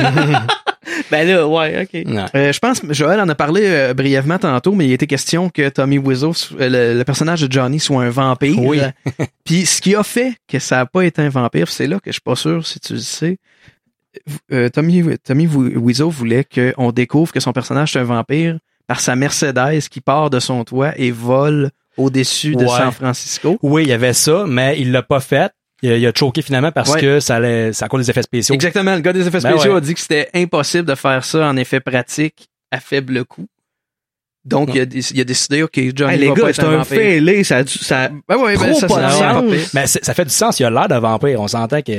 Speaker 3: Ben là, ouais, ok.
Speaker 2: Ouais.
Speaker 1: Euh, je pense, Joël en a parlé euh, brièvement tantôt, mais il était question que Tommy Wiseau, euh, le, le personnage de Johnny, soit un vampire.
Speaker 2: Oui.
Speaker 1: Puis ce qui a fait que ça n'a pas été un vampire, c'est là que je suis pas sûr si tu le sais. Euh, Tommy, Tommy Wi- Wiseau voulait qu'on découvre que son personnage est un vampire par sa Mercedes qui part de son toit et vole au-dessus de
Speaker 2: Ouais.
Speaker 1: San Francisco.
Speaker 2: Oui, il y avait ça, mais il l'a pas fait. Il, il a choqué finalement parce
Speaker 1: Ouais.
Speaker 2: que ça allait, c'est à cause des effets spéciaux.
Speaker 1: Exactement. Le gars des effets
Speaker 2: Ben
Speaker 1: spéciaux
Speaker 2: ouais.
Speaker 1: a dit que c'était impossible de faire ça en effet pratique à faible coût. Donc, il a, dé- il a décidé, OK,
Speaker 2: Ah,
Speaker 1: Johnny
Speaker 3: Eh, les
Speaker 1: va pas
Speaker 3: gars,
Speaker 1: être
Speaker 3: c'est un
Speaker 1: vampire.
Speaker 3: fêlé. Ça, a dû- ça,
Speaker 1: Ben ouais, ben
Speaker 3: Trop
Speaker 1: ça,
Speaker 3: pas
Speaker 1: ça,
Speaker 3: de
Speaker 1: ça, pas
Speaker 3: sens.
Speaker 1: pire.
Speaker 2: Mais c'est- ça fait du sens, il a l'air d'un vampire. On s'entend qu'il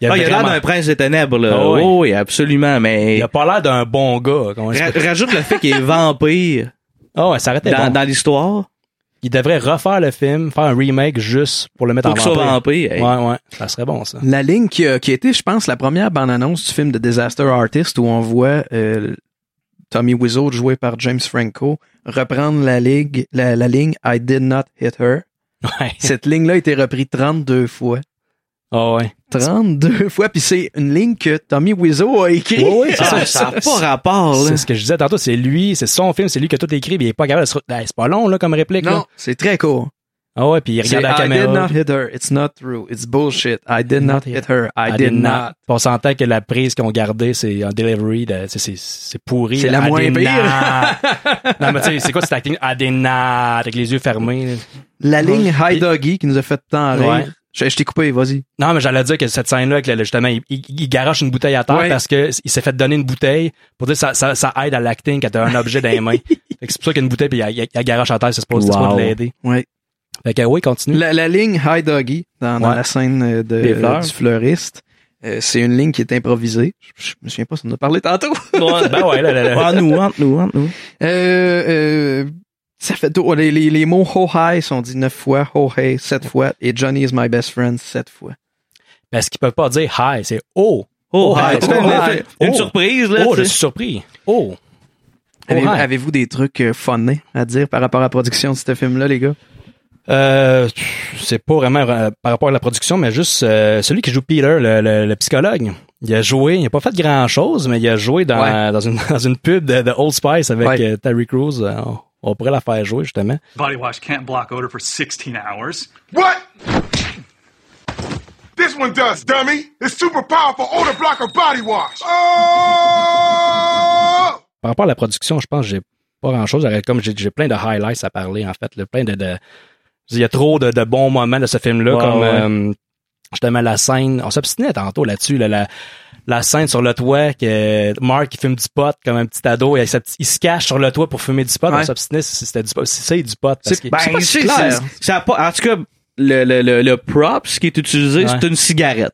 Speaker 2: il a,
Speaker 3: Ah, il a l'air
Speaker 2: vraiment-
Speaker 3: d'un prince des ténèbres, là.
Speaker 2: Ah ouais.
Speaker 3: Oh, oui, absolument, mais.
Speaker 2: il a pas l'air d'un bon gars. comment je
Speaker 3: Ra-
Speaker 2: peux-
Speaker 3: rajoute le fait qu'il est vampire
Speaker 2: Ah ouais, ça arrêtait
Speaker 3: dans,
Speaker 2: bon.
Speaker 3: dans l'histoire.
Speaker 2: Il devrait refaire le film, faire un remake juste pour le mettre
Speaker 3: Pour
Speaker 2: en
Speaker 3: que ça
Speaker 2: vampire.
Speaker 3: vampire, hey.
Speaker 2: Ouais, ouais. Ça serait bon, ça.
Speaker 1: La ligne qui, a- qui a été, je pense, la première bande-annonce du film de Disaster Artist où on voit euh, Tommy Wiseau, joué par James Franco, reprendre la, ligue, la, la ligne I did not hit her. Cette ligne-là a été reprise 32 fois.
Speaker 2: Ah ouais.
Speaker 1: 32 fois, puis c'est une ligne que Tommy Wiseau a écrite.
Speaker 2: Ah Ouais, ouais, c'est ça, c'est-
Speaker 1: là.
Speaker 2: C'est ce que je disais tantôt, c'est lui, c'est son film, c'est lui qui a tout écrit, puis il est pas capable de se... Ah, C'est pas long, là, comme réplique,
Speaker 1: Non,
Speaker 2: là.
Speaker 1: c'est très court.
Speaker 2: Ah ouais, puis il
Speaker 1: C'est,
Speaker 2: regarde la
Speaker 1: I did
Speaker 2: caméra.
Speaker 1: not hit her. It's not true. It's bullshit. I did not hit her. I, did not.
Speaker 2: Puis On s'entend que la prise qu'on gardait, c'est en delivery, de- c'est- c'est c'est pourri.
Speaker 1: C'est
Speaker 2: là.
Speaker 1: la
Speaker 2: I
Speaker 1: moins
Speaker 2: did
Speaker 1: pire.
Speaker 2: not. non, mais tu sais, c'est quoi cet acting? I did not, avec les yeux fermés. là.
Speaker 1: La ligne High Doggy qui nous a fait tant rire.
Speaker 2: Ouais.
Speaker 1: Je, je t'ai coupé, vas-y.
Speaker 2: Non, mais j'allais dire que cette scène-là, que, là, justement, il, il, il garoche une bouteille à terre
Speaker 1: Ouais.
Speaker 2: parce que il s'est fait donner une bouteille pour dire que ça, ça, ça aide à l'acting quand t'as un objet dans les mains. Fait que c'est pour ça qu'il y a une bouteille puis il, il- il garoche à terre, c'est supposé c'est supposé de l'aider.
Speaker 1: Ouais.
Speaker 2: Fait que oui, continue.
Speaker 1: La, la ligne High Doggy dans, dans
Speaker 2: Ouais.
Speaker 1: la scène euh, de,
Speaker 2: Des fleurs.
Speaker 1: du fleuriste, euh, c'est une ligne qui est improvisée. Je, je me souviens pas, ça en a parlé tantôt.
Speaker 2: Ouais, ben ouais, là, là, là.
Speaker 3: nous, entre nous, entre nous.
Speaker 1: Euh, euh, ça fait tout. Les, les, les mots ho hi sont dit neuf fois, ho hey sept fois, et Johnny is my best friend sept fois.
Speaker 2: Parce qu'ils peuvent pas dire hi, c'est oh.
Speaker 1: Oh, hi.
Speaker 2: hi.
Speaker 1: Tu fais une- une surprise, là,
Speaker 2: Oh,
Speaker 1: tu sais.
Speaker 2: je suis surpris. Oh.
Speaker 1: Avez-
Speaker 2: hi.
Speaker 1: Avez-vous des trucs euh, funnés à dire par rapport à la production de ce film-là, les gars?
Speaker 2: Euh, c'est pas vraiment euh, par rapport à la production, mais juste euh, celui qui joue Peter, le, le- le psychologue. Il a joué, il a pas fait grand chose, mais il a joué dans,
Speaker 1: Ouais.
Speaker 2: dans, une, dans une pub de, de Old Spice avec
Speaker 1: Ouais.
Speaker 2: euh, Terry Crews. Euh, on, on pourrait la faire jouer justement.
Speaker 14: Body wash can't block odor for 16 hours. What? This one does, dummy. It's super powerful odor blocker body wash. Oh!
Speaker 2: Par rapport à la production, je pense que j'ai pas grand chose. Comme j'ai, j'ai plein de highlights à parler en fait, là, plein de, de- il y a trop de, de bons moments de ce film-là,
Speaker 3: Ouais,
Speaker 2: comme
Speaker 3: ouais.
Speaker 2: euh, justement la scène. On s'obstinait tantôt là-dessus, là, la, la scène sur le toit que Mark il fume du pot comme un petit ado et il, se cache sur le toit pour fumer du pot.
Speaker 3: Ouais.
Speaker 2: On s'obstinait si c'était du pot, si c'est du pot. Parce que,
Speaker 3: Ben,
Speaker 2: je sais pas si
Speaker 3: c'est-
Speaker 2: clair.
Speaker 3: c'est- ça a pas- en tout cas, le, le, le, le props qui est utilisé,
Speaker 2: Ouais.
Speaker 3: c'est une cigarette.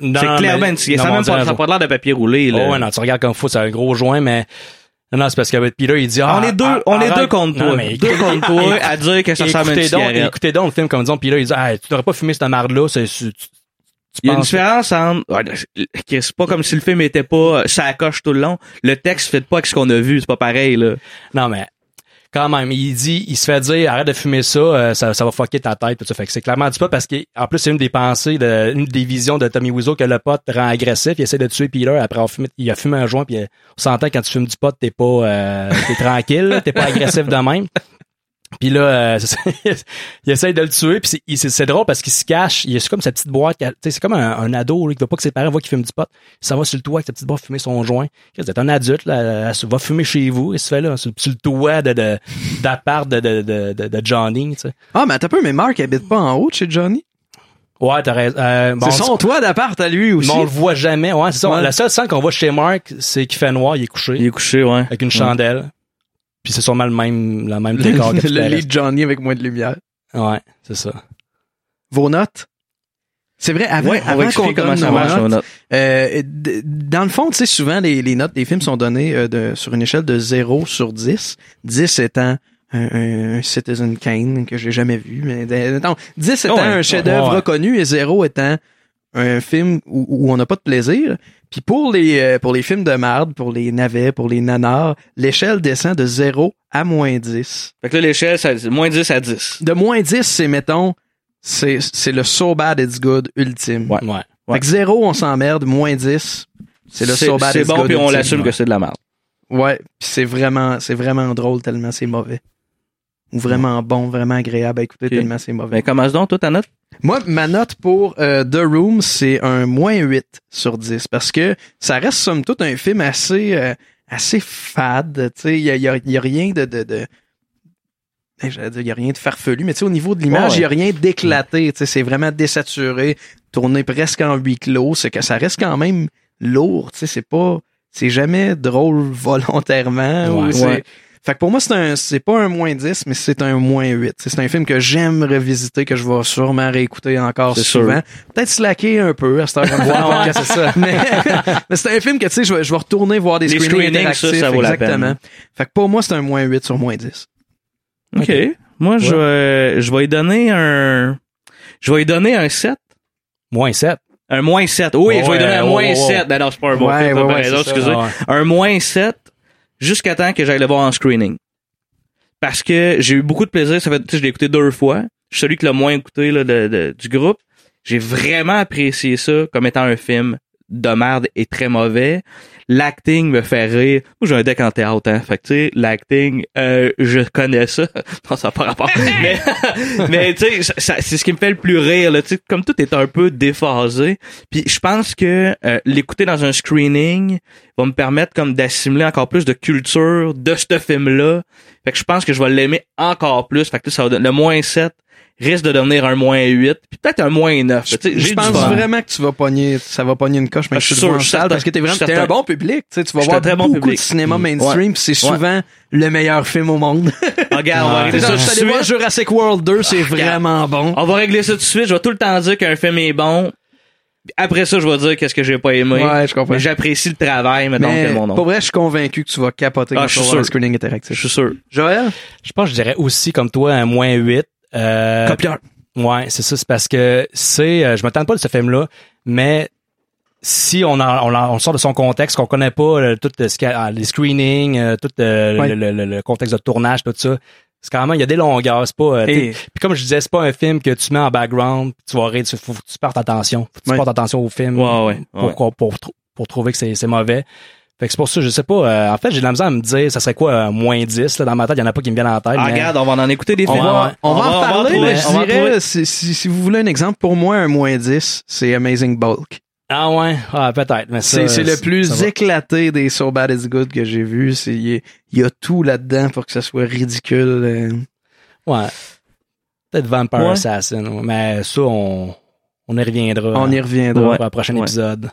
Speaker 2: Non,
Speaker 3: c'est clairement
Speaker 2: mais-
Speaker 3: une
Speaker 2: non,
Speaker 3: cigarette. Ça
Speaker 2: mais
Speaker 3: a
Speaker 2: on
Speaker 3: même pas,
Speaker 2: dirait-
Speaker 3: ça a pas l'air de papier roulé. Là.
Speaker 2: Oh, ouais, non, tu regardes comme fou, c'est un gros joint, mais non, non, c'est parce que Peter il dit ah,
Speaker 3: On est deux-
Speaker 2: ah,
Speaker 3: on est
Speaker 2: arrête.
Speaker 3: deux contre
Speaker 2: Non,
Speaker 3: toi.
Speaker 2: mais-
Speaker 3: Deux contre toi à dire que ça
Speaker 2: Écoutez
Speaker 3: ressemble à une
Speaker 2: donc-
Speaker 3: cigarette.
Speaker 2: Écoutez donc le film comme disons, puis là il dit ah, tu devrais pas fumer cette marde là, c'est c'est- tu-
Speaker 3: Il y a une
Speaker 2: penses-
Speaker 3: différence entre. ouais, que C'est pas comme si le film était pas. Ça coche tout le long. Le texte fait pas avec ce qu'on a vu. C'est pas pareil, là.
Speaker 2: Non, mais quand même, il dit, il se fait dire, arrête de fumer ça, euh, ça, ça va fucker ta tête, tout ça. Fait que c'est clairement dit pas parce que, en plus, c'est une des pensées, de, une des visions de Tommy Wiseau que le pote rend agressif, il essaie de tuer Peter après avoir fumé, il a fumé un joint, puis euh, on s'entend quand tu fumes du pot, t'es pas, euh, t'es tranquille, là, t'es pas agressif de même. Puis là, euh, c'est ça, il essaye de le tuer, puis c'est- il- c'est c'est drôle parce qu'il se cache, il est comme sa petite boîte, qui a- tu sais, c'est comme un, un ado, là, qui veut pas que ses parents voient qu'il fume du pot. Il s'en va sur le toit avec sa petite boîte fumer son joint. Chris, Vous êtes un adulte, là, elle se- va fumer chez vous, il se fait là, sur, sur le toit de- de- d'appart de, de, de, de, de Johnny, tu sais.
Speaker 1: Ah, mais attends un peu, mais Mark habite pas en haut de chez Johnny.
Speaker 2: Ouais, t'as raison. Euh, bon,
Speaker 1: c'est son toit d'appart à lui aussi.
Speaker 2: mais on le voit jamais, ouais, c'est ça.
Speaker 1: Ouais.
Speaker 2: La seule scène qu'on voit chez Mark, c'est qu'il fait noir, il est couché.
Speaker 3: Il est couché, ouais.
Speaker 2: Avec une chandelle. Puis c'est sûrement le même, la même
Speaker 1: Le,
Speaker 2: décor que tout
Speaker 1: le
Speaker 2: le
Speaker 1: lit
Speaker 2: reste.
Speaker 1: de Johnny avec moins de lumière.
Speaker 2: Ouais, c'est ça.
Speaker 1: Vos notes? C'est vrai, avant,
Speaker 3: Ouais, on va
Speaker 1: avant
Speaker 3: expliquer
Speaker 1: qu'on
Speaker 3: comment
Speaker 1: donne
Speaker 3: ça
Speaker 1: nos
Speaker 3: marche,
Speaker 1: notes,
Speaker 3: nos notes.
Speaker 1: euh, d- dans le fond, tu sais, souvent, les, les notes des films sont données euh, de- sur une échelle de 0 sur 10. 10 étant un, un- un Citizen Kane que j'ai jamais vu. Mais, euh, non, 10 étant
Speaker 3: Ouais,
Speaker 1: un chef-d'œuvre
Speaker 3: ouais.
Speaker 1: reconnu et 0 étant un film où, où on n'a pas de plaisir. Puis pour les, euh, pour les films de marde, pour les navets, pour les nanars, l'échelle descend de 0 à moins 10.
Speaker 3: Fait que là, l'échelle, ça- c'est moins 10 à 10.
Speaker 1: De moins 10, c'est, mettons, c'est, c'est le so bad it's good ultime.
Speaker 2: Ouais.
Speaker 1: Fait que 0, on s'emmerde, moins 10, c'est le
Speaker 3: C'est-
Speaker 1: so bad
Speaker 3: c'est
Speaker 1: it's
Speaker 3: bon,
Speaker 1: good
Speaker 3: puis on
Speaker 1: ultime.
Speaker 3: l'assume que c'est de la merde.
Speaker 1: Ouais, puis c'est vraiment, c'est vraiment drôle tellement c'est mauvais. Ou vraiment bon, vraiment agréable à écouter tellement c'est mauvais.
Speaker 3: Ben, commence donc, toi, ta note.
Speaker 1: Moi, ma note pour euh, The Room, c'est un moins 8 sur 10 parce que ça reste somme toute un film assez, euh, assez fade. Tu sais, il y a, il y a- il y a rien de. de, de- eh, j'allais dire, il y a rien de farfelu, mais tu sais, au niveau de l'image,
Speaker 3: Ouais.
Speaker 1: il y a rien d'éclaté. Tu sais, c'est vraiment désaturé, tourné presque en huis clos. C'est que ça reste quand même lourd. Tu sais, c'est pas. C'est jamais drôle volontairement. ou
Speaker 2: Ouais.
Speaker 1: c'est-
Speaker 2: Ouais.
Speaker 1: fait que pour moi, c'est un, c'est pas un moins 10, mais c'est un moins 8. C'est un film que j'aime revisiter, que je vais sûrement réécouter encore
Speaker 3: C'est
Speaker 1: souvent.
Speaker 3: sûr.
Speaker 1: Peut-être slacker un peu à cette heure comme ça,
Speaker 3: Ouais, ouais,
Speaker 1: c'est ça. Mais, mais c'est un film que, tu sais, je vais, je vais retourner voir des
Speaker 3: Les
Speaker 1: screenings,
Speaker 3: screenings, ça,
Speaker 1: interactifs.
Speaker 3: ça vaut la
Speaker 1: exactement.
Speaker 3: peine.
Speaker 1: Fait que pour moi, c'est un moins 8 sur moins 10.
Speaker 3: OK. Moi, je, vais, je vais lui donner un. Je vais lui donner un 7.
Speaker 2: Moins 7.
Speaker 3: Un moins 7. Oui, je vais lui donner un moins 7. Non, non, c'est pas un bon
Speaker 1: Ouais,
Speaker 3: film,
Speaker 1: ouais,
Speaker 3: t'as bien
Speaker 1: ouais,
Speaker 3: raison,
Speaker 1: c'est ça.
Speaker 3: excusez.
Speaker 1: Ouais.
Speaker 3: Un moins 7 jusqu'à temps que j'aille le voir en screening. Parce que j'ai eu beaucoup de plaisir. Ça fait, tu sais, je l'ai écouté deux fois. Je suis celui qui l'a moins écouté là, de- de- du groupe. J'ai vraiment apprécié ça comme étant un film de merde et très mauvais. L'acting me fait rire. Moi, j'ai un deck en théâtre, hein. Fait que, tu sais, l'acting, euh, je connais ça. Non, ça n'a pas rapport. mais, mais, tu sais, ça- ça- c'est ce qui me fait le plus rire, là. Tu sais, comme tout est un peu déphasé. Puis, je pense que euh, l'écouter dans un screening va me permettre comme d'assimiler encore plus de culture de ce film-là. Fait que je pense que je vais l'aimer encore plus. Fait que, tu sais, ça va don- le moins 7 risque de devenir un moins 8, puis peut-être un moins 9. Tu sais, j'ai
Speaker 1: Je
Speaker 3: du
Speaker 1: pense
Speaker 3: fun.
Speaker 1: vraiment que tu vas pogner, ça va pogner une coche, mais
Speaker 3: Ah,
Speaker 1: je suis
Speaker 3: sûr,
Speaker 1: sûr,
Speaker 3: je suis
Speaker 1: salle
Speaker 3: certain.
Speaker 1: parce que t'es vraiment,
Speaker 3: Je suis
Speaker 1: t'es un
Speaker 3: certain.
Speaker 1: bon public, tu sais, tu vas
Speaker 3: Je suis
Speaker 1: voir
Speaker 3: un très bon
Speaker 1: beaucoup
Speaker 3: public.
Speaker 1: de cinéma
Speaker 3: Mm.
Speaker 1: mainstream,
Speaker 3: Ouais.
Speaker 1: puis c'est
Speaker 3: Ouais.
Speaker 1: souvent le meilleur film au monde.
Speaker 3: Regarde, on va
Speaker 1: Tu sais,
Speaker 3: arrêter ça
Speaker 1: genre,
Speaker 3: tout
Speaker 1: je
Speaker 3: de
Speaker 1: suis allé voir
Speaker 3: suite. Ah,
Speaker 1: Jurassic World 2, c'est vraiment bon.
Speaker 3: On va régler ça tout de suite. Je vais tout le temps dire qu'un film est bon. Après ça, je vais dire qu'est-ce que j'ai pas aimé.
Speaker 1: Ouais, je comprends.
Speaker 3: Mais J'apprécie le travail, maintenant
Speaker 1: Mais
Speaker 3: que euh, mon nom.
Speaker 1: pour vrai, je suis convaincu que tu vas capoter
Speaker 3: Ah,
Speaker 1: quand tu
Speaker 3: je suis
Speaker 1: vas voir
Speaker 3: sûr.
Speaker 1: le screening interactif.
Speaker 3: Je suis sûr.
Speaker 1: Joël?
Speaker 2: Je pense que je dirais aussi, comme toi, un moins 8. Euh, Copieur. Ouais, c'est ça. C'est parce que c'est... euh, je m'attends pas de ce film-là, mais si on, en- on, en- on sort de son contexte, qu'on connaît pas euh, tout euh, ce qu'il y a- ah, les screenings, euh, tout euh,
Speaker 1: Ouais.
Speaker 2: le, le- le- le contexte de tournage, tout ça, c'est quand même, il y a des longueurs. C'est pas... euh,
Speaker 1: Et-
Speaker 2: t'sais, Puis comme je disais, c'est pas un film que tu mets en background, puis tu vas rire, tu, faut que tu portes attention. Faut que tu
Speaker 1: Ouais.
Speaker 2: portes attention au film
Speaker 3: Ouais, ouais,
Speaker 2: pour,
Speaker 3: ouais.
Speaker 2: qu'on- pour, tr- pour trouver que c'est c'est mauvais. Fait que c'est pour ça, je sais pas. euh, en fait, j'ai de la misère à me dire, ça serait quoi, euh, moins 10 là, dans ma tête? Il y en a pas qui me viennent en tête.
Speaker 3: Ah,
Speaker 2: mais-
Speaker 3: regarde, on va en écouter des
Speaker 2: On
Speaker 3: films.
Speaker 2: va-
Speaker 3: On
Speaker 1: On va
Speaker 3: va- on
Speaker 1: en
Speaker 3: va en
Speaker 1: parler,
Speaker 3: trouver,
Speaker 1: mais je
Speaker 3: on va en
Speaker 1: dirais,
Speaker 3: trouver.
Speaker 1: si, si- si vous voulez un exemple, pour moi, un moins 10, c'est Amazing Bulk.
Speaker 2: Ah ouais, ah, peut-être. mais ça,
Speaker 1: C'est c'est le
Speaker 2: ça
Speaker 1: plus
Speaker 2: va.
Speaker 1: éclaté des So Bad It's Good que j'ai vu. C'est- Il y, a- il y a tout là-dedans pour que ça soit ridicule. euh.
Speaker 2: Ouais. Peut-être Vampire
Speaker 1: Ouais.
Speaker 2: Assassin. ouais. Mais ça, on, on y reviendra. euh,
Speaker 1: On y reviendra.
Speaker 2: Pour le prochain
Speaker 1: Ouais.
Speaker 2: épisode.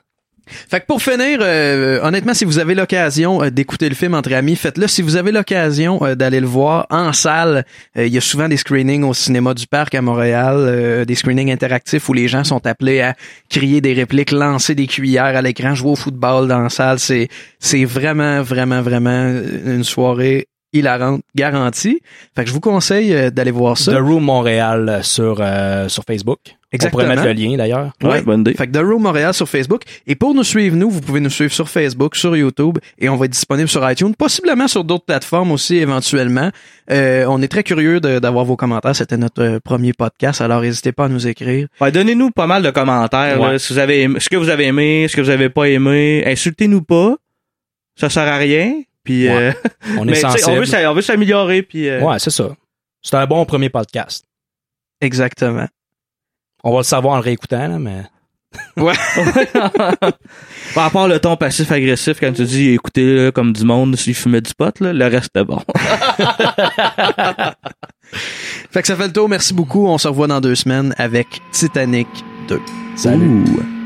Speaker 1: Fait que pour finir, euh, honnêtement, si vous avez l'occasion euh, d'écouter le film entre amis, faites-le. Si vous avez l'occasion euh, d'aller le voir en salle, euh, il y a souvent des screenings au cinéma du parc à Montréal, euh, des screenings interactifs où les gens sont appelés à crier des répliques, lancer des cuillères à l'écran, jouer au football dans la salle. C'est c'est vraiment, vraiment, vraiment une soirée hilarante, garantie. Fait que je vous conseille euh, d'aller voir ça.
Speaker 2: The Room Montréal euh, sur, euh, sur Facebook.
Speaker 1: Exactement.
Speaker 2: On pourrait mettre le lien d'ailleurs.
Speaker 1: Ouais, Fait que The Room Montréal sur Facebook. Et pour nous suivre, nous, vous pouvez nous suivre sur Facebook, sur YouTube, et on va être disponible sur iTunes, possiblement sur d'autres plateformes aussi éventuellement. Euh, on est très curieux de- d'avoir vos commentaires. C'était notre euh, premier podcast, alors n'hésitez pas à nous écrire.
Speaker 3: Ouais, Donnez-nous pas mal de commentaires.
Speaker 1: Ouais.
Speaker 3: là, si vous avez aimé- ce que vous avez aimé, ce que vous avez pas aimé. Insultez-nous pas. Ça sert à rien. Puis,
Speaker 2: Ouais.
Speaker 3: euh,
Speaker 2: On
Speaker 3: mais,
Speaker 2: est
Speaker 3: tu sais, On veut
Speaker 2: sensible.
Speaker 3: s'a- on veut s'améliorer. Puis, euh,
Speaker 2: Ouais, c'est ça. C'est un bon premier podcast.
Speaker 1: Exactement.
Speaker 2: On va le savoir en le réécoutant, là, mais.
Speaker 1: Ouais.
Speaker 3: Par rapport le ton passif-agressif, quand tu dis écoutez comme du monde, s'il fumait du pot, là, le reste est bon.
Speaker 1: Fait que ça fait le tour. Merci beaucoup. On se revoit dans deux semaines avec Titanic 2.
Speaker 2: Salut.
Speaker 1: Ouh.